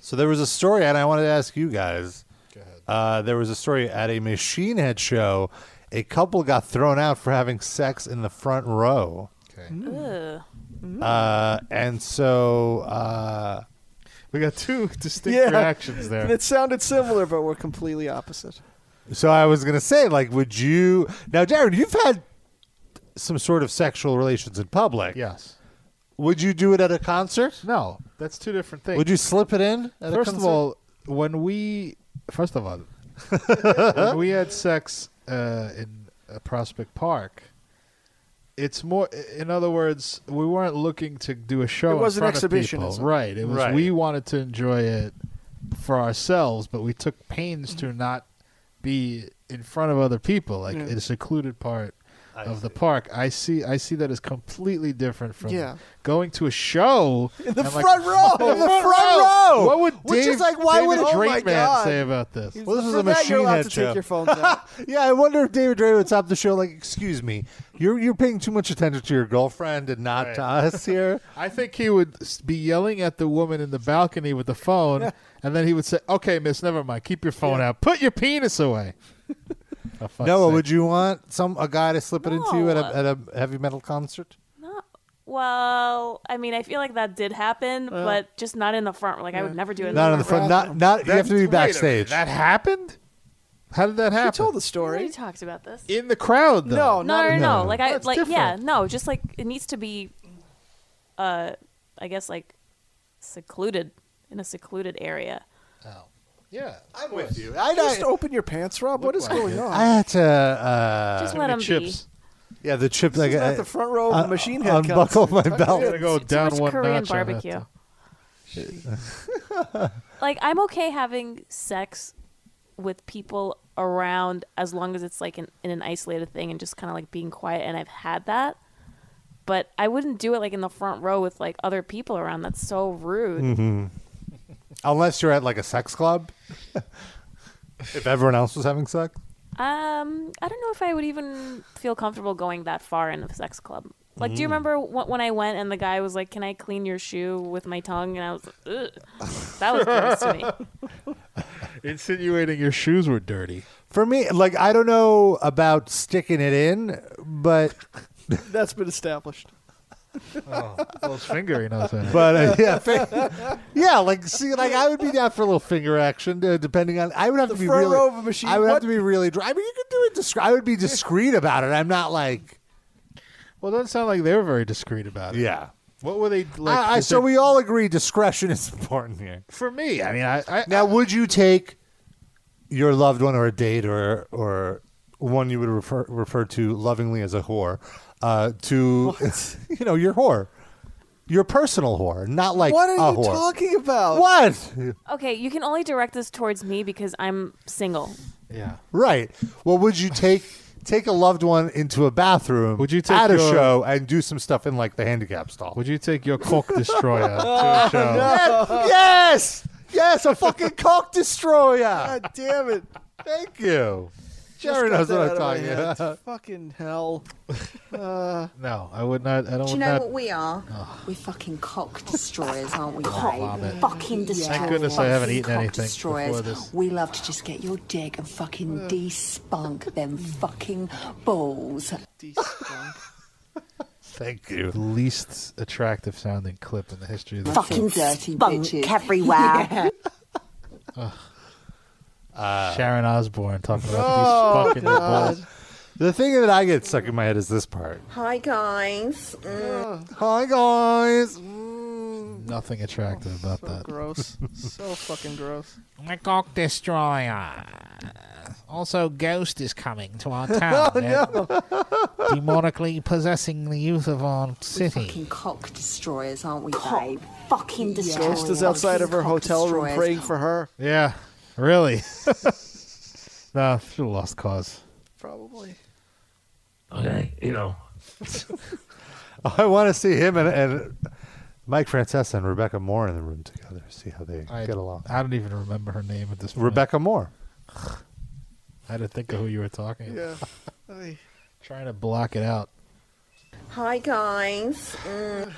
[SPEAKER 2] So there was a story, and I wanted to ask you guys.
[SPEAKER 5] Go ahead.
[SPEAKER 2] Uh, there was a story at a Machine Head show. A couple got thrown out for having sex in the front row.
[SPEAKER 5] Okay.
[SPEAKER 4] Mm.
[SPEAKER 3] Ugh.
[SPEAKER 5] Hmm.
[SPEAKER 3] Mm.
[SPEAKER 2] Uh, and so uh,
[SPEAKER 5] We got two distinct
[SPEAKER 4] Yeah.
[SPEAKER 5] reactions there.
[SPEAKER 4] And it sounded similar, but we're completely opposite.
[SPEAKER 2] So I was gonna say, like, would you now, Jared? You've had some sort of sexual relations in public.
[SPEAKER 5] yes.
[SPEAKER 2] Would you do it at a concert?
[SPEAKER 5] No, that's two different things.
[SPEAKER 2] Would you slip it in? at a
[SPEAKER 5] First of
[SPEAKER 2] concert?
[SPEAKER 5] all, when we first of all, when we had sex uh, in uh, Prospect Park, it's more. In other words, we weren't looking to do a show.
[SPEAKER 4] It was
[SPEAKER 5] in
[SPEAKER 4] an
[SPEAKER 5] front of people.
[SPEAKER 4] exhibitionism.
[SPEAKER 5] right? It was.
[SPEAKER 2] Right.
[SPEAKER 5] We wanted to enjoy it for ourselves, but we took pains to not be in front of other people, like
[SPEAKER 4] Yeah.
[SPEAKER 5] in a secluded part of the park. I see. I see that as completely different from
[SPEAKER 4] Yeah.
[SPEAKER 5] going to a show
[SPEAKER 4] In the
[SPEAKER 5] and, like,
[SPEAKER 4] front row. In the front row.
[SPEAKER 5] What would
[SPEAKER 2] Which is
[SPEAKER 5] Dave,
[SPEAKER 2] like, why
[SPEAKER 5] David
[SPEAKER 2] would-
[SPEAKER 4] Oh my
[SPEAKER 5] Drakeman
[SPEAKER 4] God.
[SPEAKER 5] say about this?
[SPEAKER 2] Well, this is
[SPEAKER 4] For
[SPEAKER 2] a
[SPEAKER 4] that,
[SPEAKER 2] machine
[SPEAKER 4] you're allowed
[SPEAKER 2] head
[SPEAKER 4] to
[SPEAKER 2] show.
[SPEAKER 4] take your phones out.
[SPEAKER 2] yeah, I wonder if David Draven would stop the show. Like, excuse me, you're you're paying too much attention to your girlfriend and not to us here.
[SPEAKER 5] I think he would s- be yelling at the woman in the balcony with the phone, and then he would say, "Okay, miss, never mind. Keep your phone out. Put your penis away." For fuck's
[SPEAKER 2] Noah,
[SPEAKER 5] sake.
[SPEAKER 2] would you want some a guy to slip it into you at a
[SPEAKER 3] No.
[SPEAKER 2] at a heavy metal concert?
[SPEAKER 3] Not well. I mean, I feel like that did happen,
[SPEAKER 4] Uh,
[SPEAKER 3] but just not in the front. Like I would never do it.
[SPEAKER 2] Not
[SPEAKER 3] in
[SPEAKER 2] on the front. Not not. You have to
[SPEAKER 5] Wait
[SPEAKER 2] be
[SPEAKER 5] a minute,
[SPEAKER 2] backstage.
[SPEAKER 5] That happened. How did that
[SPEAKER 4] He
[SPEAKER 5] happen?
[SPEAKER 4] told the
[SPEAKER 3] We
[SPEAKER 4] story.
[SPEAKER 3] talked about this.
[SPEAKER 5] in the crowd, though.
[SPEAKER 4] No,
[SPEAKER 3] no,
[SPEAKER 4] not
[SPEAKER 3] no,
[SPEAKER 4] in-
[SPEAKER 3] no, Like I,
[SPEAKER 5] That's
[SPEAKER 3] like yeah,
[SPEAKER 5] different.
[SPEAKER 3] no. Just like it needs to be, uh, I guess like secluded in a secluded area.
[SPEAKER 5] Yeah,
[SPEAKER 2] I'm with you. I
[SPEAKER 4] Just open your pants, Rob. What is
[SPEAKER 5] like
[SPEAKER 4] going
[SPEAKER 5] it.
[SPEAKER 4] on?
[SPEAKER 2] I had to. Uh,
[SPEAKER 3] Just let them
[SPEAKER 5] chips.
[SPEAKER 3] be.
[SPEAKER 2] Yeah, the chip.
[SPEAKER 4] This
[SPEAKER 2] like,
[SPEAKER 4] is not
[SPEAKER 2] I-
[SPEAKER 4] the front row of
[SPEAKER 2] I-
[SPEAKER 4] a machine head
[SPEAKER 2] Unbuckle my
[SPEAKER 4] concert.
[SPEAKER 2] belt.
[SPEAKER 4] Yeah,
[SPEAKER 5] Gotta go
[SPEAKER 3] Too
[SPEAKER 5] down
[SPEAKER 3] much
[SPEAKER 5] one
[SPEAKER 3] Korean
[SPEAKER 5] notch. on that
[SPEAKER 3] barbecue.
[SPEAKER 5] stuff.
[SPEAKER 3] like I'm okay having sex with people around as long as it's like in, in an isolated thing and just kind of like being quiet and I've had that. But I wouldn't do it like in the front row with like other people around. That's so rude.
[SPEAKER 2] Mm-hmm. Unless you're at like a sex club. if everyone else was having sex.
[SPEAKER 3] Um, I don't know if I would even feel comfortable going that far in a sex club. Like,
[SPEAKER 2] Mm.
[SPEAKER 3] do you remember wh- when I went and the guy was like, "Can I clean your shoe with my tongue?" And I was, Ugh. that was gross to me.
[SPEAKER 5] Insinuating your shoes were dirty.
[SPEAKER 2] For me, like, I don't know about sticking it in, but.
[SPEAKER 4] That's been established.
[SPEAKER 5] Those finger, he knows that.
[SPEAKER 2] But uh, yeah, fi- yeah, like see, like I would be down for a little finger action, uh, depending on. I would have
[SPEAKER 4] The
[SPEAKER 2] to be
[SPEAKER 4] front
[SPEAKER 2] really.
[SPEAKER 4] row of a machine,
[SPEAKER 2] I would have
[SPEAKER 4] what?
[SPEAKER 2] to be really. Dry. I mean, you could do it. Discre- I would be discreet about it. I'm not like.
[SPEAKER 5] well, it doesn't sound like they were very discreet about it.
[SPEAKER 2] Yeah.
[SPEAKER 5] What were they like?
[SPEAKER 2] I, I,
[SPEAKER 5] is
[SPEAKER 2] so
[SPEAKER 5] it-
[SPEAKER 2] we all agree discretion is important here.
[SPEAKER 5] for me, I mean, I, I
[SPEAKER 2] Now, would you take your loved one or a date or or one you would refer refer to lovingly as a whore uh, to you know your whore, your personal whore, not like
[SPEAKER 4] what
[SPEAKER 2] a
[SPEAKER 4] are you
[SPEAKER 2] whore.
[SPEAKER 4] talking about?
[SPEAKER 2] What?
[SPEAKER 3] Okay, you can only direct this towards me because I'm single.
[SPEAKER 5] yeah.
[SPEAKER 2] Right. Well, would you take take a loved one into a bathroom?
[SPEAKER 5] Would you take
[SPEAKER 2] at a
[SPEAKER 5] your-
[SPEAKER 2] show and do some stuff in like the handicap stall?
[SPEAKER 5] Would you take your cock destroyer to a show?
[SPEAKER 2] yes, yes, yes, a fucking cock destroyer.
[SPEAKER 4] God damn it!
[SPEAKER 2] Thank you.
[SPEAKER 4] Just
[SPEAKER 2] Jerry
[SPEAKER 4] got
[SPEAKER 2] knows
[SPEAKER 4] that
[SPEAKER 2] what
[SPEAKER 4] out
[SPEAKER 2] I'm
[SPEAKER 4] of my
[SPEAKER 2] talking
[SPEAKER 4] head.
[SPEAKER 2] about.
[SPEAKER 4] Fucking hell!
[SPEAKER 5] No, I would not. I
[SPEAKER 8] Do
[SPEAKER 5] don't.
[SPEAKER 8] you
[SPEAKER 5] would
[SPEAKER 8] know
[SPEAKER 5] not,
[SPEAKER 8] what we are? We're fucking cock destroyers, aren't we, babe? Fucking destroyers.
[SPEAKER 5] goodness I haven't
[SPEAKER 8] Fucking
[SPEAKER 5] eaten
[SPEAKER 8] cock
[SPEAKER 5] anything before
[SPEAKER 8] Destroyers.
[SPEAKER 5] this.
[SPEAKER 8] We love to just get your dick and fucking de-spunk them fucking balls.
[SPEAKER 4] De-spunk.
[SPEAKER 2] Thank you.
[SPEAKER 5] the least attractive sounding clip in the history of the
[SPEAKER 8] Fucking dirty
[SPEAKER 9] Bunk
[SPEAKER 8] bitches.
[SPEAKER 9] everywhere.
[SPEAKER 2] Uh,
[SPEAKER 5] Sharon Osbourne talking about these fucking balls.
[SPEAKER 2] The thing that I get stuck in my head is this part.
[SPEAKER 9] Hi guys.
[SPEAKER 8] Mm.
[SPEAKER 2] Hi guys. Mm.
[SPEAKER 5] Nothing attractive about
[SPEAKER 4] So
[SPEAKER 5] that.
[SPEAKER 4] gross. So fucking gross.
[SPEAKER 10] My cock destroyer. Also, Ghost is coming to our
[SPEAKER 5] Oh,
[SPEAKER 10] town. Demonically possessing the youth of our city.
[SPEAKER 8] Fucking cock destroyers, aren't we, babe?
[SPEAKER 9] Fucking destroyers.
[SPEAKER 4] Ghost is outside of her
[SPEAKER 8] Cock
[SPEAKER 4] hotel room
[SPEAKER 8] destroyers.
[SPEAKER 4] praying for her.
[SPEAKER 5] Yeah, really. no, should have lost cause.
[SPEAKER 4] Probably.
[SPEAKER 10] Okay, you know.
[SPEAKER 2] Oh, I want to see him and, and Mike Francesa and Rebecca Moore in the room together. See how they
[SPEAKER 5] I,
[SPEAKER 2] get along.
[SPEAKER 5] I don't even remember her name at this point.
[SPEAKER 2] Rebecca Moore.
[SPEAKER 5] I had to think of who you were talking. about.
[SPEAKER 4] Yeah. Ay.
[SPEAKER 5] Trying to block it out.
[SPEAKER 9] Hi guys. Mm.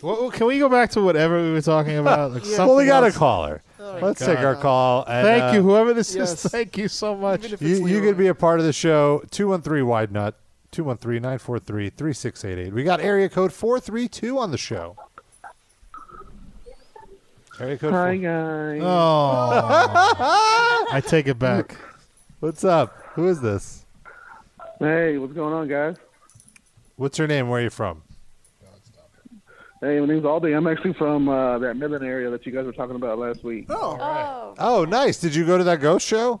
[SPEAKER 5] Well, Oh, can we go back to whatever we were talking about? Like something
[SPEAKER 2] well, we got
[SPEAKER 5] else?
[SPEAKER 2] a caller. Let's take our call. And,
[SPEAKER 5] Thank
[SPEAKER 2] uh,
[SPEAKER 5] you, whoever this
[SPEAKER 4] yes.
[SPEAKER 5] is. Thank you so much.
[SPEAKER 4] Even if it's
[SPEAKER 2] You, you could
[SPEAKER 4] Leroy.
[SPEAKER 2] be a part of the show. 213 Wide Nut, 213 943 3688. We got area code 432 on the show. Area code four-
[SPEAKER 11] guys.
[SPEAKER 5] Oh, I take it back.
[SPEAKER 2] What's up? Who is this?
[SPEAKER 11] Hey, what's going on, guys?
[SPEAKER 2] What's your name? Where are you from?
[SPEAKER 11] Hey, my name's Aldi. I'm actually from uh, that Midland area that you guys were talking about last week.
[SPEAKER 3] Oh,
[SPEAKER 2] Oh, nice. Did you go to that ghost show?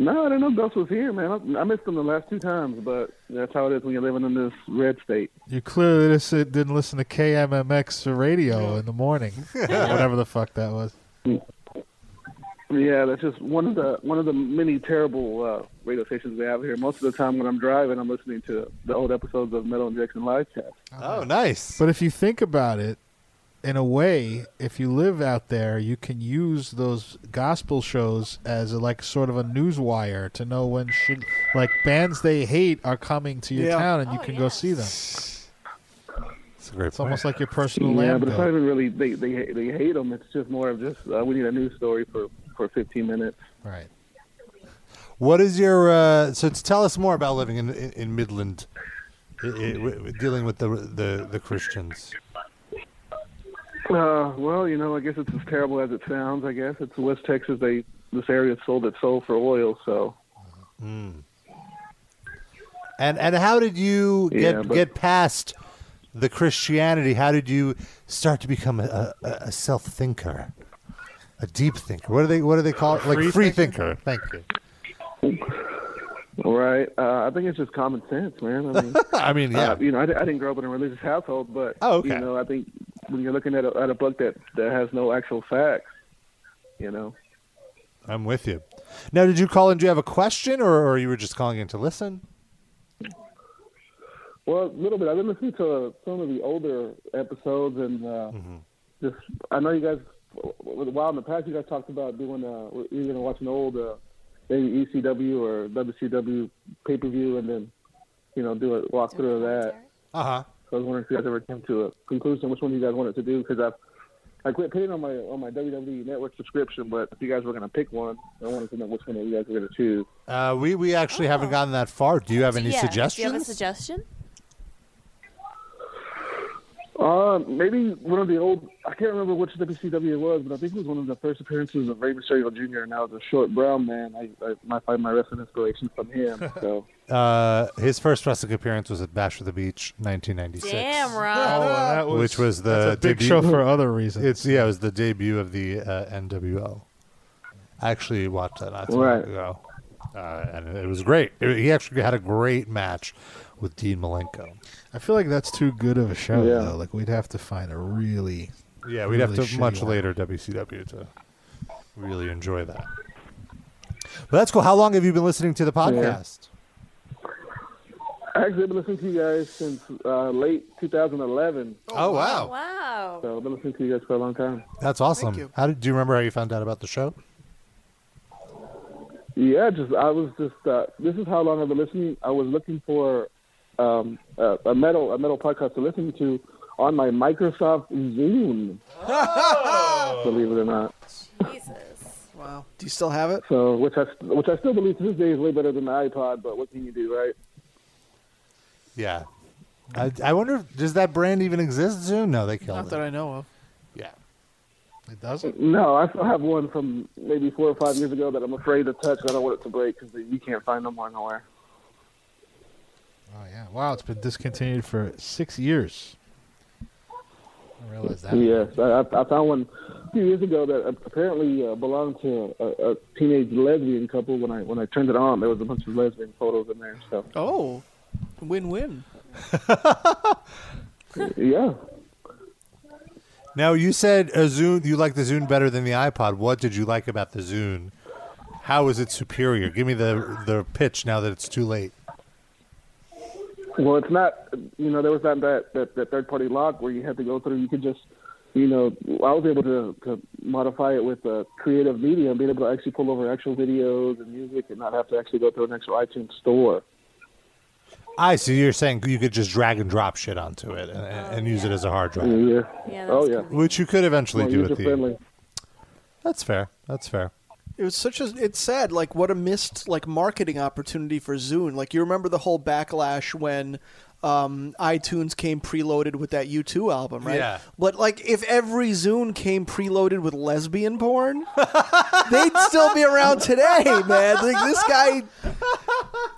[SPEAKER 11] No, I didn't know Gus was here, man. I, I missed him the last two times, but that's how it is when you're living in this red state.
[SPEAKER 5] You clearly just uh, didn't listen to KMMX radio in the morning, or whatever the fuck that was.
[SPEAKER 11] Yeah, that's just one of the one of the many terrible uh, radio stations we have here. Most of the time when I'm driving, I'm listening to the old episodes of Metal Injection Live Chat.
[SPEAKER 2] Oh, nice.
[SPEAKER 5] But if you think about it, in a way, if you live out there, you can use those gospel shows as like sort of a news wire to know when should like bands they hate are coming to your
[SPEAKER 4] Yeah.
[SPEAKER 5] town, and you
[SPEAKER 3] Oh,
[SPEAKER 5] can go
[SPEAKER 3] yes.
[SPEAKER 5] see them.
[SPEAKER 2] It's a great
[SPEAKER 5] It's almost like your personal
[SPEAKER 11] yeah,
[SPEAKER 5] land.
[SPEAKER 11] but it's not even really they they they hate them. It's just more of just uh, we need a news story for for 15 minutes.
[SPEAKER 5] Right.
[SPEAKER 2] What is your uh, so to tell us more about living in in, in Midland, i i w dealing with the the, the Christians?
[SPEAKER 11] Uh, well, you know, I guess it's as terrible as it sounds. I guess it's West Texas. They this area sold its soul for oil, so
[SPEAKER 2] Hmm. And and how did you get
[SPEAKER 11] Yeah, but-
[SPEAKER 2] get past the Christianity? How did you start to become a, a, a self thinker, a deep thinker? What do they what do they call it? Like free thinker. Thank you.
[SPEAKER 11] Right. Uh, I think it's just common sense, man. I mean,
[SPEAKER 2] I mean, yeah.
[SPEAKER 11] uh, you know, I, di- I didn't grow up in a religious household, but
[SPEAKER 2] Oh, okay.
[SPEAKER 11] you know, I think when you're looking at a, at a book that that has no actual facts, you know,
[SPEAKER 2] I'm with you. Now, did you call in? Do you have a question, or, or you were just calling in to listen?
[SPEAKER 11] Well, a little bit. I've been listening to uh, some of the older episodes, and uh, just I know you guys. A while in the past, you guys talked about doing uh, you're gonna watch an old uh, maybe ECW or WCW pay per view, and then you know do a walkthrough of that.
[SPEAKER 2] Uh huh.
[SPEAKER 11] So I was wondering if you guys ever came to a conclusion which one you guys wanted to do because I I quit paying on my on my WWE network subscription, but if you guys were gonna pick one, I wanted to know which one you guys were gonna choose.
[SPEAKER 2] Uh, we we actually haven't gotten that far. Do you have any
[SPEAKER 3] yeah, Do you have a
[SPEAKER 2] suggestions?
[SPEAKER 3] suggestion?
[SPEAKER 11] Uh, maybe one of the old. I can't remember which WCW it was, but I think it was one of the first appearances of Ray Mysterio Jr. And I was a short brown man. I, I might find my wrestling inspiration from him. So
[SPEAKER 2] Uh, his first wrestling appearance was at Bash of the Beach, 1996.
[SPEAKER 3] Damn,
[SPEAKER 5] Oh,
[SPEAKER 3] Rob.
[SPEAKER 5] that was-
[SPEAKER 2] which was the
[SPEAKER 5] that's a big
[SPEAKER 2] debut-
[SPEAKER 5] show for other reasons.
[SPEAKER 2] It's yeah, it was the debut of the uh, NWO. I actually watched that not too
[SPEAKER 5] Right.
[SPEAKER 2] long ago, uh, and it was great. It- he actually had a great match with Dean Malenko.
[SPEAKER 5] I feel like that's too good of a show,
[SPEAKER 2] Yeah.
[SPEAKER 5] though. Like we'd have to find a really
[SPEAKER 2] Yeah, we'd have
[SPEAKER 5] really
[SPEAKER 2] to
[SPEAKER 5] shitty
[SPEAKER 2] much
[SPEAKER 5] one.
[SPEAKER 2] later WCW to really enjoy that. But that's cool. How long have you been listening to the podcast?
[SPEAKER 11] I actually been listening to you guys since uh, late 2011.
[SPEAKER 2] Oh wow!
[SPEAKER 3] Wow.
[SPEAKER 11] So I've been listening to you guys for a long time.
[SPEAKER 2] That's awesome.
[SPEAKER 11] you.
[SPEAKER 2] How did do you remember how you found out about the show?
[SPEAKER 11] Yeah, just I was just uh, this is how long I've been listening. I was looking for um, a, a metal a metal podcast to listen to on my Microsoft Zoom. Believe it or not.
[SPEAKER 3] Jesus.
[SPEAKER 4] Wow. Do you still have it?
[SPEAKER 11] So, which I which I still believe to this day is way better than the iPod. But what can you do, right?
[SPEAKER 2] Yeah. I, I wonder if, does that brand even exist? Zoom? No, they killed
[SPEAKER 4] Not
[SPEAKER 2] it.
[SPEAKER 4] that I know of.
[SPEAKER 2] Yeah.
[SPEAKER 5] It doesn't.
[SPEAKER 11] No, I still have one from maybe four or five years ago that I'm afraid to touch. I don't want it to break because you can't find no more nowhere.
[SPEAKER 5] Oh yeah! Wow, it's been discontinued for six years. I realize that.
[SPEAKER 11] Yes, I, I I found one a few years ago that apparently uh, belonged to a, a teenage lesbian couple. When I when I turned it on, there was a bunch of lesbian photos in there. So
[SPEAKER 4] Oh, win-win.
[SPEAKER 11] yeah,
[SPEAKER 2] Now you said a Zune. You like the Zune better than the iPod. What did you like about the Zune? How is it superior? Give me the the pitch now that it's too late.
[SPEAKER 11] well, it's not. You know, there was not that that, that third party lock where you had to go through. You could just you know, I was able to, to modify it with uh, creative media and being able to actually pull over actual videos and music and not have to actually go through an actual iTunes store.
[SPEAKER 2] I see. You're saying you could just drag and drop shit onto it and, and, and use it as a hard drive.
[SPEAKER 11] Oh, Yeah.
[SPEAKER 3] Yeah,
[SPEAKER 11] Oh, yeah.
[SPEAKER 2] Which you could eventually
[SPEAKER 11] More
[SPEAKER 2] do with the.
[SPEAKER 11] user-friendly.
[SPEAKER 2] That's fair. That's fair.
[SPEAKER 4] It was such a. It's sad. Like what a missed like marketing opportunity for Zune. Like you remember the whole backlash when um, iTunes came preloaded with that U2 album, right?
[SPEAKER 2] Yeah.
[SPEAKER 4] But like if every Zune came preloaded with lesbian porn, they'd still be around today, man. Like this guy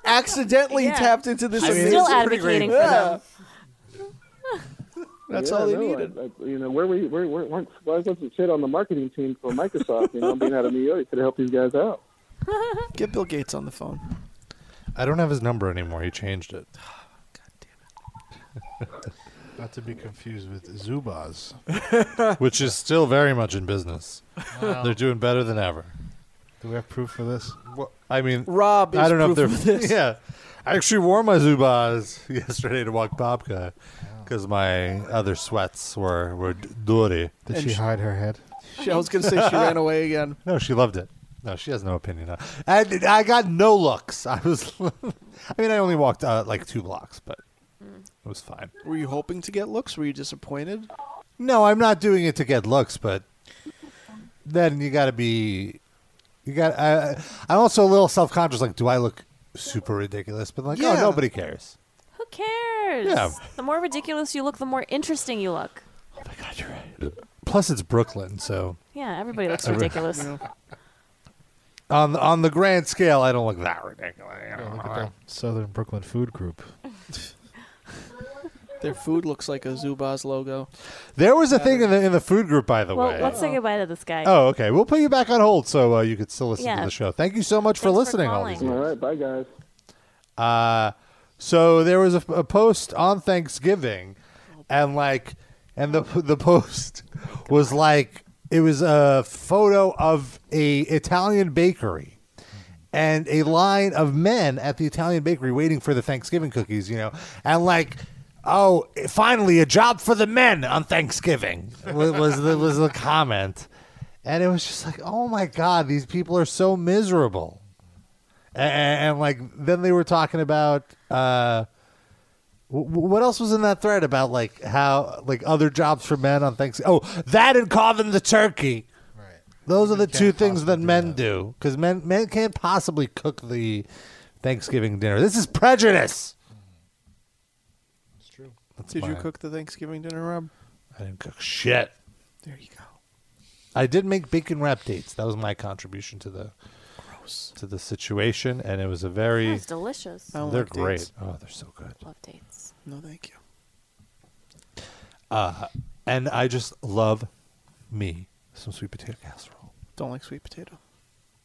[SPEAKER 4] accidentally
[SPEAKER 3] Yeah.
[SPEAKER 4] tapped into this.
[SPEAKER 3] I'm
[SPEAKER 4] amazing-
[SPEAKER 3] still advocating for them.
[SPEAKER 4] That's
[SPEAKER 11] Yeah,
[SPEAKER 4] all they
[SPEAKER 11] no,
[SPEAKER 4] needed.
[SPEAKER 11] I, I, you know, where we where where weren't why wasn't shit on the marketing team for Microsoft? You know, being out of New York could help these guys out.
[SPEAKER 4] Get Bill Gates on the phone.
[SPEAKER 2] I don't have his number anymore. He changed it.
[SPEAKER 5] Not to be confused with Zubaz.
[SPEAKER 2] which is still very much in business.
[SPEAKER 5] Wow.
[SPEAKER 2] They're doing better than ever.
[SPEAKER 5] Do we have proof for this?
[SPEAKER 2] I mean,
[SPEAKER 4] Rob
[SPEAKER 2] I
[SPEAKER 4] is
[SPEAKER 2] don't know if they're.
[SPEAKER 4] proof of this.
[SPEAKER 2] Yeah, I actually wore my Zubas yesterday to walk Babka because my other sweats were were d- dirty.
[SPEAKER 5] Did she hide her head?
[SPEAKER 4] She- I was gonna say she ran away again.
[SPEAKER 2] No, she loved it. No, she has no opinion. on And I got no looks. I was. I mean, I only walked uh, like two blocks, but it was fine.
[SPEAKER 4] Were you hoping to get looks? Were you disappointed?
[SPEAKER 2] No, I'm not doing it to get looks, but then you got to be. You got. I, I'm also a little self conscious. Like, do I look super ridiculous? But like, oh,
[SPEAKER 3] Yeah.
[SPEAKER 2] nobody cares.
[SPEAKER 3] Who cares?
[SPEAKER 2] Yeah.
[SPEAKER 3] The more ridiculous you look, the more interesting you look.
[SPEAKER 2] Plus, it's Brooklyn, so
[SPEAKER 3] Yeah, everybody looks
[SPEAKER 2] Every-
[SPEAKER 3] ridiculous.
[SPEAKER 2] on the, on the grand scale, I don't look that ridiculous.
[SPEAKER 5] Look at that Southern Brooklyn Food Group.
[SPEAKER 4] Their food looks like a Zubaz logo.
[SPEAKER 2] There was a thing in the in the food group, by the
[SPEAKER 3] well,
[SPEAKER 2] way.
[SPEAKER 3] let's say goodbye to this guy.
[SPEAKER 2] Oh, okay. We'll put you back on hold so uh, you could still listen
[SPEAKER 3] Yeah.
[SPEAKER 2] to the show. Thank you so much for listening. all these
[SPEAKER 11] All right, bye guys.
[SPEAKER 2] Uh, so there was a, a post on Thanksgiving, and like, and the the post was like it was a photo of a Italian bakery and a line of men at the Italian bakery waiting for the Thanksgiving cookies, you know, and like, oh, finally a job for the men on Thanksgiving was was the, was the comment, and it was just like, oh my god, these people are so miserable, and, and like then they were talking about. uh wh- wh- what else was in that thread about like how like other jobs for men on Thanksgiving? Oh, that and carving the turkey. Those are the two things that men do because men men can't possibly cook the Thanksgiving dinner. This is prejudice. That's
[SPEAKER 4] Did you
[SPEAKER 2] mine.
[SPEAKER 4] cook the Thanksgiving dinner, Rob?
[SPEAKER 2] I didn't cook shit.
[SPEAKER 4] There you go.
[SPEAKER 2] I did make bacon wrap dates. That was my contribution to the to the situation, and it was a very
[SPEAKER 3] Sounds delicious. I
[SPEAKER 2] They're
[SPEAKER 3] don't like
[SPEAKER 2] great.
[SPEAKER 3] dates.
[SPEAKER 2] Oh, they're so good.
[SPEAKER 3] Love dates.
[SPEAKER 4] No, thank you.
[SPEAKER 2] Uh, and I just love me some sweet potato casserole.
[SPEAKER 4] Don't like sweet potato.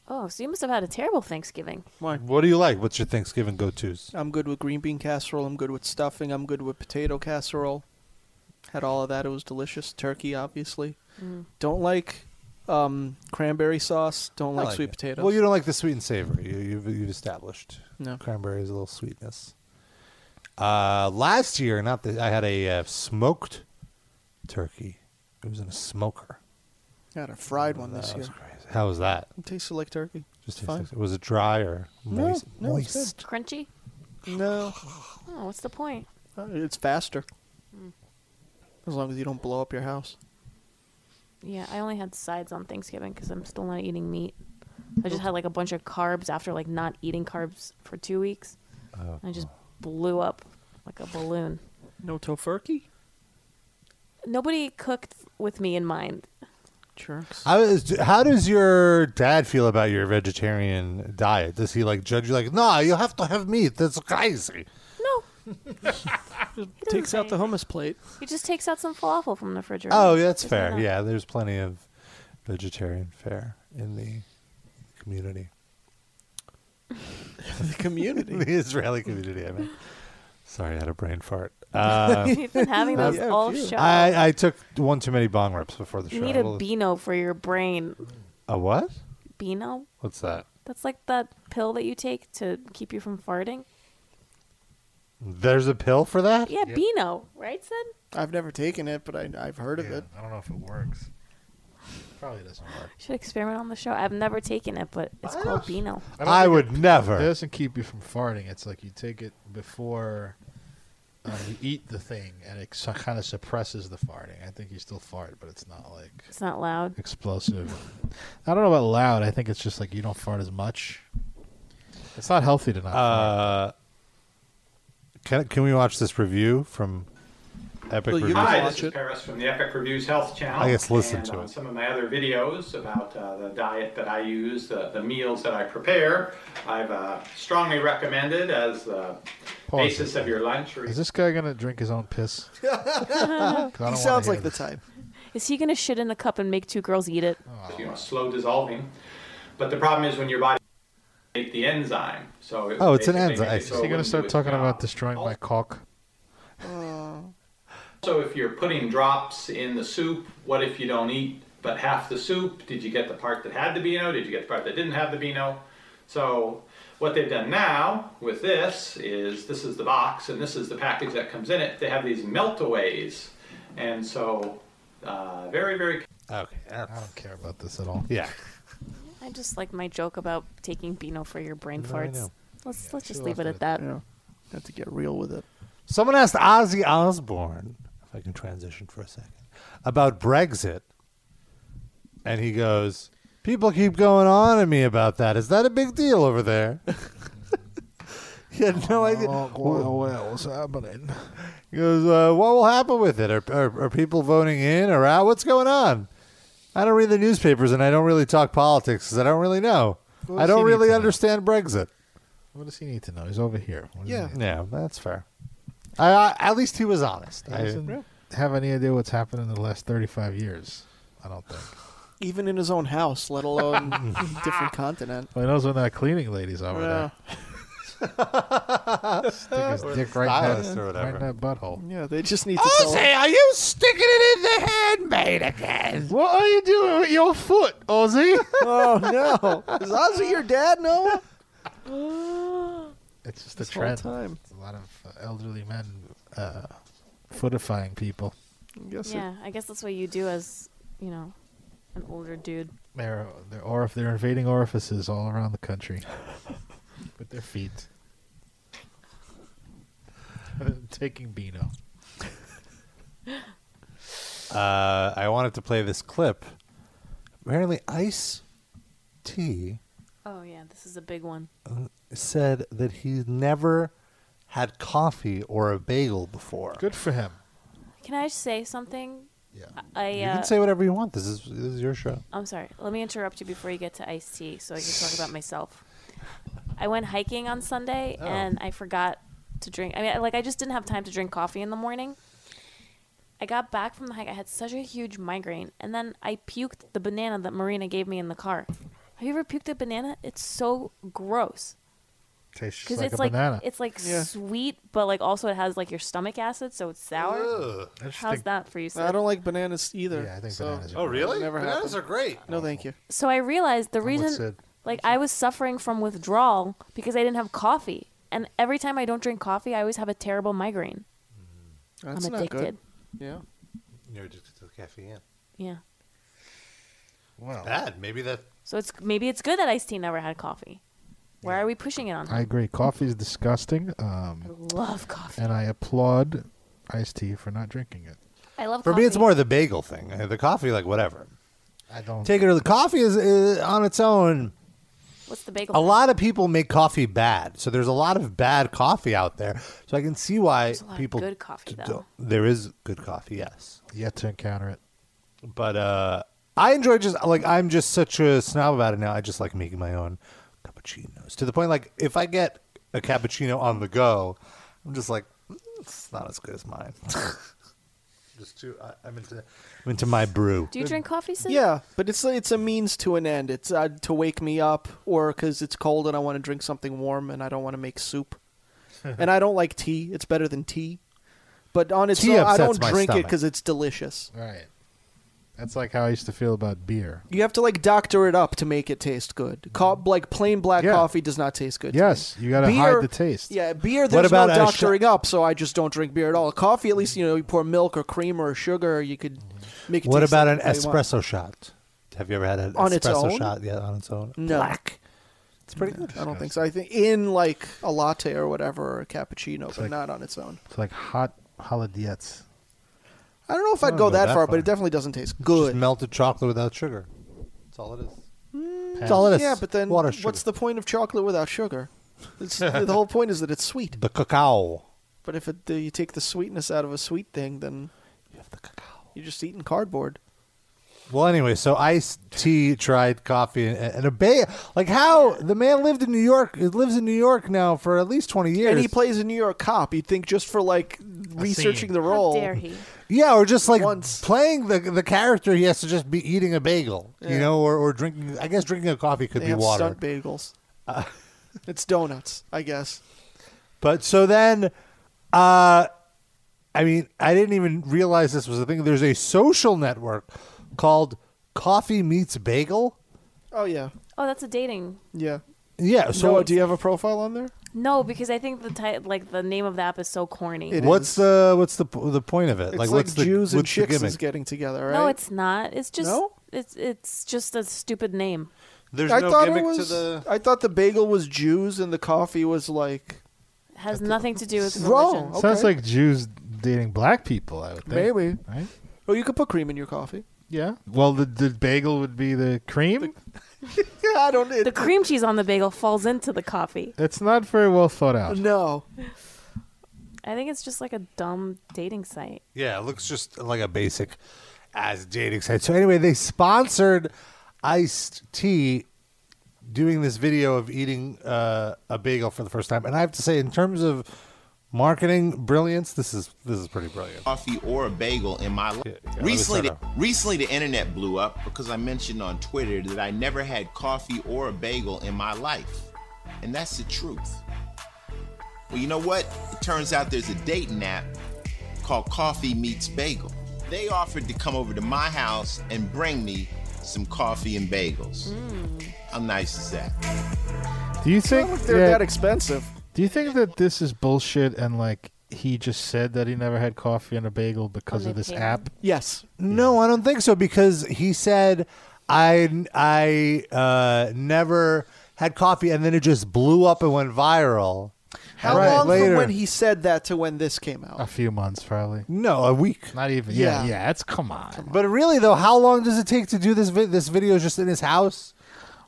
[SPEAKER 3] Oh, so you must have had a terrible Thanksgiving.
[SPEAKER 4] Why?
[SPEAKER 2] What do you like? What's your Thanksgiving go tos?
[SPEAKER 4] I'm good with green bean casserole. I'm good with stuffing. I'm good with potato casserole. Had all of that. It was delicious. Turkey, obviously.
[SPEAKER 3] Mm.
[SPEAKER 4] Don't like um, cranberry sauce. Don't like, sweet potatoes.
[SPEAKER 2] Well, you don't like the sweet and savory. You, you've, you've established.
[SPEAKER 4] No.
[SPEAKER 2] Cranberry is a little sweetness. Uh, last year, not the, I had a uh, smoked turkey. It was in a smoker.
[SPEAKER 4] I had a fried one this year.
[SPEAKER 2] How was that?
[SPEAKER 4] It tasted like turkey.
[SPEAKER 2] Just
[SPEAKER 4] It's fine.
[SPEAKER 2] tastes- was it dry or
[SPEAKER 4] No,
[SPEAKER 2] moist?
[SPEAKER 4] no, it's
[SPEAKER 2] moist?
[SPEAKER 3] Crunchy?
[SPEAKER 4] No.
[SPEAKER 3] Oh, what's the point?
[SPEAKER 4] Uh, It's faster.
[SPEAKER 3] Mm.
[SPEAKER 4] As long as you don't blow up your house.
[SPEAKER 3] Yeah, I only had sides on Thanksgiving because I'm still not eating meat. I just had like a bunch of carbs after like not eating carbs for two weeks.
[SPEAKER 2] Oh,
[SPEAKER 3] I just blew up like a balloon.
[SPEAKER 4] No tofurkey?
[SPEAKER 3] Nobody cooked with me in mind.
[SPEAKER 4] Sure.
[SPEAKER 2] How, is, how does your dad feel about your vegetarian diet? Does he like judge you like, nah, you have to have meat. That's crazy.
[SPEAKER 4] Takes out the hummus plate.
[SPEAKER 3] He just takes out some falafel from the refrigerator.
[SPEAKER 2] Oh, yeah, that's
[SPEAKER 3] Isn't
[SPEAKER 2] fair.
[SPEAKER 3] that-
[SPEAKER 2] Yeah, there's plenty of vegetarian fare in the community.
[SPEAKER 4] the community.
[SPEAKER 2] the Israeli community, I mean. Sorry, I had a brain fart. Uh,
[SPEAKER 3] You've been having those
[SPEAKER 4] Yeah,
[SPEAKER 3] all
[SPEAKER 4] phew.
[SPEAKER 3] show.
[SPEAKER 2] I, I took one too many bong rips before the show.
[SPEAKER 3] you need
[SPEAKER 2] I
[SPEAKER 3] a
[SPEAKER 2] will-
[SPEAKER 3] Beano for your brain.
[SPEAKER 2] a what?
[SPEAKER 3] Beano?
[SPEAKER 2] What's that?
[SPEAKER 3] That's like that pill that you take to keep you from farting.
[SPEAKER 2] There's a pill for that?
[SPEAKER 3] Yeah, Beano, right, Sid?
[SPEAKER 4] I've never taken it, but I, I've heard of it.
[SPEAKER 5] I don't know if it works. Probably doesn't work.
[SPEAKER 3] Should experiment on the show. I've never taken it, but it's called Beano.
[SPEAKER 5] don't
[SPEAKER 2] I
[SPEAKER 5] think
[SPEAKER 2] would never.
[SPEAKER 5] It doesn't keep you from farting. It's like you take it before uh, you eat the thing, and it su- kind of suppresses the farting. I think you still fart, but it's not like
[SPEAKER 3] It's not loud.
[SPEAKER 5] explosive. I don't know about loud. I think it's just like you don't fart as much. It's not healthy to not.
[SPEAKER 2] Uh, can, can we watch this review from Epic
[SPEAKER 4] Well, you
[SPEAKER 2] Reviews?
[SPEAKER 12] Hi, this is Paris from the Epic Reviews Health Channel.
[SPEAKER 2] I guess listen
[SPEAKER 12] and
[SPEAKER 2] to
[SPEAKER 12] on
[SPEAKER 2] it.
[SPEAKER 12] Some of my other videos about uh, the diet that I use, the, the meals that I prepare, I've uh, strongly recommended as the
[SPEAKER 5] Pause.
[SPEAKER 12] basis of your lunch. Or
[SPEAKER 5] Is this guy gonna drink his own piss? 'Cause I don't wanna hear this.
[SPEAKER 4] type.
[SPEAKER 3] Is he gonna shit in a cup and make two girls eat it?
[SPEAKER 2] Oh.
[SPEAKER 12] you know, slow dissolving. But the problem is when your body make the enzyme. So it
[SPEAKER 2] Oh, it's an
[SPEAKER 12] basically
[SPEAKER 2] enzyme.
[SPEAKER 12] makes it so
[SPEAKER 5] Is
[SPEAKER 12] it
[SPEAKER 5] he gonna
[SPEAKER 12] wouldn't do
[SPEAKER 5] start
[SPEAKER 12] its
[SPEAKER 5] talking
[SPEAKER 12] job.
[SPEAKER 5] about destroying my cock?
[SPEAKER 12] Mm. So if you're putting drops in the soup, what if you don't eat but half the soup? Did you get the part that had the Beano? Did you get the part that didn't have the Beano? So what they've done now with this is this is the box and this is the package that comes in it. They have these meltaways, and so uh, very very.
[SPEAKER 2] Okay, I
[SPEAKER 5] don't care about this at all.
[SPEAKER 2] Yeah.
[SPEAKER 3] I just like my joke about taking Beano for your brain
[SPEAKER 2] No, I
[SPEAKER 3] farts.
[SPEAKER 2] know.
[SPEAKER 3] Let's let's just
[SPEAKER 4] should've
[SPEAKER 3] leave it
[SPEAKER 4] left
[SPEAKER 3] at that.
[SPEAKER 4] Have to get real with it.
[SPEAKER 2] Someone asked Ozzy Osbourne, if I can transition for a second, about Brexit. And he goes, People keep going on at me about that. Is that a big deal over there? he had no idea.
[SPEAKER 5] Oh,
[SPEAKER 2] Well,
[SPEAKER 5] what's happening?
[SPEAKER 2] He goes, uh, What will happen with it? Are, are, are people voting in or out? What's going on? I don't read the newspapers and I don't really talk politics because I don't really know.
[SPEAKER 5] What
[SPEAKER 2] I
[SPEAKER 5] does he
[SPEAKER 2] don't
[SPEAKER 5] need
[SPEAKER 2] really
[SPEAKER 5] to know?
[SPEAKER 2] understand Brexit.
[SPEAKER 5] What does he need to know? He's over here. What does he
[SPEAKER 4] Yeah.
[SPEAKER 5] need?
[SPEAKER 2] Yeah, that's fair. I, I, at least he was honest.
[SPEAKER 5] He
[SPEAKER 2] I-
[SPEAKER 5] doesn't have any idea what's happened in the last 35 years. I don't think.
[SPEAKER 4] Even in his own house, let alone different continent.
[SPEAKER 5] Well, he knows when that cleaning lady's over
[SPEAKER 4] Yeah.
[SPEAKER 5] there. Stick
[SPEAKER 4] Or
[SPEAKER 5] dick
[SPEAKER 4] the
[SPEAKER 5] right in that-
[SPEAKER 4] stylist or
[SPEAKER 5] Right in
[SPEAKER 4] whatever.
[SPEAKER 5] that butthole.
[SPEAKER 4] Yeah, they just need to tell
[SPEAKER 10] Jose, are you sticking it in the handmaid again?
[SPEAKER 5] What are you doing with your foot, Ozzy?
[SPEAKER 4] oh no, is Ozzy your dad? No.
[SPEAKER 5] It's just a
[SPEAKER 4] This whole
[SPEAKER 5] trend.
[SPEAKER 4] time.
[SPEAKER 5] It's a lot of uh, elderly men uh, footifying people.
[SPEAKER 3] yeah, I guess that's what you do as, you know, an older dude.
[SPEAKER 5] They're, they're, orif- they're invading orifices all around the country with their feet. Taking Beano.
[SPEAKER 2] Uh, I wanted to play this clip. Apparently, Ice T uh,
[SPEAKER 3] Oh yeah, this is a big one.
[SPEAKER 2] said that he's never had coffee or a bagel before.
[SPEAKER 5] Good for him.
[SPEAKER 3] Can I say something? Yeah. I,
[SPEAKER 2] You
[SPEAKER 3] uh,
[SPEAKER 2] can say whatever you want. This is this is your show.
[SPEAKER 3] I'm sorry. Let me interrupt you before you get to iced tea so I can talk about myself. I went hiking on Sunday
[SPEAKER 13] Oh.
[SPEAKER 3] and I forgot to drink. I mean, I- like, I just didn't have time to drink coffee in the morning. I got back from the hike. I had such a huge migraine. And then I puked the banana that Marina gave me in the car. Have you ever puked a banana? It's so gross.
[SPEAKER 5] Tastes just
[SPEAKER 3] Because
[SPEAKER 5] like
[SPEAKER 3] it's
[SPEAKER 5] a
[SPEAKER 3] like
[SPEAKER 5] banana.
[SPEAKER 3] it's like
[SPEAKER 5] Yeah.
[SPEAKER 3] sweet, but like also it has like your stomach acid, so it's sour.
[SPEAKER 4] Ugh. I just
[SPEAKER 3] How's
[SPEAKER 4] think-
[SPEAKER 3] that for you? Sid?
[SPEAKER 4] I don't like bananas either.
[SPEAKER 5] Yeah, I think
[SPEAKER 4] so
[SPEAKER 5] bananas
[SPEAKER 2] are Oh, really?
[SPEAKER 4] Never
[SPEAKER 2] Bananas
[SPEAKER 4] happened.
[SPEAKER 2] are great.
[SPEAKER 4] No, thank you.
[SPEAKER 3] So I realized the
[SPEAKER 4] with
[SPEAKER 3] reason,
[SPEAKER 4] Sid.
[SPEAKER 3] like, I was suffering from withdrawal because I didn't have coffee. And every time I don't drink coffee, I always have a terrible migraine.
[SPEAKER 4] Mm-hmm. That's
[SPEAKER 3] I'm
[SPEAKER 4] not
[SPEAKER 3] addicted.
[SPEAKER 4] good. Yeah.
[SPEAKER 2] You're addicted to the caffeine.
[SPEAKER 3] Yeah.
[SPEAKER 5] Wow.
[SPEAKER 2] Bad. Maybe that.
[SPEAKER 3] So it's maybe it's good that Ice T never had coffee. Where are we pushing it on?
[SPEAKER 5] I agree. Coffee is disgusting. Um,
[SPEAKER 3] I love coffee.
[SPEAKER 5] And I applaud Iced Tea for not drinking it.
[SPEAKER 3] I love
[SPEAKER 2] For
[SPEAKER 3] coffee.
[SPEAKER 2] me, it's more the bagel thing. Uh, The coffee, like whatever.
[SPEAKER 5] I don't
[SPEAKER 2] take it. Or the coffee is, is on its own.
[SPEAKER 3] What's the bagel?
[SPEAKER 2] A lot of people make coffee bad, so there's a lot of bad coffee out there. So I can see why
[SPEAKER 3] There's a lot of
[SPEAKER 2] people
[SPEAKER 3] good coffee,
[SPEAKER 2] d-
[SPEAKER 3] though.
[SPEAKER 2] don't- There is good coffee, yes,
[SPEAKER 5] Yet to encounter it.
[SPEAKER 2] but uh, I enjoy just like I'm just such a snob about it now. I just like making my own cappuccinos to the point like if I get a cappuccino on the go, I'm just like "Mm, it's not as good as mine. just too. I, I'm into. I'm into my brew.
[SPEAKER 3] Do you drink coffee, Sid?
[SPEAKER 4] Yeah, but it's it's a means to an end. It's uh, to wake me up, or because it's cold and I want to drink something warm, and I don't want to make soup. and I don't like tea. It's better than tea. But on its
[SPEAKER 5] Tea
[SPEAKER 4] own, I
[SPEAKER 5] upsets
[SPEAKER 4] don't
[SPEAKER 5] my
[SPEAKER 4] drink it
[SPEAKER 5] stomach.
[SPEAKER 4] because it's delicious.
[SPEAKER 5] Right. That's like how I used to feel about beer.
[SPEAKER 4] You have to like doctor it up to make it taste good. Co- like plain black coffee does not taste good. to
[SPEAKER 5] Yes,
[SPEAKER 4] me.
[SPEAKER 5] Mm-hmm. you gotta hide the taste.
[SPEAKER 4] Yeah, beer.
[SPEAKER 5] What
[SPEAKER 4] There's
[SPEAKER 5] about
[SPEAKER 4] no
[SPEAKER 5] a sh-
[SPEAKER 4] doctoring up, so I just don't drink beer at all. Coffee, at least you know you pour milk or cream or sugar. You could make. it
[SPEAKER 2] What
[SPEAKER 4] taste
[SPEAKER 2] about an
[SPEAKER 4] like the way you want.
[SPEAKER 2] espresso shot? Have you ever had an
[SPEAKER 4] On its
[SPEAKER 2] espresso
[SPEAKER 4] own?
[SPEAKER 2] shot? Yeah, on its own.
[SPEAKER 4] No. It's
[SPEAKER 2] pretty
[SPEAKER 4] good. I don't think so. I think in like a latte or whatever, or a cappuccino, but
[SPEAKER 5] like-
[SPEAKER 4] not on its own.
[SPEAKER 5] It's like hot holodiettes.
[SPEAKER 4] I don't know if
[SPEAKER 2] I
[SPEAKER 4] I'd
[SPEAKER 2] don't
[SPEAKER 4] go
[SPEAKER 2] go
[SPEAKER 4] that,
[SPEAKER 2] that
[SPEAKER 4] far, but
[SPEAKER 2] far.
[SPEAKER 4] it definitely doesn't taste good.
[SPEAKER 2] Just melted chocolate without sugar. That's all it is.
[SPEAKER 4] That's
[SPEAKER 2] That's all it is.
[SPEAKER 4] Mm, Yeah, but then
[SPEAKER 2] water sugar.
[SPEAKER 4] what's the point of chocolate without sugar? It's, the whole point is that it's sweet.
[SPEAKER 2] the cacao?
[SPEAKER 4] But if it, you take the sweetness out of a sweet thing, then you're just eating cardboard.
[SPEAKER 2] Well, anyway, so iced tea, tried coffee, and, and a bay. Like how the man lived in New York. He lives in New York now for at least twenty years.
[SPEAKER 4] And he plays a New York cop. You'd think just for like researching the
[SPEAKER 3] How
[SPEAKER 4] role.
[SPEAKER 3] dare he?
[SPEAKER 2] yeah, or just like playing the the character, he has to just be eating a bagel,
[SPEAKER 4] Yeah.
[SPEAKER 2] you know, or, or drinking. I guess drinking a coffee could
[SPEAKER 4] They
[SPEAKER 2] be
[SPEAKER 4] have
[SPEAKER 2] water. Uh,
[SPEAKER 4] stunt bagels. it's donuts, I guess.
[SPEAKER 2] But so then, uh, I mean, I didn't even realize this was a thing. There's a social network called Coffee Meets Bagel.
[SPEAKER 4] Oh yeah,
[SPEAKER 3] Oh, that's a dating.
[SPEAKER 4] yeah.
[SPEAKER 2] Yeah. So
[SPEAKER 4] Noah, do you have a profile on there?
[SPEAKER 3] No, because I think the ti- like the name of the app is so corny.
[SPEAKER 2] what's the what's the the point of it?
[SPEAKER 4] It's
[SPEAKER 2] like,
[SPEAKER 4] like,
[SPEAKER 2] what's the
[SPEAKER 4] Jews and
[SPEAKER 2] what's the
[SPEAKER 4] chicks is
[SPEAKER 2] gimmick?
[SPEAKER 4] getting together, right?
[SPEAKER 3] No, it's not. It's just
[SPEAKER 4] No?
[SPEAKER 3] it's it's just a stupid name.
[SPEAKER 4] I thought it was, I thought the bagel was Jews and the coffee was like
[SPEAKER 3] has nothing to do with
[SPEAKER 4] wrong.
[SPEAKER 3] religion.
[SPEAKER 4] Okay.
[SPEAKER 5] Sounds like Jews dating black people, I would think.
[SPEAKER 4] maybe.
[SPEAKER 5] Right?
[SPEAKER 4] Oh, you could put cream in your coffee.
[SPEAKER 5] Yeah. Well, the, the bagel would be the cream.
[SPEAKER 4] yeah, I don't.
[SPEAKER 3] the cream cheese on the bagel falls into the coffee.
[SPEAKER 5] It's not very well thought out.
[SPEAKER 4] No.
[SPEAKER 3] I think it's just like a dumb dating site.
[SPEAKER 2] Yeah, it looks just like a basic as dating site. So anyway, they sponsored Iced Tea doing this video of eating uh, a bagel for the first time, and I have to say, in terms of marketing brilliance, this is this is pretty brilliant.
[SPEAKER 14] Coffee or a bagel in my life.
[SPEAKER 2] let me
[SPEAKER 14] recently,
[SPEAKER 2] start
[SPEAKER 14] the, recently, the internet blew up because I mentioned on Twitter that I never had coffee or a bagel in my life, and that's the truth. Well, you know what? It turns out there's a dating app called Coffee Meets Bagel. They offered to come over to my house and bring me some coffee and bagels. How nice is that?
[SPEAKER 5] Do you think
[SPEAKER 14] like they're that
[SPEAKER 5] expensive? Do you think that this is bullshit and like he just said that he never had coffee and a bagel because of this app?
[SPEAKER 2] Yes. No, I don't think so because he said I I uh, never had coffee and then it just blew up and went viral.
[SPEAKER 4] How
[SPEAKER 2] Right,
[SPEAKER 4] long
[SPEAKER 2] later.
[SPEAKER 4] from when he said that to when this came out?
[SPEAKER 5] A few months, probably.
[SPEAKER 2] No, a week.
[SPEAKER 5] Not even.
[SPEAKER 4] Yeah.
[SPEAKER 5] Yeah,
[SPEAKER 4] Yeah,
[SPEAKER 5] yeah. That's come on.
[SPEAKER 2] But really though, how long does it take to do this vi- this video just in his house?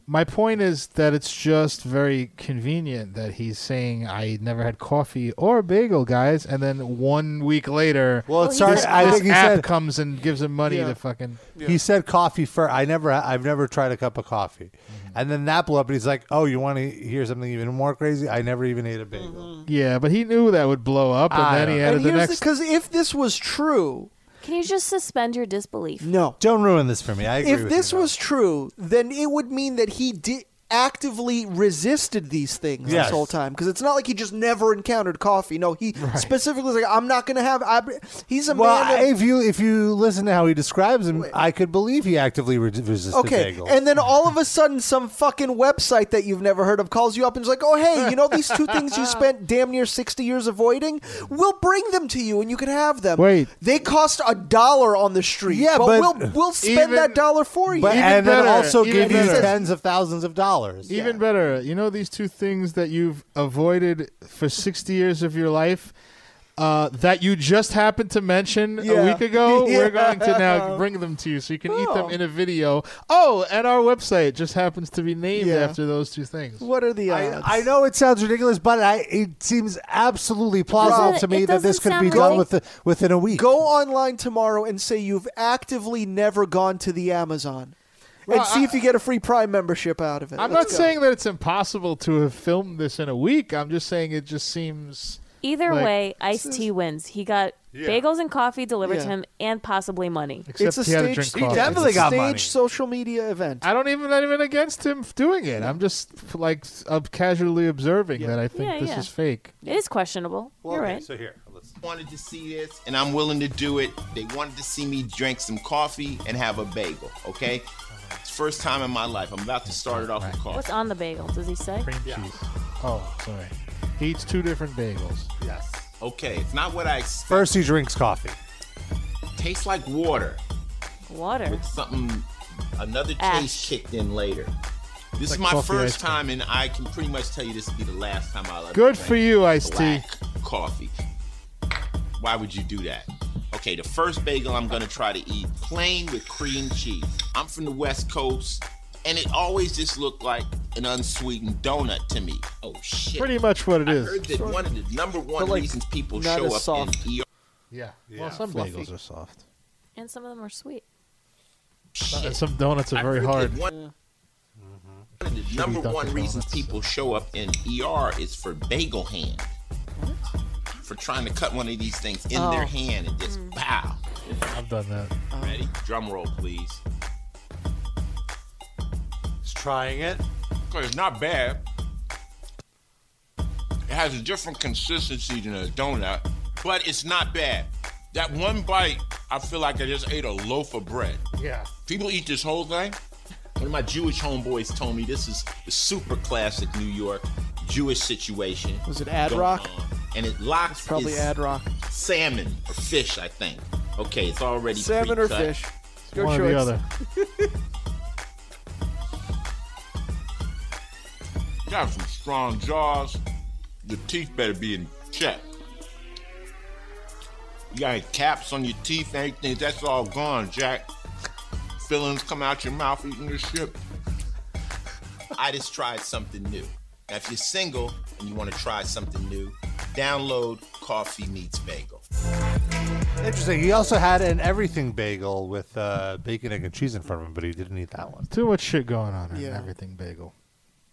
[SPEAKER 5] My point is that it's just very convenient that he's saying I never had coffee or a bagel, guys, and then one week later,
[SPEAKER 2] Well,
[SPEAKER 4] Oh,
[SPEAKER 2] it's sorry,
[SPEAKER 5] this,
[SPEAKER 2] I
[SPEAKER 5] this
[SPEAKER 2] think he
[SPEAKER 5] app
[SPEAKER 2] said-
[SPEAKER 5] comes and gives him money to fucking.
[SPEAKER 2] He said coffee first. I never, I've never tried a cup of coffee,
[SPEAKER 5] Mm-hmm.
[SPEAKER 2] and then that blew up. And he's like, "Oh, you want to hear something even more crazy? I never even ate a bagel."
[SPEAKER 4] Mm-hmm.
[SPEAKER 5] Yeah, but he knew that would blow up, and
[SPEAKER 2] I
[SPEAKER 5] then he
[SPEAKER 2] don't-
[SPEAKER 5] added
[SPEAKER 2] And
[SPEAKER 5] the
[SPEAKER 2] here's the
[SPEAKER 5] next.
[SPEAKER 4] Because if this was true,
[SPEAKER 3] Can you just suspend your disbelief?
[SPEAKER 4] No.
[SPEAKER 2] Don't ruin this for me. I agree
[SPEAKER 4] if
[SPEAKER 2] with
[SPEAKER 4] this was true, then it would mean that he did actively resisted these things
[SPEAKER 2] Yes.
[SPEAKER 4] this whole time because it's not like he just never encountered coffee. No, he specifically was like, "I'm not going to have." I, he's a
[SPEAKER 2] well,
[SPEAKER 4] man. that-
[SPEAKER 2] if you if you listen to how he describes him, I could believe he actively re- resisted
[SPEAKER 4] Okay,
[SPEAKER 2] bagels.
[SPEAKER 4] and then all of a sudden, some fucking website that you've never heard of calls you up and is like, "Oh, hey, you know these two things you spent damn near sixty years avoiding? We'll bring them to you, and you can have them.
[SPEAKER 5] Wait.
[SPEAKER 4] they cost a dollar on the street.
[SPEAKER 2] Yeah,
[SPEAKER 4] but,
[SPEAKER 2] but-
[SPEAKER 4] we'll we'll spend
[SPEAKER 2] Even-
[SPEAKER 4] that dollar for you.
[SPEAKER 2] but, and then also give you
[SPEAKER 5] better.
[SPEAKER 2] tens of thousands of dollars.
[SPEAKER 5] Even better, you know these two things that you've avoided for sixty years of your life, uh, that you just happened to mention
[SPEAKER 7] Yeah.
[SPEAKER 5] a week ago.
[SPEAKER 7] Yeah.
[SPEAKER 5] We're going to now bring them to you, so you can eat them
[SPEAKER 7] Oh.
[SPEAKER 5] in a video. Oh, and our website just happens to be named
[SPEAKER 7] Yeah.
[SPEAKER 5] after those two things.
[SPEAKER 4] What are the
[SPEAKER 2] odds? I, I know it sounds ridiculous, but I, it seems absolutely plausible
[SPEAKER 4] Doesn't-
[SPEAKER 2] to me
[SPEAKER 4] it
[SPEAKER 2] that this
[SPEAKER 4] doesn't
[SPEAKER 2] could be
[SPEAKER 4] sound
[SPEAKER 2] done
[SPEAKER 4] like-
[SPEAKER 2] with the, within a week.
[SPEAKER 4] Go online tomorrow and say you've actively never gone to the Amazon,
[SPEAKER 5] Well,
[SPEAKER 4] and see if you get a free Prime membership out of it.
[SPEAKER 5] I'm not
[SPEAKER 4] Let's go.
[SPEAKER 5] saying that it's impossible to have filmed this in a week. I'm just saying it just seems.
[SPEAKER 3] Either
[SPEAKER 5] Like-
[SPEAKER 3] way, Ice T wins. He got bagels and coffee delivered to
[SPEAKER 5] Yeah.
[SPEAKER 3] him, and possibly money.
[SPEAKER 5] Except he had to drink coffee.
[SPEAKER 4] it's a stage social media event.
[SPEAKER 5] I don't even not even against him f- doing it. I'm just like uh, casually observing that I think
[SPEAKER 3] Yeah,
[SPEAKER 5] this
[SPEAKER 3] yeah.
[SPEAKER 5] is fake.
[SPEAKER 3] It is questionable. You're right.
[SPEAKER 2] So here, let's.
[SPEAKER 14] Wanted to see this, and I'm willing to do it. They wanted to see me drink some coffee and have a bagel. Okay, it's first time in my life. I'm about to start it off with coffee.
[SPEAKER 3] What's on the bagel? Does he say?
[SPEAKER 5] Oh, sorry. He eats two different bagels.
[SPEAKER 14] Yes. Okay, it's not what I expect.
[SPEAKER 2] First, he drinks coffee.
[SPEAKER 14] Tastes like water.
[SPEAKER 3] Water.
[SPEAKER 14] With something, another taste kicked in later. This
[SPEAKER 5] Like
[SPEAKER 14] is my
[SPEAKER 5] coffee
[SPEAKER 14] first
[SPEAKER 5] ice
[SPEAKER 14] time, and I can pretty much tell you this will be the last time I'll ever
[SPEAKER 5] Good
[SPEAKER 14] drink
[SPEAKER 5] for you, Ice T.
[SPEAKER 14] black coffee. Why would you do that? Okay, the first bagel I'm gonna try to eat plain with cream cheese. I'm from the West Coast, and it always just looked like an unsweetened donut to me. Oh shit!
[SPEAKER 5] Pretty much what it
[SPEAKER 14] I
[SPEAKER 5] is.
[SPEAKER 14] heard that
[SPEAKER 5] Sort
[SPEAKER 14] one of the number one
[SPEAKER 5] But, like,
[SPEAKER 14] reasons people
[SPEAKER 5] not
[SPEAKER 14] show
[SPEAKER 5] as
[SPEAKER 14] up
[SPEAKER 5] soft.
[SPEAKER 14] in ER.
[SPEAKER 5] Yeah.
[SPEAKER 14] Yeah,
[SPEAKER 5] Well, some
[SPEAKER 14] fluffy.
[SPEAKER 5] bagels are soft.
[SPEAKER 3] And some of them are sweet.
[SPEAKER 5] And some donuts are very hard.
[SPEAKER 14] One, one of the Mm-hmm. number
[SPEAKER 5] Dunkin'
[SPEAKER 14] one reasons people show up in ER is for bagel hand. For trying to cut one of these things in
[SPEAKER 5] Oh. Uh-huh.
[SPEAKER 14] their hand and just pow.
[SPEAKER 5] I've done that.
[SPEAKER 14] Ready? Drum roll, please.
[SPEAKER 2] He's trying it.
[SPEAKER 14] It's not bad. It has a different consistency than a donut, but it's not bad. That one bite, I feel like I just ate a loaf of bread.
[SPEAKER 5] Yeah.
[SPEAKER 14] People eat this whole thing. One of my Jewish homeboys told me this is the super classic New York Jewish situation.
[SPEAKER 4] Was it Ad
[SPEAKER 14] going
[SPEAKER 4] Rock?
[SPEAKER 14] on. And it locks
[SPEAKER 4] Probably
[SPEAKER 14] is
[SPEAKER 4] Ad Rock.
[SPEAKER 14] salmon or fish, I think. Okay, it's already
[SPEAKER 4] Salmon or
[SPEAKER 14] pre-cut.
[SPEAKER 4] fish. Your
[SPEAKER 5] One or
[SPEAKER 4] choice.
[SPEAKER 5] the other.
[SPEAKER 14] Got some strong jaws. Your teeth better be in check. You got any caps on your teeth, and everything. That's all gone, Jack. Fillings come out your mouth eating this shit. I just tried something new. Now, if you're single and you want to try something new, download Coffee Meets Bagel.
[SPEAKER 2] Interesting. He also had an everything bagel with uh, bacon, egg, and cheese in front of him, but he didn't eat that one.
[SPEAKER 5] Too much shit going on. in
[SPEAKER 4] Yeah.
[SPEAKER 5] Everything bagel.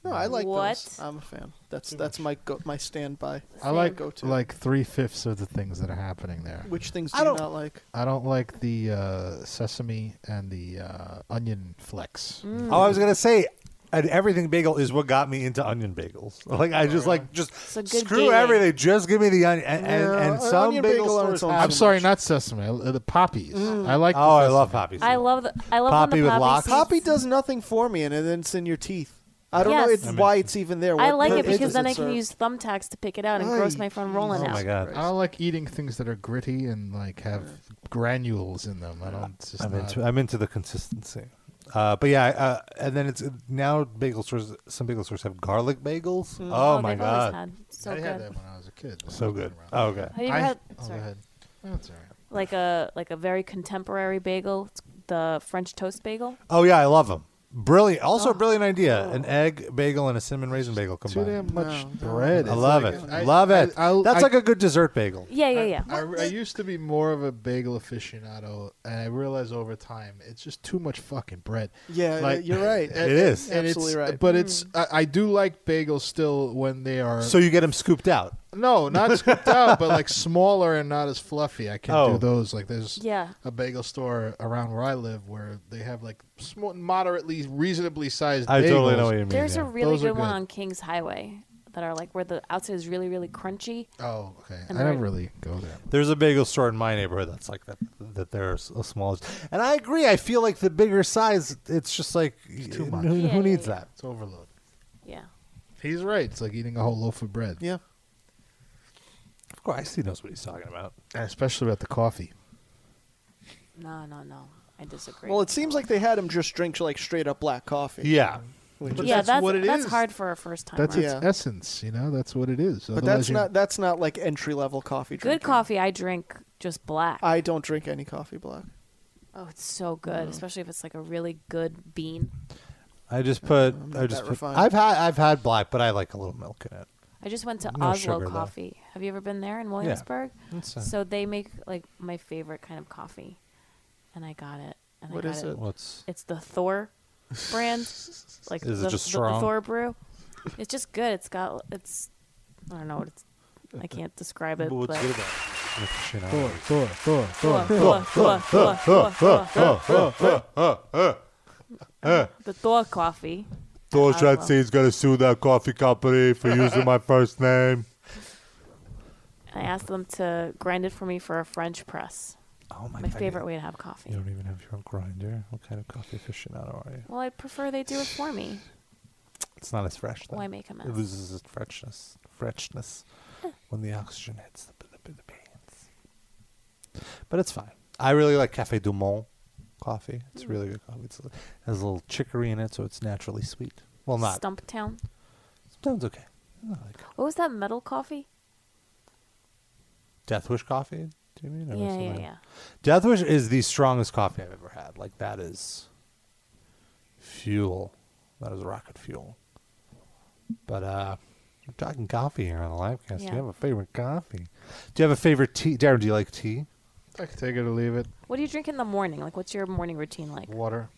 [SPEAKER 4] No, I like
[SPEAKER 3] What?
[SPEAKER 4] those. I'm a fan. That's that's my go, my standby.
[SPEAKER 5] I like
[SPEAKER 4] go to.
[SPEAKER 5] like three fifths of the things that are happening there.
[SPEAKER 4] Which things do
[SPEAKER 2] I
[SPEAKER 4] you
[SPEAKER 2] don't-
[SPEAKER 4] not like?
[SPEAKER 5] I don't like the uh, sesame and the uh, onion flecks.
[SPEAKER 4] Mm.
[SPEAKER 2] Oh, I was gonna say, an everything bagel is what got me into onion bagels. Like I just like just
[SPEAKER 3] It's a good
[SPEAKER 2] screw
[SPEAKER 3] gateway.
[SPEAKER 2] everything. Just give me the onion and, and,
[SPEAKER 5] Yeah,
[SPEAKER 2] and
[SPEAKER 5] an
[SPEAKER 2] some
[SPEAKER 5] onion
[SPEAKER 2] bagel.
[SPEAKER 5] bagel on
[SPEAKER 2] stores
[SPEAKER 5] its own
[SPEAKER 2] have
[SPEAKER 5] I'm
[SPEAKER 2] them.
[SPEAKER 5] sorry, not sesame. I, uh, the poppies.
[SPEAKER 2] Mm.
[SPEAKER 5] I like.
[SPEAKER 2] Oh, I love poppies.
[SPEAKER 3] I love the I love
[SPEAKER 2] Poppy
[SPEAKER 3] when
[SPEAKER 2] with
[SPEAKER 3] the
[SPEAKER 2] locks?
[SPEAKER 3] poppy seeds-
[SPEAKER 13] Poppy does nothing for me, and then it's in your teeth. I don't know
[SPEAKER 3] Yes.
[SPEAKER 13] it's
[SPEAKER 3] I mean-
[SPEAKER 13] why it's even there.
[SPEAKER 3] I
[SPEAKER 13] What
[SPEAKER 3] like it
[SPEAKER 13] purpose
[SPEAKER 3] because
[SPEAKER 13] does
[SPEAKER 3] then
[SPEAKER 13] it
[SPEAKER 3] I can
[SPEAKER 13] serve?
[SPEAKER 3] use thumbtacks to pick it out and gross my friend rolling
[SPEAKER 2] Oh
[SPEAKER 3] out.
[SPEAKER 5] I don't like eating things that are gritty and like have granules in them. I don't. It's just
[SPEAKER 2] I'm
[SPEAKER 5] not-
[SPEAKER 2] into I'm into the consistency. Uh, but yeah, uh, and then it's now bagel stores. Some bagel stores have garlic bagels.
[SPEAKER 5] Mm.
[SPEAKER 2] Oh,
[SPEAKER 5] Oh,
[SPEAKER 2] my
[SPEAKER 5] they've always
[SPEAKER 2] god,
[SPEAKER 3] had. So
[SPEAKER 5] I had
[SPEAKER 3] good.
[SPEAKER 5] that when I was a kid.
[SPEAKER 2] so good. Oh, okay.
[SPEAKER 3] Have you ever
[SPEAKER 5] I-
[SPEAKER 3] had
[SPEAKER 5] oh, go
[SPEAKER 3] sorry.
[SPEAKER 5] ahead. That's all right.
[SPEAKER 3] like a like a very contemporary bagel, It's the French toast bagel?
[SPEAKER 2] Oh yeah, I love them. Brilliant. Also,
[SPEAKER 3] Oh.
[SPEAKER 2] a brilliant idea: an egg bagel and a cinnamon raisin bagel combined.
[SPEAKER 5] damn much bread.
[SPEAKER 2] I
[SPEAKER 5] It's
[SPEAKER 2] love
[SPEAKER 5] like-
[SPEAKER 2] it.
[SPEAKER 5] I-
[SPEAKER 2] love
[SPEAKER 5] I-
[SPEAKER 2] it.
[SPEAKER 5] I'll-
[SPEAKER 2] That's
[SPEAKER 5] I-
[SPEAKER 2] like a good dessert bagel.
[SPEAKER 3] Yeah, yeah, yeah.
[SPEAKER 5] I, I used to be more of a bagel aficionado, and I realized over time it's just too much fucking bread.
[SPEAKER 13] Yeah, you're right.
[SPEAKER 5] and-
[SPEAKER 13] It is.
[SPEAKER 5] and it's-
[SPEAKER 13] Absolutely right.
[SPEAKER 5] But it's I, I do like bagels still when they are.
[SPEAKER 2] So you get them scooped out.
[SPEAKER 5] no, not scooped out, but like smaller and not as fluffy. I can
[SPEAKER 2] Oh.
[SPEAKER 5] do those. Like there's
[SPEAKER 2] Yeah.
[SPEAKER 5] a bagel store around where I live where they have like small, moderately, reasonably sized.
[SPEAKER 2] I totally
[SPEAKER 5] bagels.
[SPEAKER 2] know what you mean,
[SPEAKER 3] There's a really
[SPEAKER 5] Those are
[SPEAKER 3] good one on King's Highway that are like where the outside is really really crunchy.
[SPEAKER 5] Oh, okay.
[SPEAKER 3] And
[SPEAKER 5] I
[SPEAKER 3] they're-
[SPEAKER 5] don't really go there.
[SPEAKER 2] There's a bagel store in my neighborhood that's like that. That there's a small, and I agree. I feel like the bigger size, it's just like
[SPEAKER 5] too much.
[SPEAKER 2] Who,
[SPEAKER 5] Yeah, yeah,
[SPEAKER 2] who needs
[SPEAKER 5] yeah.
[SPEAKER 2] that?
[SPEAKER 5] It's overload.
[SPEAKER 3] Yeah.
[SPEAKER 5] He's right. It's like eating a whole loaf of bread.
[SPEAKER 13] Yeah.
[SPEAKER 2] Of course, I see knows what he's talking about.
[SPEAKER 5] Especially about the coffee.
[SPEAKER 3] No, no, no. I disagree.
[SPEAKER 13] Well, it seems like they had him just drink like straight up black coffee.
[SPEAKER 5] Yeah.
[SPEAKER 13] Which
[SPEAKER 3] yeah,
[SPEAKER 13] is-
[SPEAKER 3] that's, that's hard for a first time.
[SPEAKER 5] That's
[SPEAKER 3] right?
[SPEAKER 5] its essence, you know. That's what it is.
[SPEAKER 13] But
[SPEAKER 5] Otherwise
[SPEAKER 13] that's
[SPEAKER 5] you-
[SPEAKER 13] not that's not like entry level coffee
[SPEAKER 3] Good
[SPEAKER 13] drinking.
[SPEAKER 3] coffee I drink just black.
[SPEAKER 13] I don't drink any coffee black.
[SPEAKER 3] Oh, it's so good,
[SPEAKER 13] Mm.
[SPEAKER 3] especially if it's like a really good bean.
[SPEAKER 2] I just put. I
[SPEAKER 3] Mm,
[SPEAKER 13] that
[SPEAKER 2] just. Put,
[SPEAKER 13] refined.
[SPEAKER 2] I've had. I've had black, but I like a little milk in it.
[SPEAKER 3] I just went to
[SPEAKER 2] No
[SPEAKER 3] Oslo
[SPEAKER 2] sugar, though.
[SPEAKER 3] Coffee. Have you ever been there in Williamsburg?
[SPEAKER 2] That's, uh,
[SPEAKER 3] so they make like my favorite kind of coffee, and I got it. And
[SPEAKER 13] What
[SPEAKER 3] I
[SPEAKER 13] is
[SPEAKER 3] got
[SPEAKER 13] it?
[SPEAKER 2] What's-
[SPEAKER 3] It's the Thor brand. like
[SPEAKER 2] Is it
[SPEAKER 3] the,
[SPEAKER 2] just
[SPEAKER 3] the-
[SPEAKER 2] strong?
[SPEAKER 3] The Thor brew. It's just good. It's got it's. I don't know what it's. I can't describe it.
[SPEAKER 2] Well,
[SPEAKER 3] But
[SPEAKER 2] what's good about it? Lift the
[SPEAKER 3] Oh,
[SPEAKER 2] shit out of
[SPEAKER 5] Thor,
[SPEAKER 2] it.
[SPEAKER 5] Thor, Thor, Thor,
[SPEAKER 3] Thor, Thor, Thor, Thor, Thor, Thor, Thor,
[SPEAKER 2] Thor.
[SPEAKER 3] the Thor coffee.
[SPEAKER 2] Thor
[SPEAKER 3] I love-
[SPEAKER 2] he's gonna sue that coffee company for using my first name.
[SPEAKER 3] I asked them to grind it for me for a French press.
[SPEAKER 2] Oh my
[SPEAKER 3] My
[SPEAKER 2] God.
[SPEAKER 3] favorite way to have coffee.
[SPEAKER 2] You don't even have your own grinder. What kind of coffee aficionado are you?
[SPEAKER 3] Well, I prefer they do it for me.
[SPEAKER 2] It's not as fresh. Then.
[SPEAKER 3] Why make a mess?
[SPEAKER 2] It loses its freshness. Freshness when the oxygen hits the, the, the beans. But it's fine. I really like Cafe Du Monde coffee.
[SPEAKER 3] Hmm.
[SPEAKER 2] It's really good coffee. It's, it has a little chicory in it, so it's naturally sweet. Well, not.
[SPEAKER 3] Stumptown.
[SPEAKER 2] Stone's okay.
[SPEAKER 3] What was that metal coffee?
[SPEAKER 2] Death Wish coffee? Do you mean? or
[SPEAKER 3] Yeah,
[SPEAKER 2] something?
[SPEAKER 3] yeah, yeah.
[SPEAKER 2] Death Wish is the strongest coffee I've ever had. Like that is fuel. That is rocket fuel. But uh we're talking coffee here on the livecast. Do
[SPEAKER 3] Yeah.
[SPEAKER 2] you have a favorite coffee? Do you have a favorite tea? Darren, do you like tea?
[SPEAKER 5] I can take it or leave it.
[SPEAKER 3] What do you drink in the morning? Like, what's your morning routine like?
[SPEAKER 5] Water.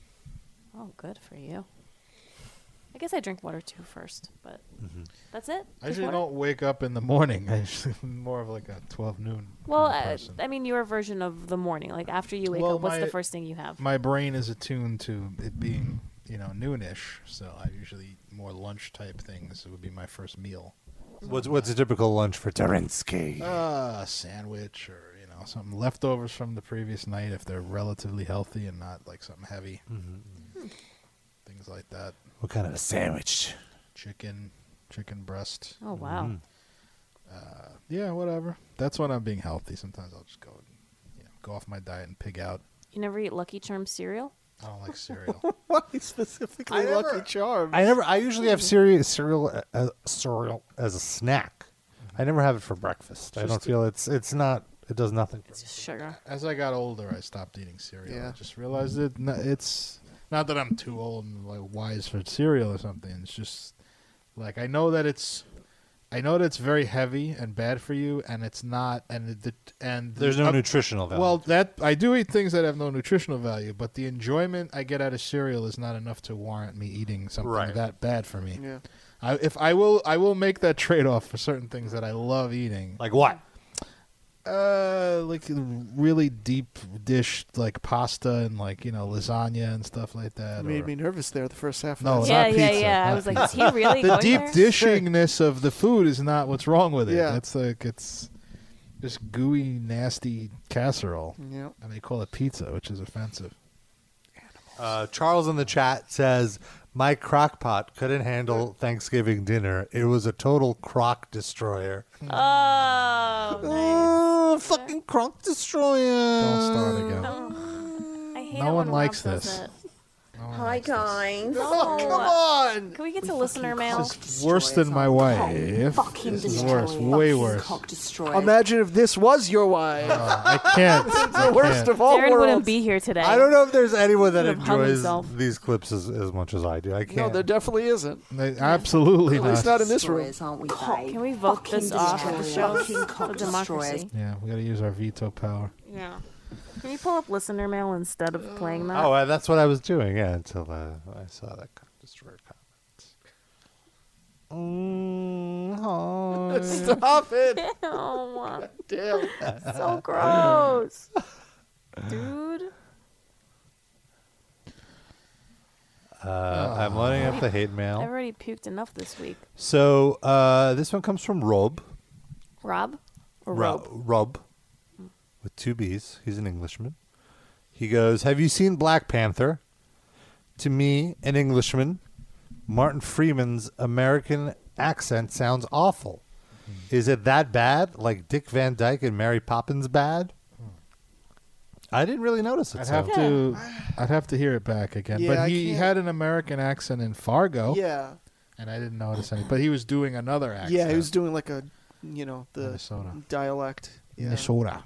[SPEAKER 3] Oh, good for you. I guess I drink water too first, but that's it.
[SPEAKER 5] I
[SPEAKER 3] Just
[SPEAKER 5] usually
[SPEAKER 3] water?
[SPEAKER 5] don't wake up in the morning. I usually am more of like a twelve noon.
[SPEAKER 3] Well, I, I mean, your version of the morning. Like, after you wake
[SPEAKER 5] Well,
[SPEAKER 3] up, what's the
[SPEAKER 5] my-
[SPEAKER 3] first thing you have?
[SPEAKER 5] My brain is attuned to it being, you know, noonish. So I usually eat more lunch type things. It would be my first meal.
[SPEAKER 2] What's what's a typical lunch for
[SPEAKER 3] Mm-hmm.
[SPEAKER 2] Derensky?
[SPEAKER 5] Uh, a sandwich or you know something leftovers from the previous night if they're relatively healthy and not like something heavy.
[SPEAKER 15] Mm-hmm.
[SPEAKER 5] Things like that.
[SPEAKER 2] What kind of a sandwich? Mm-hmm.
[SPEAKER 5] Chicken, chicken breast.
[SPEAKER 3] Oh, wow. Mhm.
[SPEAKER 5] Uh, yeah, whatever. That's when I'm being healthy. Sometimes I'll just go, and, you know, go off my diet and pig out.
[SPEAKER 3] You never eat Lucky Charms cereal?
[SPEAKER 5] I don't like cereal.
[SPEAKER 13] Why specifically Lucky Charms?
[SPEAKER 2] I never. I usually have cereal, cereal, uh, uh, cereal as a snack. I never have it for breakfast. I
[SPEAKER 5] Just
[SPEAKER 2] don't
[SPEAKER 5] a-
[SPEAKER 2] feel it's. It's not. It does nothing. for me.
[SPEAKER 3] Sugar.
[SPEAKER 5] As I got older, I stopped eating cereal.
[SPEAKER 13] Yeah.
[SPEAKER 5] I just realized it. no- It's not that I'm too old and like wise for cereal or something. It's just like I know that it's, I know that it's very heavy and bad for you, and it's not. And it, it- and the-
[SPEAKER 2] There's no
[SPEAKER 5] uh,
[SPEAKER 2] nutritional value.
[SPEAKER 5] Well, that I do eat things that have no nutritional value, but the enjoyment I get out of cereal is not enough to warrant me eating something
[SPEAKER 2] Right.
[SPEAKER 5] that bad for me.
[SPEAKER 13] Yeah.
[SPEAKER 5] I, if I will, I will make that trade off for certain things that I love eating.
[SPEAKER 2] Like what?
[SPEAKER 5] Uh, like really deep dish, like pasta and like you know lasagna and stuff like that.
[SPEAKER 4] made
[SPEAKER 5] or-
[SPEAKER 4] me nervous there the first half. Of
[SPEAKER 5] No, not
[SPEAKER 4] that.
[SPEAKER 5] pizza. not pizza. the deep dishingness of the food is not what's wrong with it.
[SPEAKER 4] Yeah.
[SPEAKER 5] it's like it's just gooey, nasty casserole.
[SPEAKER 4] Yeah.
[SPEAKER 5] and they call it pizza, which is offensive.
[SPEAKER 2] Uh, Charles in the chat says, My crock pot couldn't handle Thanksgiving dinner. It was a total crock destroyer.
[SPEAKER 3] Oh,
[SPEAKER 2] Oh, fucking Kronk Destroyer.
[SPEAKER 5] Don't start again.
[SPEAKER 3] Oh. I hate
[SPEAKER 5] no
[SPEAKER 3] it
[SPEAKER 5] one
[SPEAKER 3] when
[SPEAKER 5] likes
[SPEAKER 3] Rob does
[SPEAKER 5] this.
[SPEAKER 3] it.
[SPEAKER 9] Hi, guys. Oh.
[SPEAKER 3] No.
[SPEAKER 9] on.
[SPEAKER 3] Can we get to listener mail?
[SPEAKER 5] It's worse than my wife.
[SPEAKER 9] fucking
[SPEAKER 5] This is worse.
[SPEAKER 9] destroyer.
[SPEAKER 5] Way worse. Uh,
[SPEAKER 4] Imagine if this was your wife.
[SPEAKER 5] I can't. I
[SPEAKER 4] the worst
[SPEAKER 5] can't.
[SPEAKER 4] of all
[SPEAKER 3] Darren
[SPEAKER 4] worlds.
[SPEAKER 3] wouldn't be here today.
[SPEAKER 2] I don't know if there's anyone that
[SPEAKER 3] Could've hung
[SPEAKER 2] enjoys
[SPEAKER 3] himself.
[SPEAKER 2] these clips as, as much as I do. I
[SPEAKER 4] No,
[SPEAKER 2] can't.
[SPEAKER 4] there definitely isn't.
[SPEAKER 5] They- absolutely
[SPEAKER 4] At
[SPEAKER 5] not.
[SPEAKER 4] least not in this room.
[SPEAKER 8] aren't we, babe?
[SPEAKER 3] Can we vote
[SPEAKER 8] Fucking
[SPEAKER 3] this off? It
[SPEAKER 8] destroyer.
[SPEAKER 3] shows
[SPEAKER 8] Fucking
[SPEAKER 3] for
[SPEAKER 8] cock
[SPEAKER 3] democracy.
[SPEAKER 8] destroyers.
[SPEAKER 5] Yeah, we got to use our veto power.
[SPEAKER 3] Yeah. Can you pull up listener mail instead of playing that?
[SPEAKER 2] Oh, uh, that's what I was doing. Yeah, until uh, I saw that Kronk Destroyer
[SPEAKER 15] Mm-hmm.
[SPEAKER 2] comment.
[SPEAKER 4] Stop it.
[SPEAKER 3] Ew.
[SPEAKER 4] Damn.
[SPEAKER 3] Oh, so gross. Dude.
[SPEAKER 2] Uh, I'm loading up the hate mail.
[SPEAKER 3] I've already puked enough this week.
[SPEAKER 2] So uh, this one comes from Rob.
[SPEAKER 3] Rob? Or
[SPEAKER 2] Ro-
[SPEAKER 3] Rob?
[SPEAKER 2] Rob, with two B's. He's an Englishman. He goes, Have you seen Black Panther? To me, an Englishman, Martin Freeman's American accent sounds awful.
[SPEAKER 5] Hmm.
[SPEAKER 2] Is it that bad? Like Dick Van Dyke and Mary Poppins bad? I didn't really notice it.
[SPEAKER 5] Hmm. I'd
[SPEAKER 2] so-
[SPEAKER 5] have to, I'd have to hear it back again.
[SPEAKER 4] Yeah, I
[SPEAKER 5] but he
[SPEAKER 4] can't-
[SPEAKER 5] had an American accent in Fargo.
[SPEAKER 4] Yeah.
[SPEAKER 5] and I didn't notice any. But he was doing another accent.
[SPEAKER 4] Yeah, he was doing like a, you know, the
[SPEAKER 5] Minnesota.
[SPEAKER 4] dialect. Yeah.
[SPEAKER 5] Minnesota.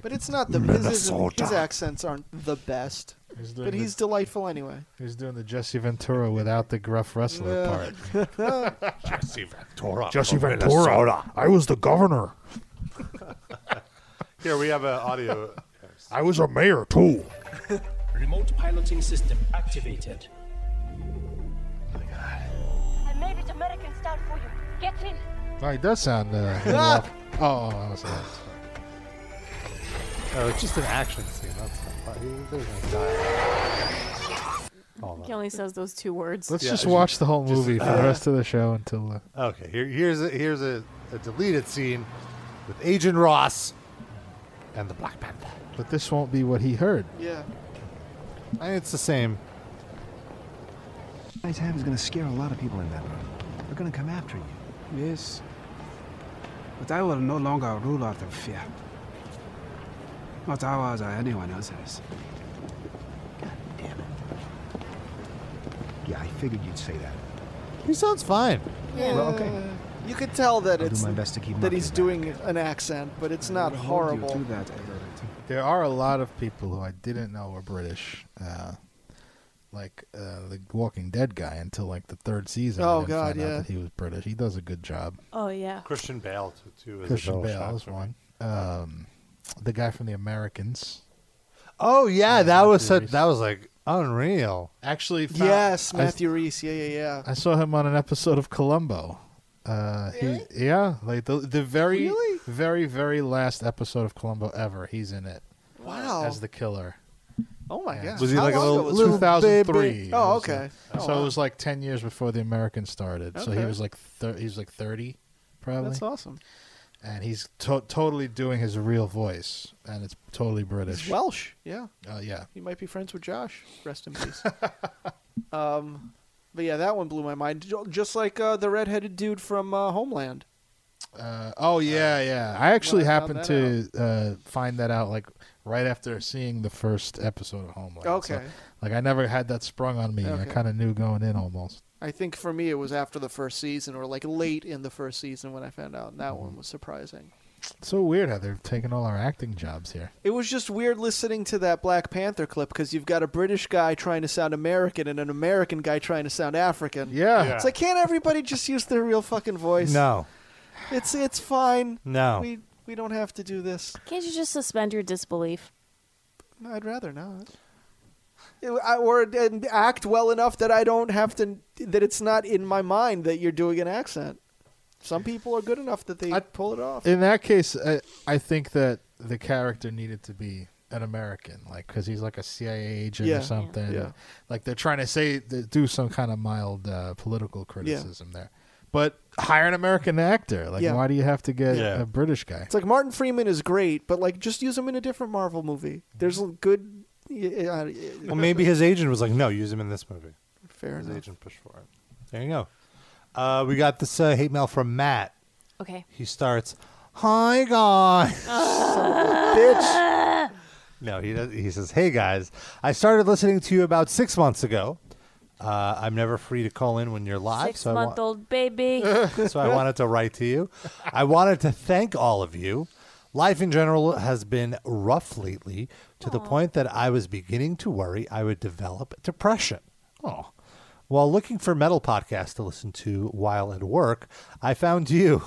[SPEAKER 4] But it's not the his, isn't- his accents aren't the best.
[SPEAKER 5] He's doing
[SPEAKER 4] But he's delightful anyway.
[SPEAKER 5] He was doing the Jesse Ventura without the gruff wrestler part.
[SPEAKER 2] Jesse Ventura.
[SPEAKER 5] Jesse
[SPEAKER 2] from
[SPEAKER 5] Ventura.
[SPEAKER 2] Minnesota.
[SPEAKER 5] I was the governor.
[SPEAKER 2] Here we have an audio.
[SPEAKER 5] I was a mayor too.
[SPEAKER 16] Remote piloting system activated.
[SPEAKER 17] I made it American style for you. Get in.
[SPEAKER 5] Oh, he does sound. Uh, a little off. oh, oh, I was sorry.
[SPEAKER 2] Oh, it's just an action scene. That's not funny. There's no dialogue. Hold on.
[SPEAKER 3] He only says those two words.
[SPEAKER 5] Let's just watch the whole
[SPEAKER 2] just-
[SPEAKER 5] movie
[SPEAKER 4] uh,
[SPEAKER 5] for the rest of the show until. Uh,
[SPEAKER 2] Okay, here, here's a, here's a, a deleted scene with Agent Ross and the Black Panther.
[SPEAKER 5] but this won't be what he heard.
[SPEAKER 4] Yeah.
[SPEAKER 2] I mean, it's the same.
[SPEAKER 18] Nice ham is going to scare a lot of people in that room. They're going to come after you. Yes. But I will no longer rule out of fear. Not ours or anyone else's.
[SPEAKER 19] Yeah, I figured you'd say that.
[SPEAKER 2] He sounds fine.
[SPEAKER 4] Yeah.
[SPEAKER 19] Well, okay.
[SPEAKER 4] You could tell that
[SPEAKER 19] I'll do
[SPEAKER 4] it's
[SPEAKER 19] my best to keep
[SPEAKER 4] that
[SPEAKER 19] Mark
[SPEAKER 4] he's doing an accent, but it's not horrible.
[SPEAKER 5] There are a lot of people who I didn't know were British, uh, like uh, the Walking Dead guy until like the third season. I
[SPEAKER 4] Oh,
[SPEAKER 5] didn't
[SPEAKER 4] God,
[SPEAKER 5] find out
[SPEAKER 4] yeah.
[SPEAKER 5] that he was British. He does a good job.
[SPEAKER 3] Oh, yeah.
[SPEAKER 2] Christian Bale too. too is
[SPEAKER 5] Christian
[SPEAKER 2] a double
[SPEAKER 5] Bale
[SPEAKER 2] shot
[SPEAKER 5] is
[SPEAKER 2] for me.
[SPEAKER 5] one. Um, the guy from The Americans.
[SPEAKER 2] Oh yeah, that was such, that was like unreal.
[SPEAKER 5] Actually, found-
[SPEAKER 4] Yes,
[SPEAKER 5] I-
[SPEAKER 4] Matthew Reese. Yeah, yeah, yeah.
[SPEAKER 5] I saw him on an episode of Columbo. Uh, really? he, yeah, like the the very, very, very last episode of Columbo ever. He's in it.
[SPEAKER 4] Wow.
[SPEAKER 5] As the killer.
[SPEAKER 4] Oh my gosh.
[SPEAKER 2] Was he like a little-
[SPEAKER 4] little
[SPEAKER 5] 2003?
[SPEAKER 4] baby? Oh,
[SPEAKER 5] It was, uh,
[SPEAKER 4] okay. Oh,
[SPEAKER 5] so
[SPEAKER 4] wow.
[SPEAKER 5] it was like 10 years before the Americans started. So he
[SPEAKER 4] Okay.
[SPEAKER 5] was like thir- he was like 30, probably.
[SPEAKER 4] That's awesome.
[SPEAKER 5] And he's to- totally doing his real voice, and it's totally British.
[SPEAKER 4] He's Welsh. Yeah.
[SPEAKER 5] Oh yeah.
[SPEAKER 4] He might be friends with Josh. Rest in peace. um, but yeah, that one blew my mind. J- Just like uh, the redheaded dude from uh, Homeland.
[SPEAKER 5] Uh, oh yeah, yeah. I actually
[SPEAKER 4] well, I found
[SPEAKER 5] happened to
[SPEAKER 4] that
[SPEAKER 5] uh, find that out like right after seeing the first episode of Homeland. So,
[SPEAKER 4] Okay.
[SPEAKER 5] like I never had that sprung on me. I
[SPEAKER 4] Okay.
[SPEAKER 5] kind of knew going in almost.
[SPEAKER 4] I think for me it was after the first season or like late in the first season when I found out. And that one
[SPEAKER 5] Mm-hmm.
[SPEAKER 4] was surprising.
[SPEAKER 5] It's so weird how they're taking all our acting jobs here.
[SPEAKER 4] It was just weird listening to that Black Panther clip because you've got a British guy trying to sound American and an American guy trying to sound African.
[SPEAKER 5] Yeah. Yeah.
[SPEAKER 4] It's like, can't everybody just use their real fucking voice?
[SPEAKER 2] No,
[SPEAKER 4] It's it's fine.
[SPEAKER 2] No.
[SPEAKER 4] We we don't have to do this.
[SPEAKER 3] Can't you just suspend your disbelief?
[SPEAKER 4] No, I'd rather not. It- I- or and act well enough that I don't have to that it's not in my mind that you're doing an accent. Some people are good enough that they pull it off.
[SPEAKER 5] In that case, I, I think that the character needed to be an American, like because he's like a CIA agent
[SPEAKER 4] Yeah. Yeah.
[SPEAKER 5] or something.
[SPEAKER 4] Yeah.
[SPEAKER 5] Like they're trying to say they do some kind of mild uh, political criticism there, but hire an American actor. Like
[SPEAKER 4] Yeah.
[SPEAKER 5] why do you have to get
[SPEAKER 4] Yeah.
[SPEAKER 5] a British guy?
[SPEAKER 4] It's like Martin Freeman is great, but like just use him in a different Marvel movie. There's a good. Uh,
[SPEAKER 2] Well, maybe his agent was like, "No, use him in this movie."
[SPEAKER 4] Fair
[SPEAKER 2] his
[SPEAKER 4] enough.
[SPEAKER 2] agent pushed for it. There you go. Uh, we got this uh, hate mail from Matt.
[SPEAKER 3] Okay.
[SPEAKER 2] He starts, "Hi guys."
[SPEAKER 4] bitch.
[SPEAKER 2] No, he does, he says, "Hey guys, I started listening to you about six months ago. Uh, I'm never free to call in when you're live,
[SPEAKER 3] Six
[SPEAKER 2] so I want-
[SPEAKER 3] month old baby.
[SPEAKER 2] so I wanted to write to you. I wanted to thank all of you. Life in general has been rough lately to the point that I was beginning to worry I would develop depression. Oh. While looking for metal podcasts to listen to while at work, I found you.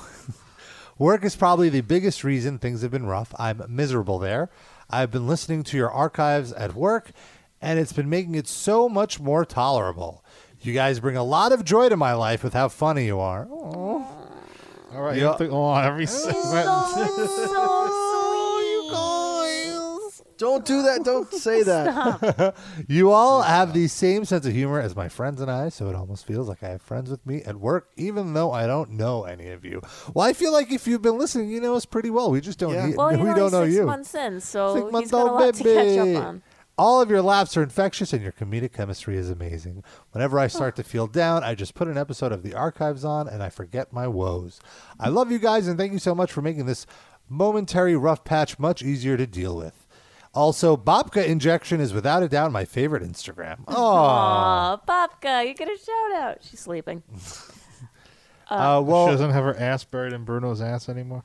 [SPEAKER 2] Work is probably the biggest reason things have been rough. I'm miserable there. I've been listening to your archives at work, and it's been making it so much more tolerable. You guys bring a lot of joy to my life with how funny you are.
[SPEAKER 5] All right,
[SPEAKER 2] Yeah.
[SPEAKER 5] you have to go on every
[SPEAKER 4] Don't do that. Don't say that.
[SPEAKER 2] you all have the same sense of humor as my friends and I, so it almost feels like I have friends with me at work, even though I don't know any of you. Well, I feel like if you've been listening, you know us pretty well. We just don't.
[SPEAKER 3] Yeah.
[SPEAKER 2] need-
[SPEAKER 3] Well, he's
[SPEAKER 2] we
[SPEAKER 3] only
[SPEAKER 2] don't know
[SPEAKER 3] six
[SPEAKER 2] you.
[SPEAKER 3] months in, so
[SPEAKER 2] Six
[SPEAKER 3] he's
[SPEAKER 2] months
[SPEAKER 3] got a
[SPEAKER 2] old
[SPEAKER 3] lot to catch
[SPEAKER 2] baby.
[SPEAKER 3] up on.
[SPEAKER 2] All of your laughs are infectious and your comedic chemistry is amazing. Whenever I start to feel down, I just put an episode of the archives on and I forget my woes. I love you guys and thank you so much for making this momentary rough patch much easier to deal with. Also, Bobka Injection is without a doubt my favorite Instagram. Oh,
[SPEAKER 3] Aw, Popka, you get a shout out. She's sleeping.
[SPEAKER 2] Uh, well-
[SPEAKER 5] she doesn't have her ass buried in Bruno's ass anymore.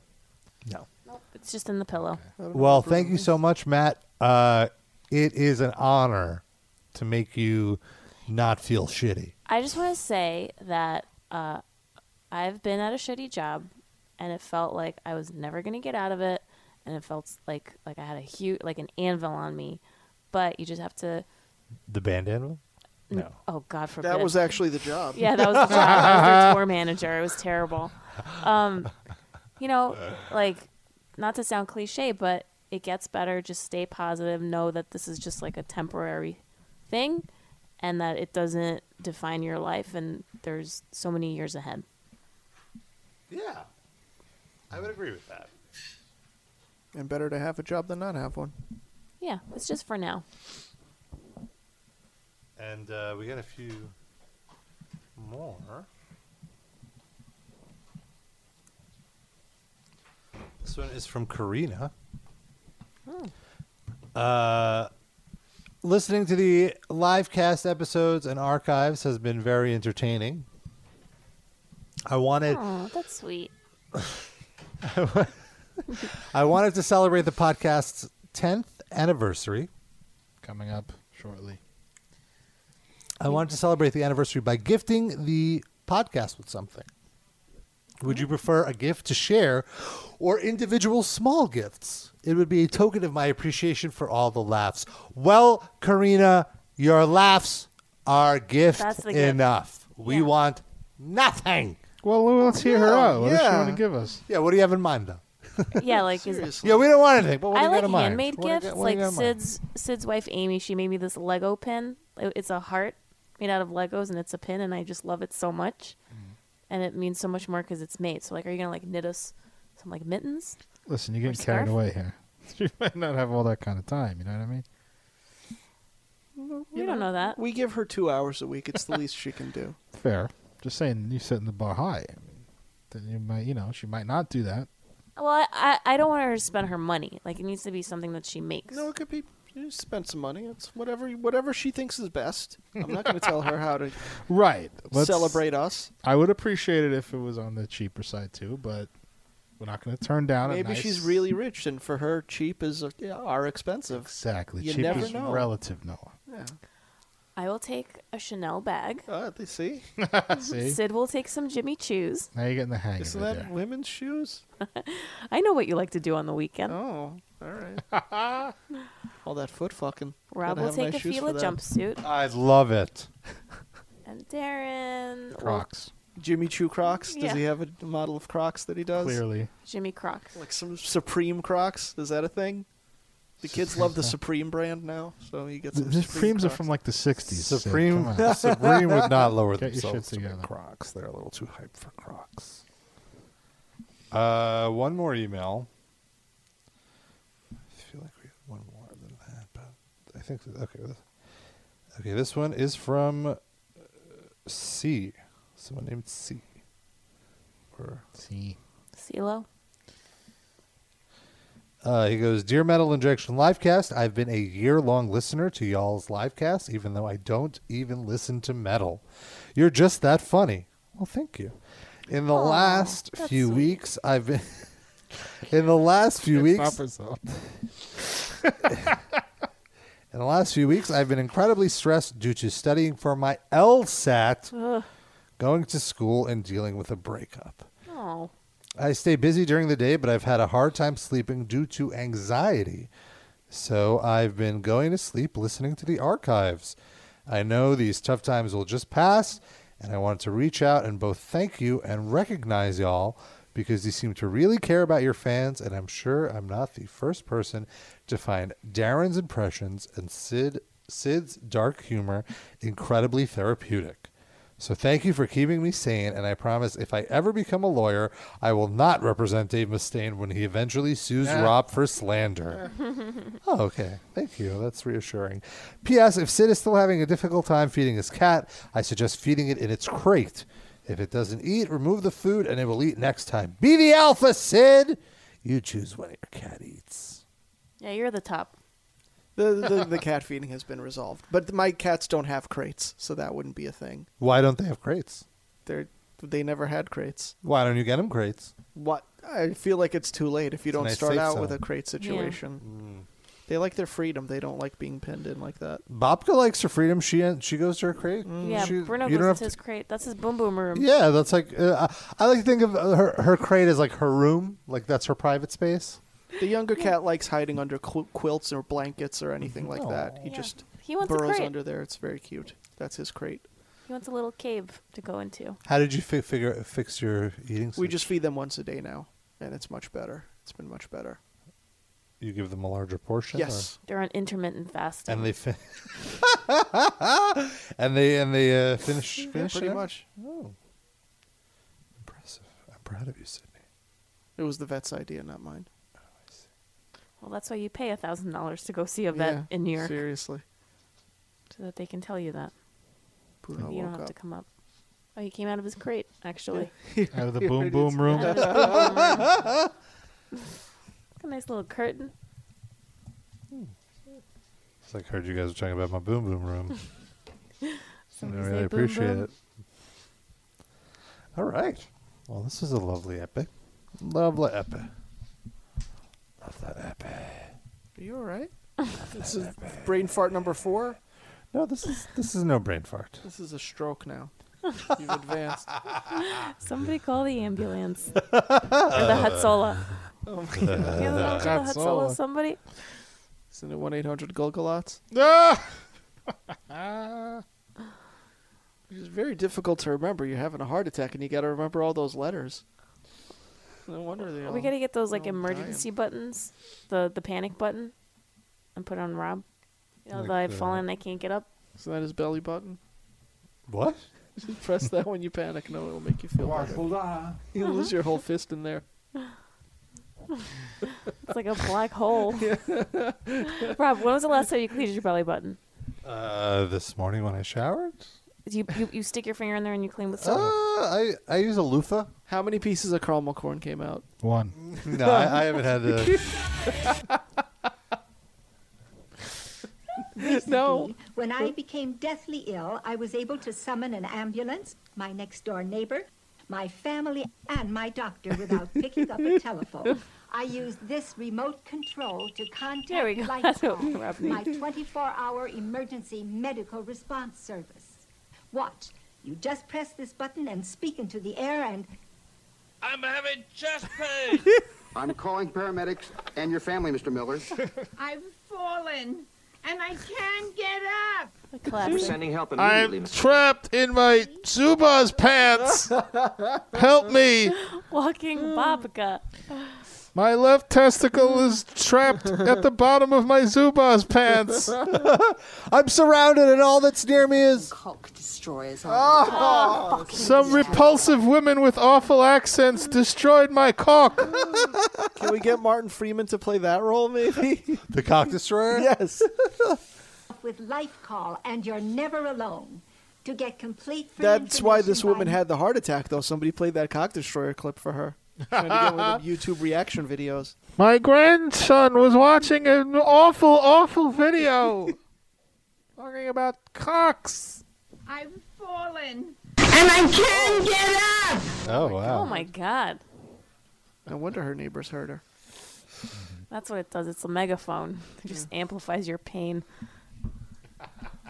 [SPEAKER 2] No.
[SPEAKER 3] It's just in the pillow.
[SPEAKER 2] Well, thank you so much, Matt. Uh, it is an honor to make you not feel shitty.
[SPEAKER 3] I just want to say that uh, I've been at a shitty job, and it felt like I was never going to get out of it, and it felt like like I had a huge like an anvil on me. But you just have to.
[SPEAKER 2] The band animal? No.
[SPEAKER 3] Oh God forbid.
[SPEAKER 4] That was actually the job.
[SPEAKER 3] Yeah, that was the job. I was their tour manager. It was terrible. Um, you know, like not to sound cliche, but it gets better. Just stay positive. Know that this is just like a temporary thing, and that it doesn't define your life. And there's so many years ahead.
[SPEAKER 2] Yeah. I would agree with that.
[SPEAKER 4] And better to have a job than not have one.
[SPEAKER 3] Yeah, it's just for now.
[SPEAKER 2] And uh, we got a few more. This one is from Karina. Uh, listening to the live cast episodes and archives has been very entertaining. I wanted
[SPEAKER 3] Oh, that's sweet.
[SPEAKER 2] I wanted to celebrate the podcast's 10th anniversary.
[SPEAKER 5] Coming up shortly.
[SPEAKER 2] I wanted to celebrate the anniversary by gifting the podcast with something. Would you prefer a gift to share or individual small gifts? It would be a token of my appreciation for all the laughs. Well, Karina, your laughs are gift
[SPEAKER 3] That's the gift.
[SPEAKER 2] enough. We want nothing.
[SPEAKER 5] Well, let's hear her out. What does she want
[SPEAKER 2] yeah.
[SPEAKER 5] to give us?
[SPEAKER 2] Yeah, what do you have in mind, though?
[SPEAKER 3] Yeah, like is
[SPEAKER 2] Yeah, we don't want anything. But what do
[SPEAKER 3] I
[SPEAKER 2] you
[SPEAKER 3] like
[SPEAKER 2] got in mind?
[SPEAKER 3] handmade
[SPEAKER 2] What do you
[SPEAKER 3] gifts.
[SPEAKER 2] got- what do
[SPEAKER 3] like
[SPEAKER 2] you got in mind?
[SPEAKER 3] Sid's Sid's wife Amy, she made me this Lego pin. It- It's a heart made out of Legos, and it's a pin, and I just love it so much.
[SPEAKER 2] Mm-hmm.
[SPEAKER 3] And it means so much more because it's made. So like, are you gonna like knit us some like mittens?
[SPEAKER 5] Listen, you're getting
[SPEAKER 3] Or
[SPEAKER 5] carried
[SPEAKER 3] scarf?
[SPEAKER 5] away here. She might not have all that kind of time. You know what I mean?
[SPEAKER 3] You don't know that.
[SPEAKER 4] We give her two hours a week. It's the least she can do.
[SPEAKER 5] Fair. Just saying, you setting the bar high. I mean, then you might, you know, she might not do that.
[SPEAKER 3] Well, I, I I don't want her to spend her money. Like it needs to be something that she makes.
[SPEAKER 4] No, it could be. You spend some money. It's whatever whatever she thinks is best. I'm not going to tell her how to
[SPEAKER 5] Right. Let's-
[SPEAKER 4] celebrate us.
[SPEAKER 5] I would appreciate it if it was on the cheaper side too, but we're not going to turn down.
[SPEAKER 4] Maybe
[SPEAKER 5] a nice,
[SPEAKER 4] she's really rich, and for her, cheap is uh, yeah, are expensive.
[SPEAKER 5] exactly
[SPEAKER 4] You
[SPEAKER 5] cheap
[SPEAKER 4] never
[SPEAKER 5] is
[SPEAKER 4] know.
[SPEAKER 5] relative. Noah.
[SPEAKER 4] Yeah.
[SPEAKER 3] I will take a Chanel bag.
[SPEAKER 4] Uh, they see.
[SPEAKER 5] Oh, See?
[SPEAKER 3] Sid will take some Jimmy Choo's.
[SPEAKER 5] Now you're getting the hang
[SPEAKER 4] Isn't
[SPEAKER 5] of it.
[SPEAKER 4] that women's shoes?
[SPEAKER 3] I know what you like to do on the weekend.
[SPEAKER 4] Oh, all right. All that foot fucking.
[SPEAKER 3] Rob
[SPEAKER 4] Gotta
[SPEAKER 3] will
[SPEAKER 4] have nice
[SPEAKER 3] take a
[SPEAKER 4] shoes for
[SPEAKER 3] Fila
[SPEAKER 4] that.
[SPEAKER 3] jumpsuit,
[SPEAKER 2] I love it.
[SPEAKER 3] and Darren will
[SPEAKER 5] Crocs.
[SPEAKER 4] Jimmy Choo Crocs? Does
[SPEAKER 3] Yeah.
[SPEAKER 4] he have a model of Crocs that he does?
[SPEAKER 5] Clearly.
[SPEAKER 3] Jimmy Crocs.
[SPEAKER 4] Like some Supreme Crocs. Is that a thing? The kids love the Supreme brand now, so he gets
[SPEAKER 5] The
[SPEAKER 4] some
[SPEAKER 5] the
[SPEAKER 4] Supreme
[SPEAKER 5] Supremes are
[SPEAKER 4] Crocs.
[SPEAKER 5] from like the 60s. Sid,
[SPEAKER 2] Supreme-
[SPEAKER 5] come on.
[SPEAKER 2] Supreme would not lower
[SPEAKER 5] Get your shit
[SPEAKER 2] themselves to
[SPEAKER 5] together.
[SPEAKER 2] Crocs. They're a little too hype for Crocs. Uh, one more email. I feel like we have one more than that, but I think okay. This, okay, this one is from uh, C. Someone named C. Or C.
[SPEAKER 3] CeeLo.
[SPEAKER 2] Uh, he goes, Dear Metal Injection Livecast, I've been a year long listener to y'all's livecast, even though I don't even listen to metal. You're just that funny. Well, thank you. In the
[SPEAKER 5] Aw,
[SPEAKER 2] last
[SPEAKER 5] that's
[SPEAKER 2] few
[SPEAKER 5] sweet.
[SPEAKER 2] weeks, I've been. In the last few weeks. In the last few weeks, I've been incredibly stressed due to studying for my LSAT,
[SPEAKER 5] Uh-huh.
[SPEAKER 3] Ugh.
[SPEAKER 2] going to school, and dealing with a breakup.
[SPEAKER 3] Oh.
[SPEAKER 2] I stay busy during the day, but I've had a hard time sleeping due to anxiety. So I've been going to sleep listening to the archives. I know these tough times will just pass, and I wanted to reach out and both thank you and recognize y'all because you seem to really care about your fans, and I'm sure I'm not the first person to find Darren's impressions and Sid Sid's dark humor incredibly therapeutic. So thank you for keeping me sane, and I promise if I ever become a lawyer, I will not represent Dave Mustaine when he eventually sues
[SPEAKER 5] Yeah.
[SPEAKER 2] Rob for slander. Oh, okay. Thank you. That's reassuring. P.S. If Sid is still having a difficult time feeding his cat, I suggest feeding it in its crate. If it doesn't eat, remove the food and it will eat next time. Be the alpha, Sid! You choose when your cat eats.
[SPEAKER 3] Yeah, you're the top.
[SPEAKER 4] The, the the cat feeding has been resolved, but my cats don't have crates, so that wouldn't be a thing.
[SPEAKER 2] Why don't they have crates?
[SPEAKER 4] They're they never had crates.
[SPEAKER 2] Why don't you get them crates?
[SPEAKER 4] What I feel like it's too late if you
[SPEAKER 2] It's a
[SPEAKER 4] don't
[SPEAKER 2] nice
[SPEAKER 4] start
[SPEAKER 2] safe
[SPEAKER 4] out
[SPEAKER 2] zone. Mm.
[SPEAKER 4] with a crate
[SPEAKER 2] Yeah.
[SPEAKER 4] situation. They like their freedom. They don't like being pinned in like that.
[SPEAKER 2] Bobka likes her freedom. She she goes to her crate.
[SPEAKER 4] Mm,
[SPEAKER 3] Yeah,
[SPEAKER 2] She-
[SPEAKER 3] Bruno
[SPEAKER 2] you
[SPEAKER 3] goes
[SPEAKER 2] don't have
[SPEAKER 3] into his crate. That's his boom boom room.
[SPEAKER 2] Yeah, that's like uh, I I like to think of uh, her her crate as like her room, like that's her private space.
[SPEAKER 4] The younger cat likes hiding under qu- quilts or blankets or anything like that. He
[SPEAKER 3] Yeah.
[SPEAKER 4] just
[SPEAKER 3] He wants a
[SPEAKER 4] burrows
[SPEAKER 3] crate.
[SPEAKER 4] under there. It's very cute. That's his crate.
[SPEAKER 3] He wants a little cave to go into.
[SPEAKER 2] How did you fi- figure fix your eating?
[SPEAKER 4] We just feed them once a day now, and it's much better. It's been much better.
[SPEAKER 2] You give them a larger portion. or-
[SPEAKER 4] Yes.
[SPEAKER 3] They're on intermittent fasting.
[SPEAKER 2] and they fin- and they and they uh, finish
[SPEAKER 4] Yeah,
[SPEAKER 2] finish
[SPEAKER 4] pretty
[SPEAKER 2] it out?
[SPEAKER 4] much.
[SPEAKER 2] Oh. Impressive. I'm proud of you, Sydney.
[SPEAKER 4] It was the vet's idea, not mine.
[SPEAKER 3] Well, that's why you pay a thousand dollars to go see a vet
[SPEAKER 4] Yeah,
[SPEAKER 3] in New York,
[SPEAKER 4] Seriously.
[SPEAKER 3] so that they can tell you that.
[SPEAKER 4] Bruno
[SPEAKER 3] you don't
[SPEAKER 4] woke
[SPEAKER 3] have
[SPEAKER 4] up.
[SPEAKER 3] to come up. Oh, he came out of his crate actually.
[SPEAKER 5] Out of the
[SPEAKER 4] Here
[SPEAKER 5] boom
[SPEAKER 4] it
[SPEAKER 5] boom
[SPEAKER 4] is.
[SPEAKER 5] room.
[SPEAKER 3] Out of his boom boom room. a nice little curtain.
[SPEAKER 2] It's like heard you guys were talking about my boom boom room. I
[SPEAKER 3] Somebody
[SPEAKER 2] really
[SPEAKER 3] say boom
[SPEAKER 2] appreciate
[SPEAKER 3] boom.
[SPEAKER 2] it. All right. Well, this is a lovely epic. Lovely epic. Love that epic.
[SPEAKER 4] Are you all right? this is brain fart number four.
[SPEAKER 2] No, this is this is no brain fart.
[SPEAKER 4] This is a stroke now. You've advanced.
[SPEAKER 3] Somebody call the ambulance or the
[SPEAKER 4] Uh,
[SPEAKER 3] Hatzola.
[SPEAKER 4] Oh my
[SPEAKER 3] You guys don't know
[SPEAKER 4] god.
[SPEAKER 3] the Hatzola, somebody.
[SPEAKER 4] Isn't it 1 800 Gulgalots? It's very difficult to remember. You're having a heart attack and you got to remember all those letters. No wonder they all.
[SPEAKER 20] Oh.
[SPEAKER 3] We gotta get those like
[SPEAKER 4] they're all dying.
[SPEAKER 3] emergency buttons, the the panic button, and put on Rob. You know,
[SPEAKER 4] Like
[SPEAKER 3] that I've
[SPEAKER 4] the-
[SPEAKER 3] fallen, I can't get up.
[SPEAKER 4] Isn't that his belly button?
[SPEAKER 2] What?
[SPEAKER 4] Just press that when you panic. No, it'll make you feel better. You lose your whole fist in there.
[SPEAKER 3] It's like a black hole. Rob, when was the last time you cleaned your belly button?
[SPEAKER 2] Uh, this morning when I showered,
[SPEAKER 3] Do you, you you stick your finger in there and you clean with
[SPEAKER 2] uh,
[SPEAKER 3] soap?
[SPEAKER 2] I I use a loofah.
[SPEAKER 4] How many pieces of caramel corn came out?
[SPEAKER 5] One.
[SPEAKER 2] No, I, I haven't had a.
[SPEAKER 4] no.
[SPEAKER 19] When I became deathly ill, I was able to summon an ambulance, my next door neighbor, my family, and my doctor without picking up a telephone. I used this remote control to
[SPEAKER 3] There we
[SPEAKER 19] contact
[SPEAKER 3] go. That's what we were up
[SPEAKER 19] LifeCall,
[SPEAKER 3] to.
[SPEAKER 19] my 24-hour emergency medical response service. Watch. You just press this button and speak into the air and
[SPEAKER 15] I'm having chest pain. I'm calling paramedics and your family, Mr. Miller.
[SPEAKER 21] I've fallen
[SPEAKER 19] and I can't get up.
[SPEAKER 5] We're sending
[SPEAKER 21] help
[SPEAKER 5] I'm trapped in my Zuba's pants. Help me.
[SPEAKER 3] Walking babka.
[SPEAKER 5] My left testicle is trapped at the bottom of my Zuba's pants.
[SPEAKER 13] I'm surrounded, and all that's near me is.
[SPEAKER 8] Cock destroyers.
[SPEAKER 5] Oh. Some repulsive women with awful accents destroyed my cock.
[SPEAKER 13] Can we get Martin Freeman to play that role, maybe?
[SPEAKER 2] The cock destroyer?
[SPEAKER 13] yes.
[SPEAKER 19] With Life Call, and you're never alone. To get complete free
[SPEAKER 4] That's why this
[SPEAKER 19] information
[SPEAKER 4] woman
[SPEAKER 19] by-
[SPEAKER 4] had the heart attack, though. Somebody played that cock destroyer clip for her. Trying to get one of them YouTube reaction videos.
[SPEAKER 5] My grandson was watching an awful, awful video talking about cocks.
[SPEAKER 19] I've fallen.
[SPEAKER 3] And I can't get up.
[SPEAKER 2] Oh,
[SPEAKER 3] Oh my god.
[SPEAKER 4] No wonder her neighbors heard her.
[SPEAKER 3] That's what it does. It's a megaphone. It just amplifies your pain.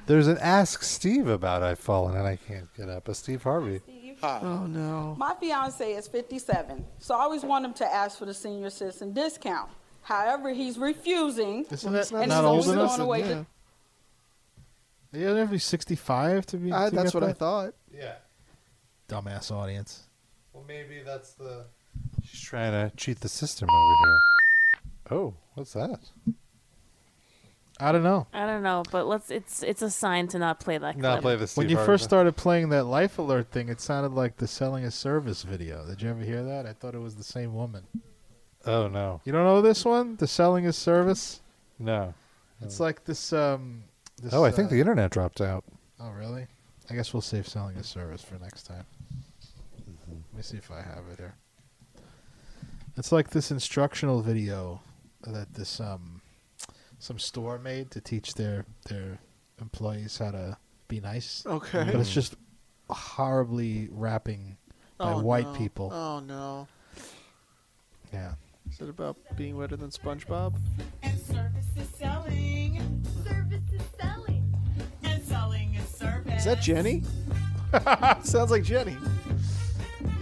[SPEAKER 2] There's an Ask Steve about I've fallen and I can't get up. A Steve Harvey. Oh, no.
[SPEAKER 20] My fiance is 57, so I always want him to ask for the senior citizen discount. However, he's refusing.
[SPEAKER 5] Isn't that not
[SPEAKER 20] and he's
[SPEAKER 5] old
[SPEAKER 20] always
[SPEAKER 5] enough?
[SPEAKER 20] going away
[SPEAKER 5] Yeah.
[SPEAKER 20] to
[SPEAKER 5] You don't have to be 65 to be.
[SPEAKER 4] I,
[SPEAKER 5] to
[SPEAKER 4] Ah, that's
[SPEAKER 5] get
[SPEAKER 4] what I
[SPEAKER 5] that?
[SPEAKER 4] thought.
[SPEAKER 2] Yeah.
[SPEAKER 5] Dumbass audience.
[SPEAKER 2] Well, maybe that's the. She's trying to cheat the system over here. Oh, what's that?
[SPEAKER 5] I don't know.
[SPEAKER 3] I don't know, but let's. It's it's a sign to not play that. clip.
[SPEAKER 5] When you first started playing that Life Alert thing, it sounded like the selling a service video. Did you ever hear that? I thought it was the same woman.
[SPEAKER 2] Oh, no.
[SPEAKER 5] You don't know this one? The selling a service.
[SPEAKER 2] No.
[SPEAKER 5] It's like this. Um, this
[SPEAKER 2] Hmm. oh, I think
[SPEAKER 5] uh,
[SPEAKER 2] the internet dropped out.
[SPEAKER 5] Oh, really? I guess we'll save selling a service for next time.
[SPEAKER 2] Mm-hmm.
[SPEAKER 5] Let me see if I have it here. It's like this instructional video that this um some store made to teach their their employees how to be nice.
[SPEAKER 4] Okay.
[SPEAKER 5] But
[SPEAKER 2] Hmm.
[SPEAKER 5] it's just horribly rapping by
[SPEAKER 4] oh,
[SPEAKER 5] white
[SPEAKER 4] no.
[SPEAKER 5] people.
[SPEAKER 4] Oh no.
[SPEAKER 5] Yeah.
[SPEAKER 4] Is it about being wetter than SpongeBob?
[SPEAKER 22] And service is selling. Service is selling. And selling is service.
[SPEAKER 4] Is that Jenny? Sounds like Jenny.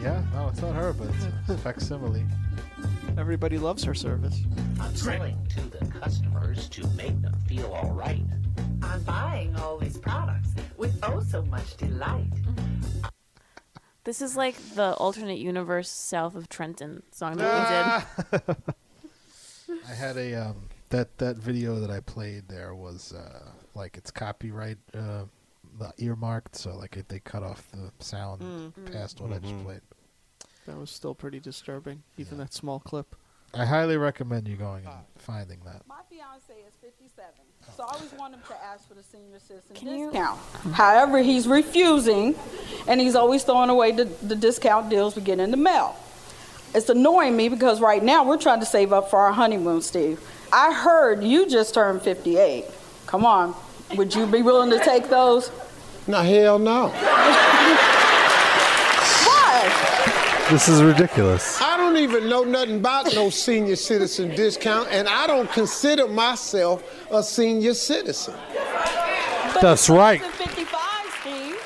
[SPEAKER 5] Yeah, no, it's not her, but it's a facsimile.
[SPEAKER 4] Everybody loves her service.
[SPEAKER 23] I'm selling to the customers to make them feel all right.
[SPEAKER 22] I'm buying all these products with oh so much delight.
[SPEAKER 3] This is like the alternate universe south of Trenton song that
[SPEAKER 5] Ah.
[SPEAKER 3] we did.
[SPEAKER 5] I had a um that that video that I played there was uh like it's copyright uh earmarked, so like it, they cut off the sound
[SPEAKER 4] Mm.
[SPEAKER 5] past what I
[SPEAKER 2] Mm-hmm.
[SPEAKER 5] just
[SPEAKER 4] Mhm.
[SPEAKER 5] played.
[SPEAKER 4] That was still pretty disturbing, even that small clip.
[SPEAKER 5] I highly recommend you going
[SPEAKER 4] Uh.
[SPEAKER 5] and finding that.
[SPEAKER 20] My fiance is 57, so I always want him to ask for the senior citizen
[SPEAKER 22] you-
[SPEAKER 20] discount. However, he's refusing, and he's always throwing away the, the discount deals we get in the mail. It's annoying me because right now we're trying to save up for our honeymoon, Steve. I heard you just turned 58. Come on, would you be willing to take those?
[SPEAKER 2] No, hell no.
[SPEAKER 20] Why?
[SPEAKER 2] This is ridiculous.
[SPEAKER 24] I don't even know nothing about no senior citizen discount, and I don't consider myself a senior citizen.
[SPEAKER 2] That's right.
[SPEAKER 20] It's 55, Steve.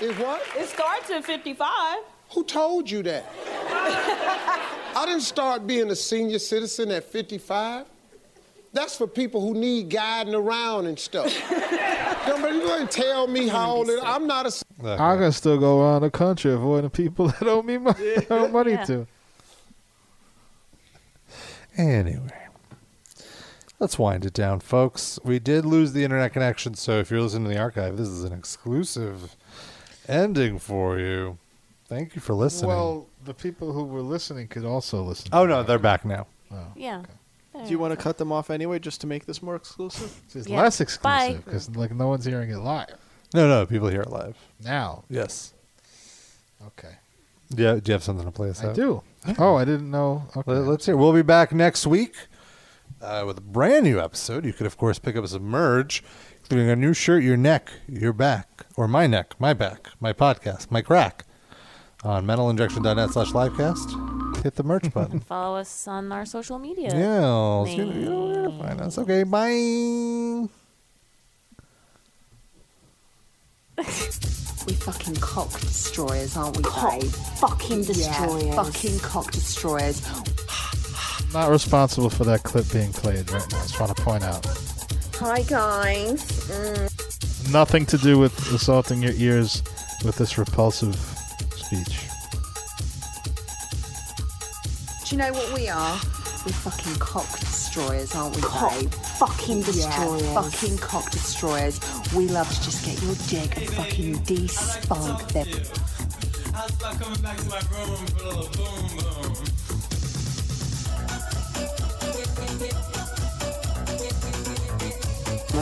[SPEAKER 24] It what?
[SPEAKER 20] It starts at 55.
[SPEAKER 24] Who told you that? I didn't start being a senior citizen at 55. That's for people who need guiding around and stuff. Nobody going to tell me how old it I'm not a.
[SPEAKER 5] I can still go around the country avoiding people that owe me money, owe money
[SPEAKER 24] Yeah.
[SPEAKER 5] to.
[SPEAKER 2] Anyway, let's wind it down, folks. We did lose the internet connection, so if you're listening to the archive, this is an exclusive ending for you. Thank you for listening.
[SPEAKER 5] Well, the people who were listening could also listen.
[SPEAKER 2] oh, no, they're back now.
[SPEAKER 3] Yeah.
[SPEAKER 4] Do you want to cut them off anyway, just to make this more exclusive?
[SPEAKER 5] It's less exclusive because like no one's hearing it live
[SPEAKER 2] No, no, people hear it live.
[SPEAKER 5] now.
[SPEAKER 2] Yes.
[SPEAKER 5] Okay.
[SPEAKER 2] Yeah, do you have something to play us
[SPEAKER 5] I
[SPEAKER 2] out?
[SPEAKER 5] do. Oh, I didn't know. Okay.
[SPEAKER 2] Let- Let's hear. We'll be back next week uh, with a brand new episode. You could, of course, pick up Submerge, including a new shirt, your neck, your back, or my neck, my back, my podcast, my crack on metalinjection.net slash livecast. Hit the merch button.
[SPEAKER 3] Follow us on our social media.
[SPEAKER 2] yeah.
[SPEAKER 3] Thanks.
[SPEAKER 2] You know- you know where to find us. Okay, bye.
[SPEAKER 8] We fucking cock destroyers, aren't we, babe? Fucking
[SPEAKER 19] destroyers.
[SPEAKER 8] Yeah, fucking cock destroyers.
[SPEAKER 5] I'm not responsible for that clip being played right now. I just want to point out.
[SPEAKER 25] Hi, guys. Mm.
[SPEAKER 5] Nothing to do with assaulting your ears with this repulsive speech.
[SPEAKER 8] Do you know what we are? We're fucking cock destroyers, aren't we,
[SPEAKER 26] Cock
[SPEAKER 8] babe?
[SPEAKER 26] fucking destroyers.
[SPEAKER 8] Yeah, fucking cock destroyers. We love to just get your dick and fucking de-spunk them.
[SPEAKER 20] I'll start coming back to my room for a little boom boom.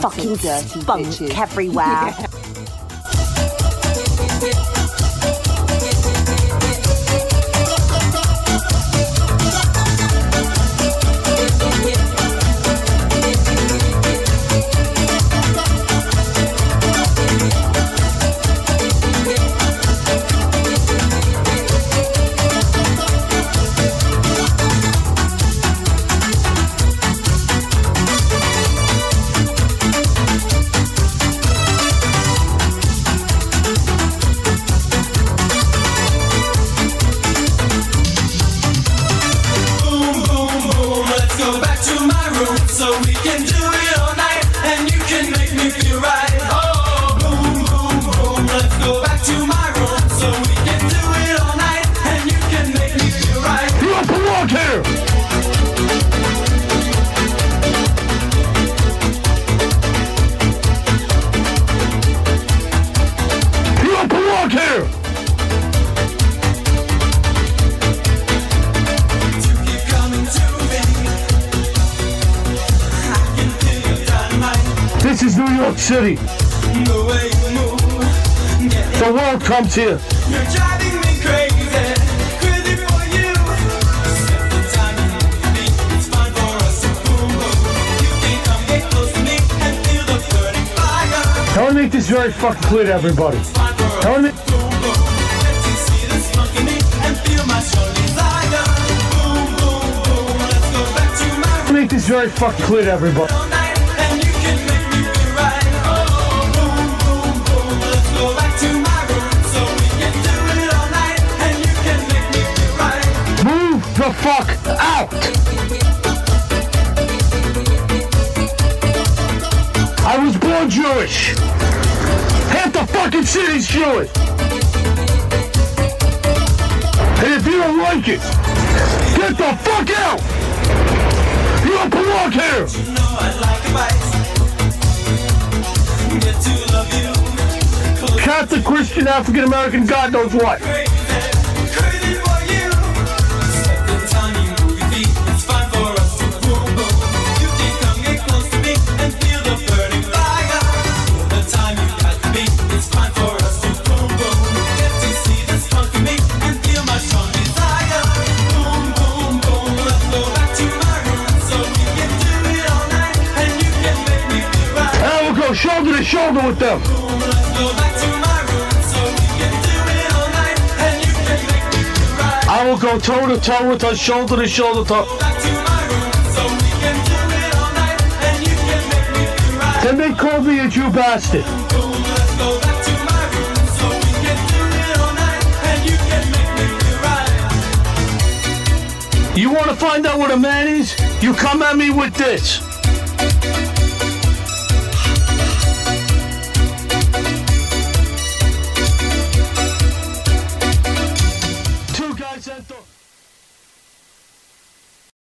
[SPEAKER 8] Fucking dirty spunk bitches. everywhere.
[SPEAKER 20] Boom boom boom. Let's go back to my room so we can do it all night and you can make me feel right. Oh, boom boom boom. Let's go back to my room so we can do it all night and you can make me feel right. You're blocked here. You're blocked here.
[SPEAKER 15] This is New York City. The world comes
[SPEAKER 20] You're
[SPEAKER 15] here.
[SPEAKER 20] driving me crazy, crazy for you. Set the time and beat. It's fine for us to boom boom. You can come get close to me and feel the burning fire.
[SPEAKER 15] I want to make this very fucking clear to everybody. I want to make
[SPEAKER 20] Boom boom, let you see the smoke in me and feel my strong desire. Boom boom boom, let's go back to my
[SPEAKER 15] I wanna make this very fucking clear to everybody.
[SPEAKER 20] night and you can make me feel right. Oh, boom boom boom, let's go back to my room so we can do it all night and you can make me feel right.
[SPEAKER 15] Move the fuck out! I was born Jewish. Half the fucking city's Jewish. And if you don't like it, get the fuck out! You don't belong here! Catholic, Christian, African American, God knows what. I will go shoulder to shoulder with them. I will go toe to toe with her, shoulder to shoulder. To- then they called me a Jew bastard. You want to find out what a man is? You come at me with this.